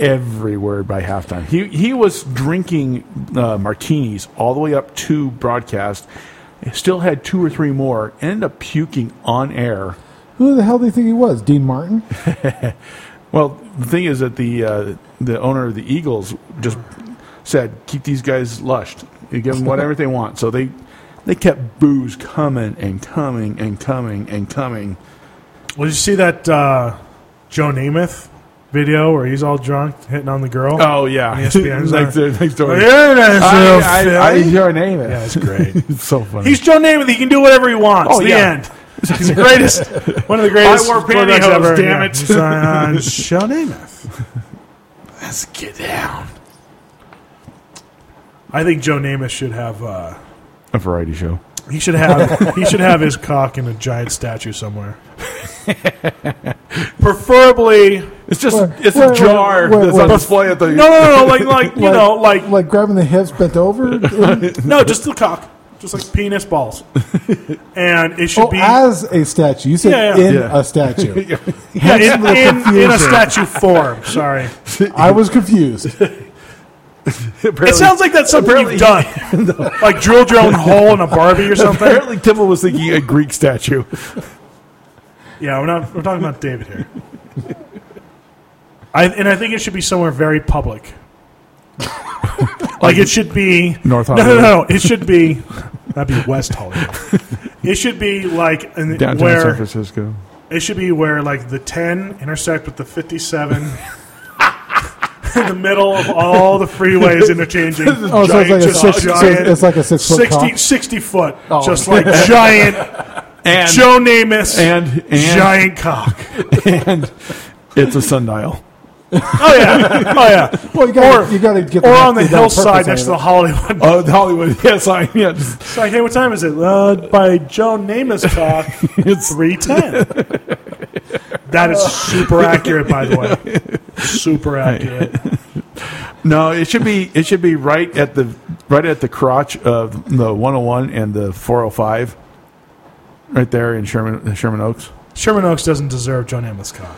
Speaker 4: every word by halftime. He he was drinking uh, martinis all the way up to broadcast. Still had two or three more. Ended up puking on air.
Speaker 2: Who the hell do you think he was? Dean Martin?
Speaker 4: Well, the thing is that the uh, the owner of the Eagles just said, "Keep these guys lushed. You give them whatever they want." So they they kept booze coming and coming and coming and coming.
Speaker 3: Well, did you see that uh, Joe Namath video where he's all drunk hitting on the girl?
Speaker 4: Oh yeah,
Speaker 3: ESPN's
Speaker 4: like the next door.
Speaker 3: Yeah, that's
Speaker 4: I,
Speaker 3: so
Speaker 4: I,
Speaker 3: funny.
Speaker 4: I, your name
Speaker 3: Yeah,
Speaker 4: it.
Speaker 3: it's great.
Speaker 4: It's so funny.
Speaker 3: He's Joe Namath. He can do whatever he wants.
Speaker 4: Oh,
Speaker 3: the
Speaker 4: yeah.
Speaker 3: end. He's the greatest. One of the greatest.
Speaker 4: I wore
Speaker 3: quarterbacks
Speaker 4: pantyhose,
Speaker 3: ever.
Speaker 4: damn
Speaker 3: Yeah.
Speaker 4: it.
Speaker 3: He's, uh, Joe Namath.
Speaker 4: Let's get down.
Speaker 3: I think Joe Namath should have. Uh,
Speaker 4: A variety show.
Speaker 3: he should have. he should have his cock in a giant statue somewhere. Preferably,
Speaker 4: It's just
Speaker 2: Where-
Speaker 4: it's
Speaker 2: where-
Speaker 4: a jar
Speaker 2: where-
Speaker 4: that's
Speaker 2: where-
Speaker 4: on display at the.
Speaker 3: no, no, no, like, like you
Speaker 2: Like-
Speaker 3: know, like,
Speaker 2: Like grabbing the hips bent over?
Speaker 3: no, just the cock, just like penis balls, and it should
Speaker 2: oh,
Speaker 3: be
Speaker 2: as a statue. You said
Speaker 3: Yeah, yeah.
Speaker 2: in
Speaker 4: Yeah.
Speaker 2: a statue.
Speaker 3: Yeah, in,
Speaker 2: the
Speaker 3: in, in a
Speaker 2: confusion.
Speaker 3: statue form. Sorry,
Speaker 2: I was confused.
Speaker 3: it sounds like that's something you've done, like drilled your own hole in a Barbie or something.
Speaker 4: Apparently, Kimball was thinking a Greek statue.
Speaker 3: Yeah, we're not. We're talking about David here. I, and I think it should be somewhere very public. like it should be
Speaker 4: North
Speaker 3: No, no, no, no. It should be that'd be West Hollywood. It should be like in,
Speaker 4: Downtown San
Speaker 3: where
Speaker 4: Francisco.
Speaker 3: it should be where like the ten intersect with the fifty-seven. in the middle of all the freeways interchanging.
Speaker 2: Oh, so it's like, a
Speaker 3: Just
Speaker 2: six, so
Speaker 3: giant-
Speaker 2: it's like a six foot
Speaker 3: 60,
Speaker 2: cock.
Speaker 3: 60 foot, just like giant
Speaker 4: And
Speaker 3: Joe Namath,
Speaker 4: and and
Speaker 3: giant cock.
Speaker 4: and it's a sundial.
Speaker 3: Oh yeah, oh yeah.
Speaker 2: Well, you got you got to get the-
Speaker 3: Or on the
Speaker 2: you gotta
Speaker 3: hillside
Speaker 2: purpose
Speaker 3: next
Speaker 2: out
Speaker 3: to the
Speaker 2: of
Speaker 3: Hollywood.
Speaker 4: Oh, the Hollywood. Yes, I yeah. just-
Speaker 3: It's like, hey, what time is it? Uh, by Joe Namath's clock, it's three ten. That is super accurate, by the way. Super accurate.
Speaker 4: No, it should be it should be right at the right at the crotch of the 101 and the 405, right there in Sherman Sherman Oaks.
Speaker 3: Sherman Oaks doesn't deserve Joe Namath's cock.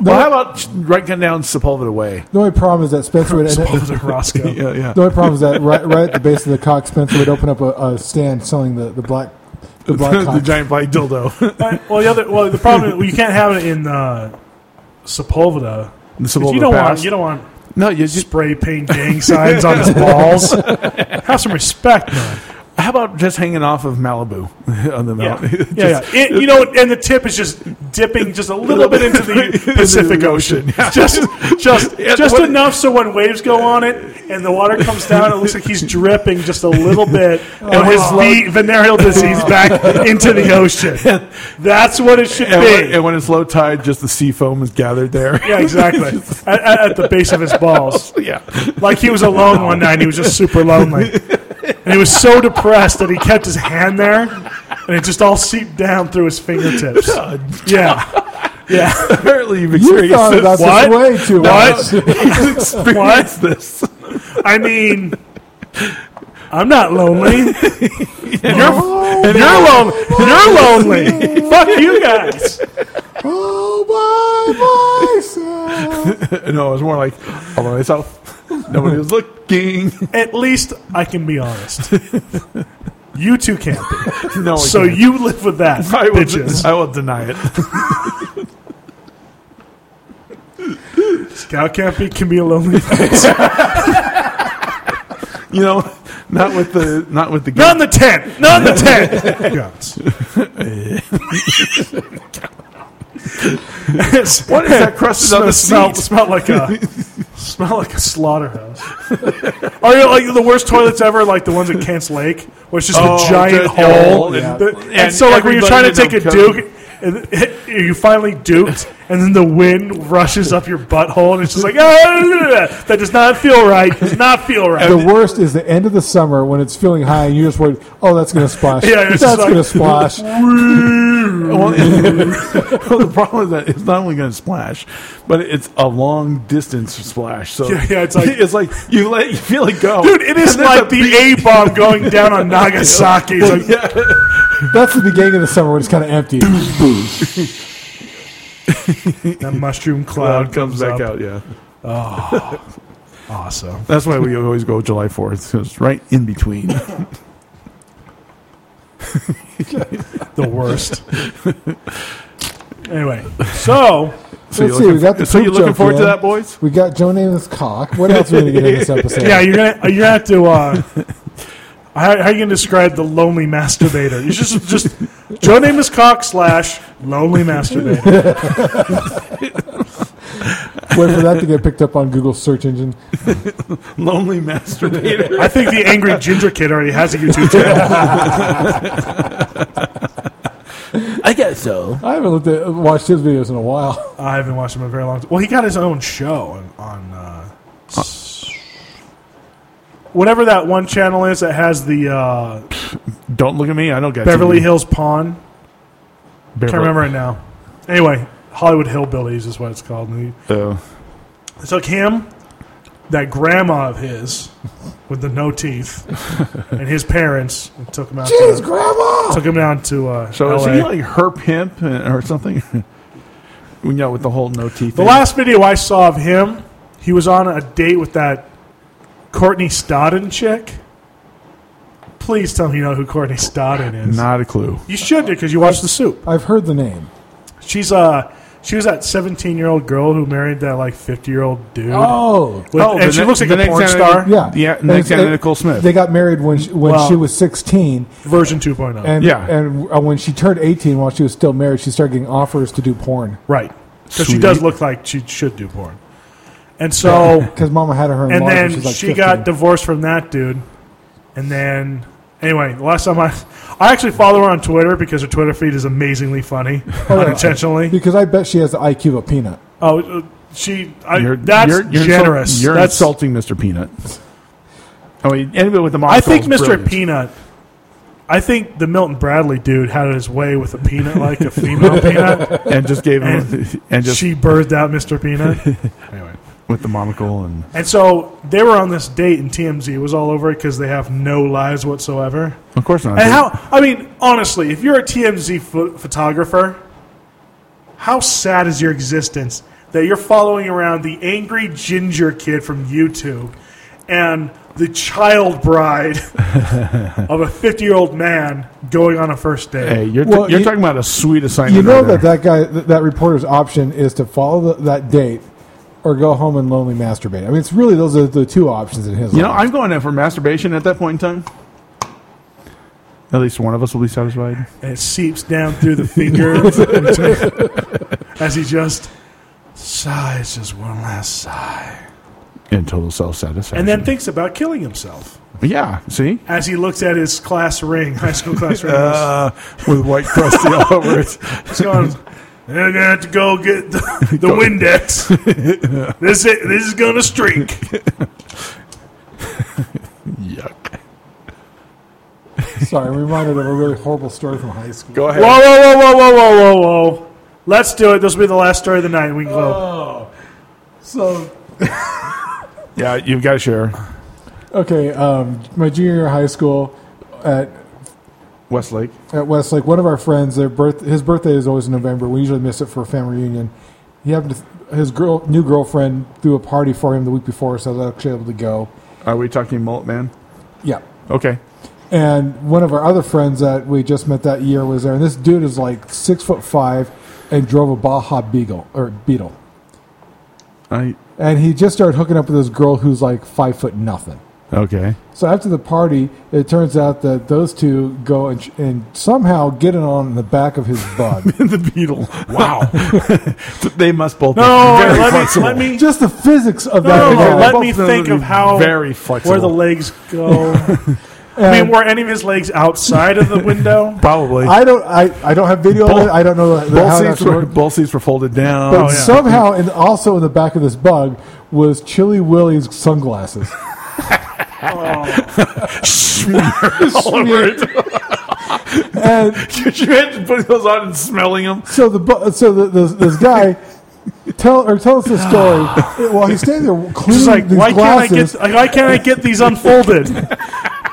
Speaker 4: Well, how about right down Sepulveda Way?
Speaker 2: The only problem is that Spencer would end up,
Speaker 3: Supposed to Roscoe.
Speaker 4: Yeah, yeah.
Speaker 2: the only problem is that right, right at the base of the cock, Spencer would open up a, a stand selling the, the black the black
Speaker 4: the
Speaker 2: cock.
Speaker 4: giant black dildo.
Speaker 3: Right, Well, the other, well, the problem is well, you can't have it in uh, Sepulveda.
Speaker 4: The
Speaker 3: 'cause
Speaker 4: Sepulveda
Speaker 3: You don't want,
Speaker 4: Pass.
Speaker 3: you don't want
Speaker 4: No, you just
Speaker 3: spray paint gang signs on his balls. Have some respect, man.
Speaker 4: how about just hanging off of Malibu on the
Speaker 3: Yeah,
Speaker 4: mountain? Just-
Speaker 3: yeah, yeah. It- you know, and the tip is just dipping just a little bit into the Pacific Ocean, just, just, just
Speaker 4: what-
Speaker 3: enough so when waves go on it and the water comes down, it looks like he's dripping just a little bit, and his ve- venereal disease back into the ocean. That's what it should
Speaker 4: And, when,
Speaker 3: be.
Speaker 4: and when it's low tide, just the sea foam is gathered there.
Speaker 3: Yeah, exactly. At- at, at the base of his balls.
Speaker 4: yeah.
Speaker 3: Like he was alone one night. and He was just super lonely, and he was so depressed that he kept his hand there, and it just all seeped down through his fingertips. Yeah, yeah.
Speaker 4: Apparently, you've
Speaker 2: You
Speaker 4: experienced
Speaker 2: thought
Speaker 4: this.
Speaker 2: about
Speaker 3: What?
Speaker 2: this way too much.
Speaker 4: You've experienced this.
Speaker 3: I mean, I'm not lonely. You're you're lonely. You're lonely. Fuck you guys.
Speaker 2: Oh, my myself.
Speaker 4: No, it was more like all by myself. Nobody was looking.
Speaker 3: At least I can be honest. You two can't. Be.
Speaker 4: No, one
Speaker 3: So
Speaker 4: can.
Speaker 3: you live with that,
Speaker 4: I will,
Speaker 3: bitches.
Speaker 4: I will deny it.
Speaker 3: Scout can't be can be a lonely.
Speaker 4: You know, not with the not with the
Speaker 3: Not in the tent. Not in the tent. Guns.
Speaker 4: What is that crusted on the
Speaker 3: smell,
Speaker 4: seat?
Speaker 3: smell like a smell like a slaughterhouse. Are you like the worst toilets ever? Like the ones at Kent's Lake, where it's just
Speaker 4: Oh,
Speaker 3: a giant
Speaker 4: just
Speaker 3: hole.
Speaker 4: hole and-
Speaker 3: The- and,
Speaker 4: and
Speaker 3: so, like when you're trying to
Speaker 4: everybody
Speaker 3: take a
Speaker 4: in them
Speaker 3: duke, and you finally duked, and then the wind rushes up your butthole, and it's just like "Ah, that does not feel right. Does not feel right.
Speaker 2: The worst is the end of the summer when it's feeling high and you just worried, oh, that's going to splash.
Speaker 3: Yeah,
Speaker 2: that's
Speaker 3: it's just like-
Speaker 2: going to splash.
Speaker 4: Well, well, the problem is that it's not only going to splash, but it's a long distance splash. So
Speaker 3: Yeah, yeah, it's like-
Speaker 4: it's like you let you feel it go,
Speaker 3: Dude, it is
Speaker 4: Oh. And there's
Speaker 3: like the A bomb going down on Nagasaki. It's like,
Speaker 2: That's the beginning of the summer when it's kind of empty.
Speaker 3: that mushroom
Speaker 4: cloud
Speaker 3: cloud
Speaker 4: comes back
Speaker 3: up. Ah,
Speaker 4: out. Yeah,
Speaker 3: Awesome.
Speaker 4: that's why we always go July Fourth. It's right in between.
Speaker 3: The worst. anyway, so
Speaker 4: So
Speaker 2: Let's
Speaker 4: you're
Speaker 2: see,
Speaker 4: looking,
Speaker 2: we got the
Speaker 4: so you're
Speaker 2: poop
Speaker 4: looking
Speaker 2: joke
Speaker 4: forward to
Speaker 2: in.
Speaker 4: that, boys?
Speaker 2: We got Joe Namath's cock. What else are we going to get in this episode?
Speaker 3: yeah, you're gonna you're gonna have to. Uh, how, how you gonna describe the lonely masturbator? You just just Joe name is cock slash lonely masturbator.
Speaker 2: Wait for that to get picked up on Google's search engine.
Speaker 4: Lonely masturbator.
Speaker 3: I think the angry ginger kid already has a YouTube channel.
Speaker 1: I guess so.
Speaker 2: I haven't looked at, watched his videos in a while.
Speaker 3: I haven't watched him in a very long time. Well, he got his own show on. on uh, s- Whatever that one channel is that has the uh,
Speaker 4: Don't look at me. I don't get
Speaker 3: Beverly
Speaker 4: TV.
Speaker 3: Hills Pawn.
Speaker 4: Beverly.
Speaker 3: Can't remember it now. Anyway, Hollywood Hillbillies is what it's called. And he-
Speaker 2: Oh.
Speaker 4: So,
Speaker 3: It's like him, that grandma of his with the no teeth, and his parents and took him out.
Speaker 2: Jeez,
Speaker 3: to,
Speaker 2: Grandma!
Speaker 3: took him down to uh,
Speaker 4: so is
Speaker 3: LA.
Speaker 4: he like her pimp uh, or something? you know, with the whole no teeth.
Speaker 3: the
Speaker 4: thing.
Speaker 3: last video I saw of him, he was on a date with that Courtney Stodden chick. Please tell me you know who Courtney Stodden is.
Speaker 4: not a clue.
Speaker 3: You should do because you watched the soup.
Speaker 2: I've heard the name.
Speaker 3: She's uh she was that seventeen year old girl who married that like fifty year old dude.
Speaker 2: Oh,
Speaker 3: With-
Speaker 4: Oh,
Speaker 3: and
Speaker 4: the
Speaker 3: she
Speaker 4: ne-
Speaker 3: looks like
Speaker 4: the
Speaker 3: a
Speaker 4: next
Speaker 3: porn
Speaker 4: time-
Speaker 3: star.
Speaker 2: yeah.
Speaker 4: Yeah,
Speaker 2: And
Speaker 4: next
Speaker 2: it-
Speaker 4: to
Speaker 2: it-
Speaker 4: Nicole Smith.
Speaker 2: They got married when she, when
Speaker 3: Well-
Speaker 2: she was 16,
Speaker 3: Version oh. 2.0.
Speaker 2: and
Speaker 4: Yeah.
Speaker 2: and uh, when she turned 18, while she was still married, she started getting offers to do porn
Speaker 3: right. Because she
Speaker 4: Sweet.
Speaker 3: does look like she should do porn. And so,
Speaker 2: because Mama had her in
Speaker 3: and
Speaker 2: laws when
Speaker 3: then
Speaker 2: was, like,
Speaker 3: she got
Speaker 2: 15.
Speaker 3: divorced from that dude. And then, anyway, the last time I, I actually follow her on Twitter because her Twitter feed is amazingly funny,
Speaker 4: Oh,
Speaker 3: unintentionally.
Speaker 2: because I bet she has the IQ of a peanut.
Speaker 3: Oh, uh, she, I,
Speaker 4: You're-
Speaker 3: that's
Speaker 4: you're- you're insult-
Speaker 3: generous.
Speaker 4: you're
Speaker 3: that's,
Speaker 4: insulting Mr. Peanut. I mean, anybody with the
Speaker 3: I think Mr. Peanut. I think the Milton Bradley dude had his way with a peanut, like a female peanut.
Speaker 4: and just gave him
Speaker 3: and
Speaker 4: and just
Speaker 3: she birthed out Mr. Peanut,
Speaker 4: with the monocle and
Speaker 3: and so they were on this date, and TMZ was all over it because they have no lives whatsoever.
Speaker 4: of course not.
Speaker 3: And how? I mean, honestly, if you're a TMZ pho- photographer, how sad is your existence that you're following around the angry ginger kid from YouTube and the child bride of a 50 year old man going on a first date?
Speaker 4: hey, you're
Speaker 2: Well,
Speaker 4: you're
Speaker 2: you-
Speaker 4: talking about a sweet assignment.
Speaker 2: You know
Speaker 4: right
Speaker 2: that that guy, that, that reporter's option is to follow the, that date or go home and lonely masturbate. I mean, it's really those are the two options in his.
Speaker 4: You know,
Speaker 2: life.
Speaker 4: I'm going in for masturbation at that point in time. At least one of us will be satisfied.
Speaker 3: And it seeps down through the fingers as he just sighs just one last sigh.
Speaker 4: In total self satisfaction.
Speaker 3: And then thinks about killing himself
Speaker 4: yeah, see?
Speaker 3: as he looks at his class ring, high school class ring.
Speaker 4: Uh, with white crusty all over it.
Speaker 3: He's going, I'm gonna have to go get the, the Windex. this is, this is gonna streak.
Speaker 4: Yuck.
Speaker 2: Sorry, I'm reminded of a really horrible story from high school.
Speaker 4: Go ahead.
Speaker 3: Whoa, whoa, whoa, whoa, whoa, whoa, whoa! Let's do it. This will be the last story of the night. We can go.
Speaker 2: So
Speaker 4: Yeah, you've got to share.
Speaker 2: okay, um, my junior year of high school at
Speaker 4: Westlake.
Speaker 2: at Westlake, one of our friends, their birth, his birthday is always in November. We usually miss it for a family reunion. He happened to, his girl, new girlfriend threw a party for him the week before, so I was actually able to go.
Speaker 4: Are we talking Mullet Man?
Speaker 2: Yeah.
Speaker 4: Okay.
Speaker 2: And one of our other friends that we just met that year was there, and this dude is like six foot five and drove a Baja Beagle or Beetle,
Speaker 4: I
Speaker 2: and he just started hooking up with this girl who's like five foot nothing.
Speaker 4: Okay.
Speaker 2: So after the party, it turns out that those two go and, and somehow get it on the back of his bug.
Speaker 4: the Beetle. Wow. they must both
Speaker 3: No,
Speaker 4: be very
Speaker 3: let me,
Speaker 4: flexible.
Speaker 3: let me,
Speaker 2: just the physics of
Speaker 3: no,
Speaker 2: that.
Speaker 4: Oh,
Speaker 3: no,
Speaker 2: guy.
Speaker 3: let
Speaker 4: Both
Speaker 3: me
Speaker 4: of them
Speaker 3: think
Speaker 4: would
Speaker 3: of
Speaker 4: be
Speaker 3: how
Speaker 4: very flexible.
Speaker 3: where the legs go. I mean, were any of his legs outside of the window?
Speaker 4: Probably.
Speaker 2: I don't. I, I don't have video of
Speaker 4: Both-
Speaker 2: it. I don't know
Speaker 4: both,
Speaker 2: how it
Speaker 4: seats
Speaker 2: actually
Speaker 4: were,
Speaker 3: Oh,
Speaker 2: worked.
Speaker 4: both seats were folded down. Oh,
Speaker 2: But somehow, and also in the back of this bug was Chili Willy's sunglasses. Oh. Smeared. and
Speaker 4: Could you imagine putting those on and smelling them?
Speaker 2: so the bu- so the, this, this guy tell or tell us the story while he's standing there cleaning
Speaker 3: It's like,
Speaker 2: these
Speaker 3: why can't I
Speaker 2: glasses.
Speaker 3: get? Like, why can't I get these unfolded?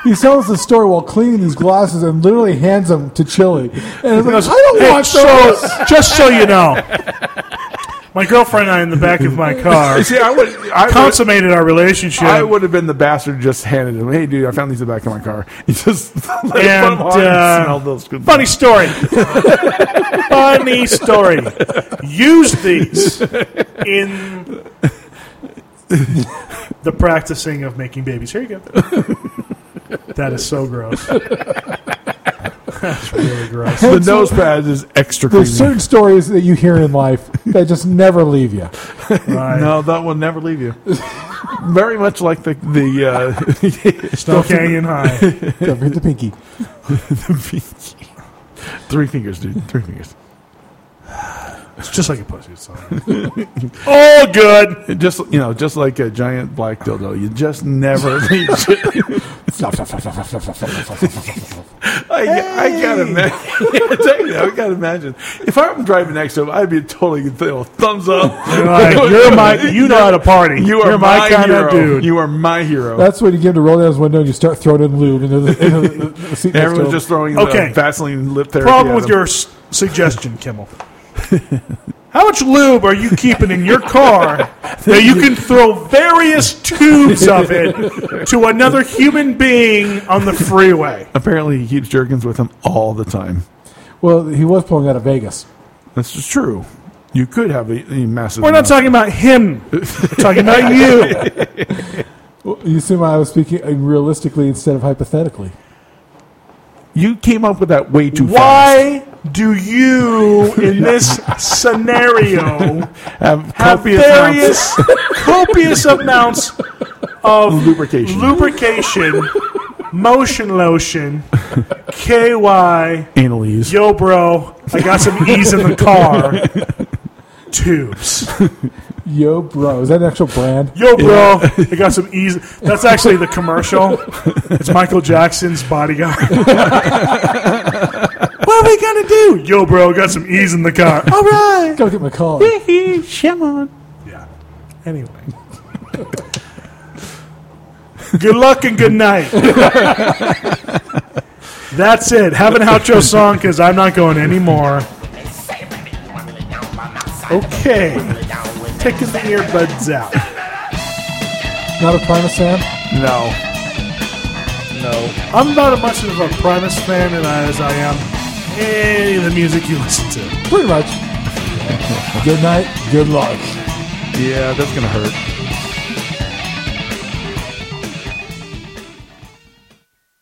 Speaker 2: He tells the story while cleaning these glasses and literally hands them to Chili. And it's like,
Speaker 3: goes,
Speaker 2: I don't
Speaker 3: "Hey,
Speaker 2: want
Speaker 3: so-
Speaker 2: those.
Speaker 3: just so you know, my girlfriend and I in the back of my car
Speaker 4: See, I would. I would
Speaker 3: consummated our relationship.
Speaker 4: I would have been the bastard who just handed him. Hey, dude, I found these in the back of my car. He just let him put 'em
Speaker 3: And,
Speaker 4: on
Speaker 3: uh,
Speaker 4: and smelled those. Good
Speaker 3: Funny story. Funny story. Use these in the practicing of making babies. Here you go. That is so gross. That's really gross.
Speaker 4: The nose pad is extra creamy.
Speaker 2: There's certain stories that you hear in life that just never leave you.
Speaker 3: Right.
Speaker 4: No, that will never leave you. Very much like the the uh,
Speaker 3: Snow Canyon High.
Speaker 2: Don't forget the pinky.
Speaker 4: three fingers, dude. Three fingers.
Speaker 3: It's just like a pussy song. All good.
Speaker 4: Just you know, just like a giant black dildo. You just never leave. it. I, I gotta imagine. I tell you, I gotta imagine. If I'm driving next to him, I'd be totally you know, thumbs up.
Speaker 3: You're like, you're my, you know how to party.
Speaker 4: You are
Speaker 3: You're my, kind
Speaker 4: hero.
Speaker 3: of dude.
Speaker 4: You are my hero.
Speaker 2: That's when you give him to roll down his window and you start throwing in lube into the, into the, the seat. next
Speaker 4: Everyone's
Speaker 2: to him.
Speaker 4: just throwing
Speaker 3: Okay.
Speaker 4: the Vaseline lip therapy.
Speaker 3: problem
Speaker 4: at
Speaker 3: with
Speaker 4: him.
Speaker 3: your s- suggestion, Kimmel. How much lube are you keeping in your car that you can throw various tubes of it to another human being on the freeway?
Speaker 4: Apparently, he keeps jerkins with him all the time.
Speaker 2: well, he was pulling out of Vegas.
Speaker 4: That's just true. You could have a, a massive.
Speaker 3: We're not
Speaker 4: amount.
Speaker 3: talking about him. We're talking about you.
Speaker 2: You see why I was speaking uh, realistically instead of hypothetically.
Speaker 4: You came up with that way too
Speaker 3: Why do you, in this scenario,
Speaker 4: fast. Have
Speaker 3: have
Speaker 4: copious amounts
Speaker 3: various copious amounts
Speaker 4: of lubrication,
Speaker 3: lubrication, motion lotion, KY,
Speaker 4: anal ease.
Speaker 3: Yo, bro, I got some E's in the car. Tubes.
Speaker 2: Yo, bro, is that an actual brand?
Speaker 3: Yo, bro, I got some E's. That's actually the commercial. It's Michael Jackson's bodyguard. what are we going to do? Yo, bro, got some E's in the car. All right.
Speaker 2: Go get my call.
Speaker 3: Yeah. Anyway. good luck and good night. That's it. Have an outro song because I'm not going anymore. Okay. Taking the earbuds out.
Speaker 2: Not a Primus Sam?
Speaker 4: No,
Speaker 3: I'm not as much of a Primus fan and I- as I am eh, any of the music you listen to.
Speaker 2: Pretty much. Good night. Good luck.
Speaker 4: Yeah, that's gonna hurt.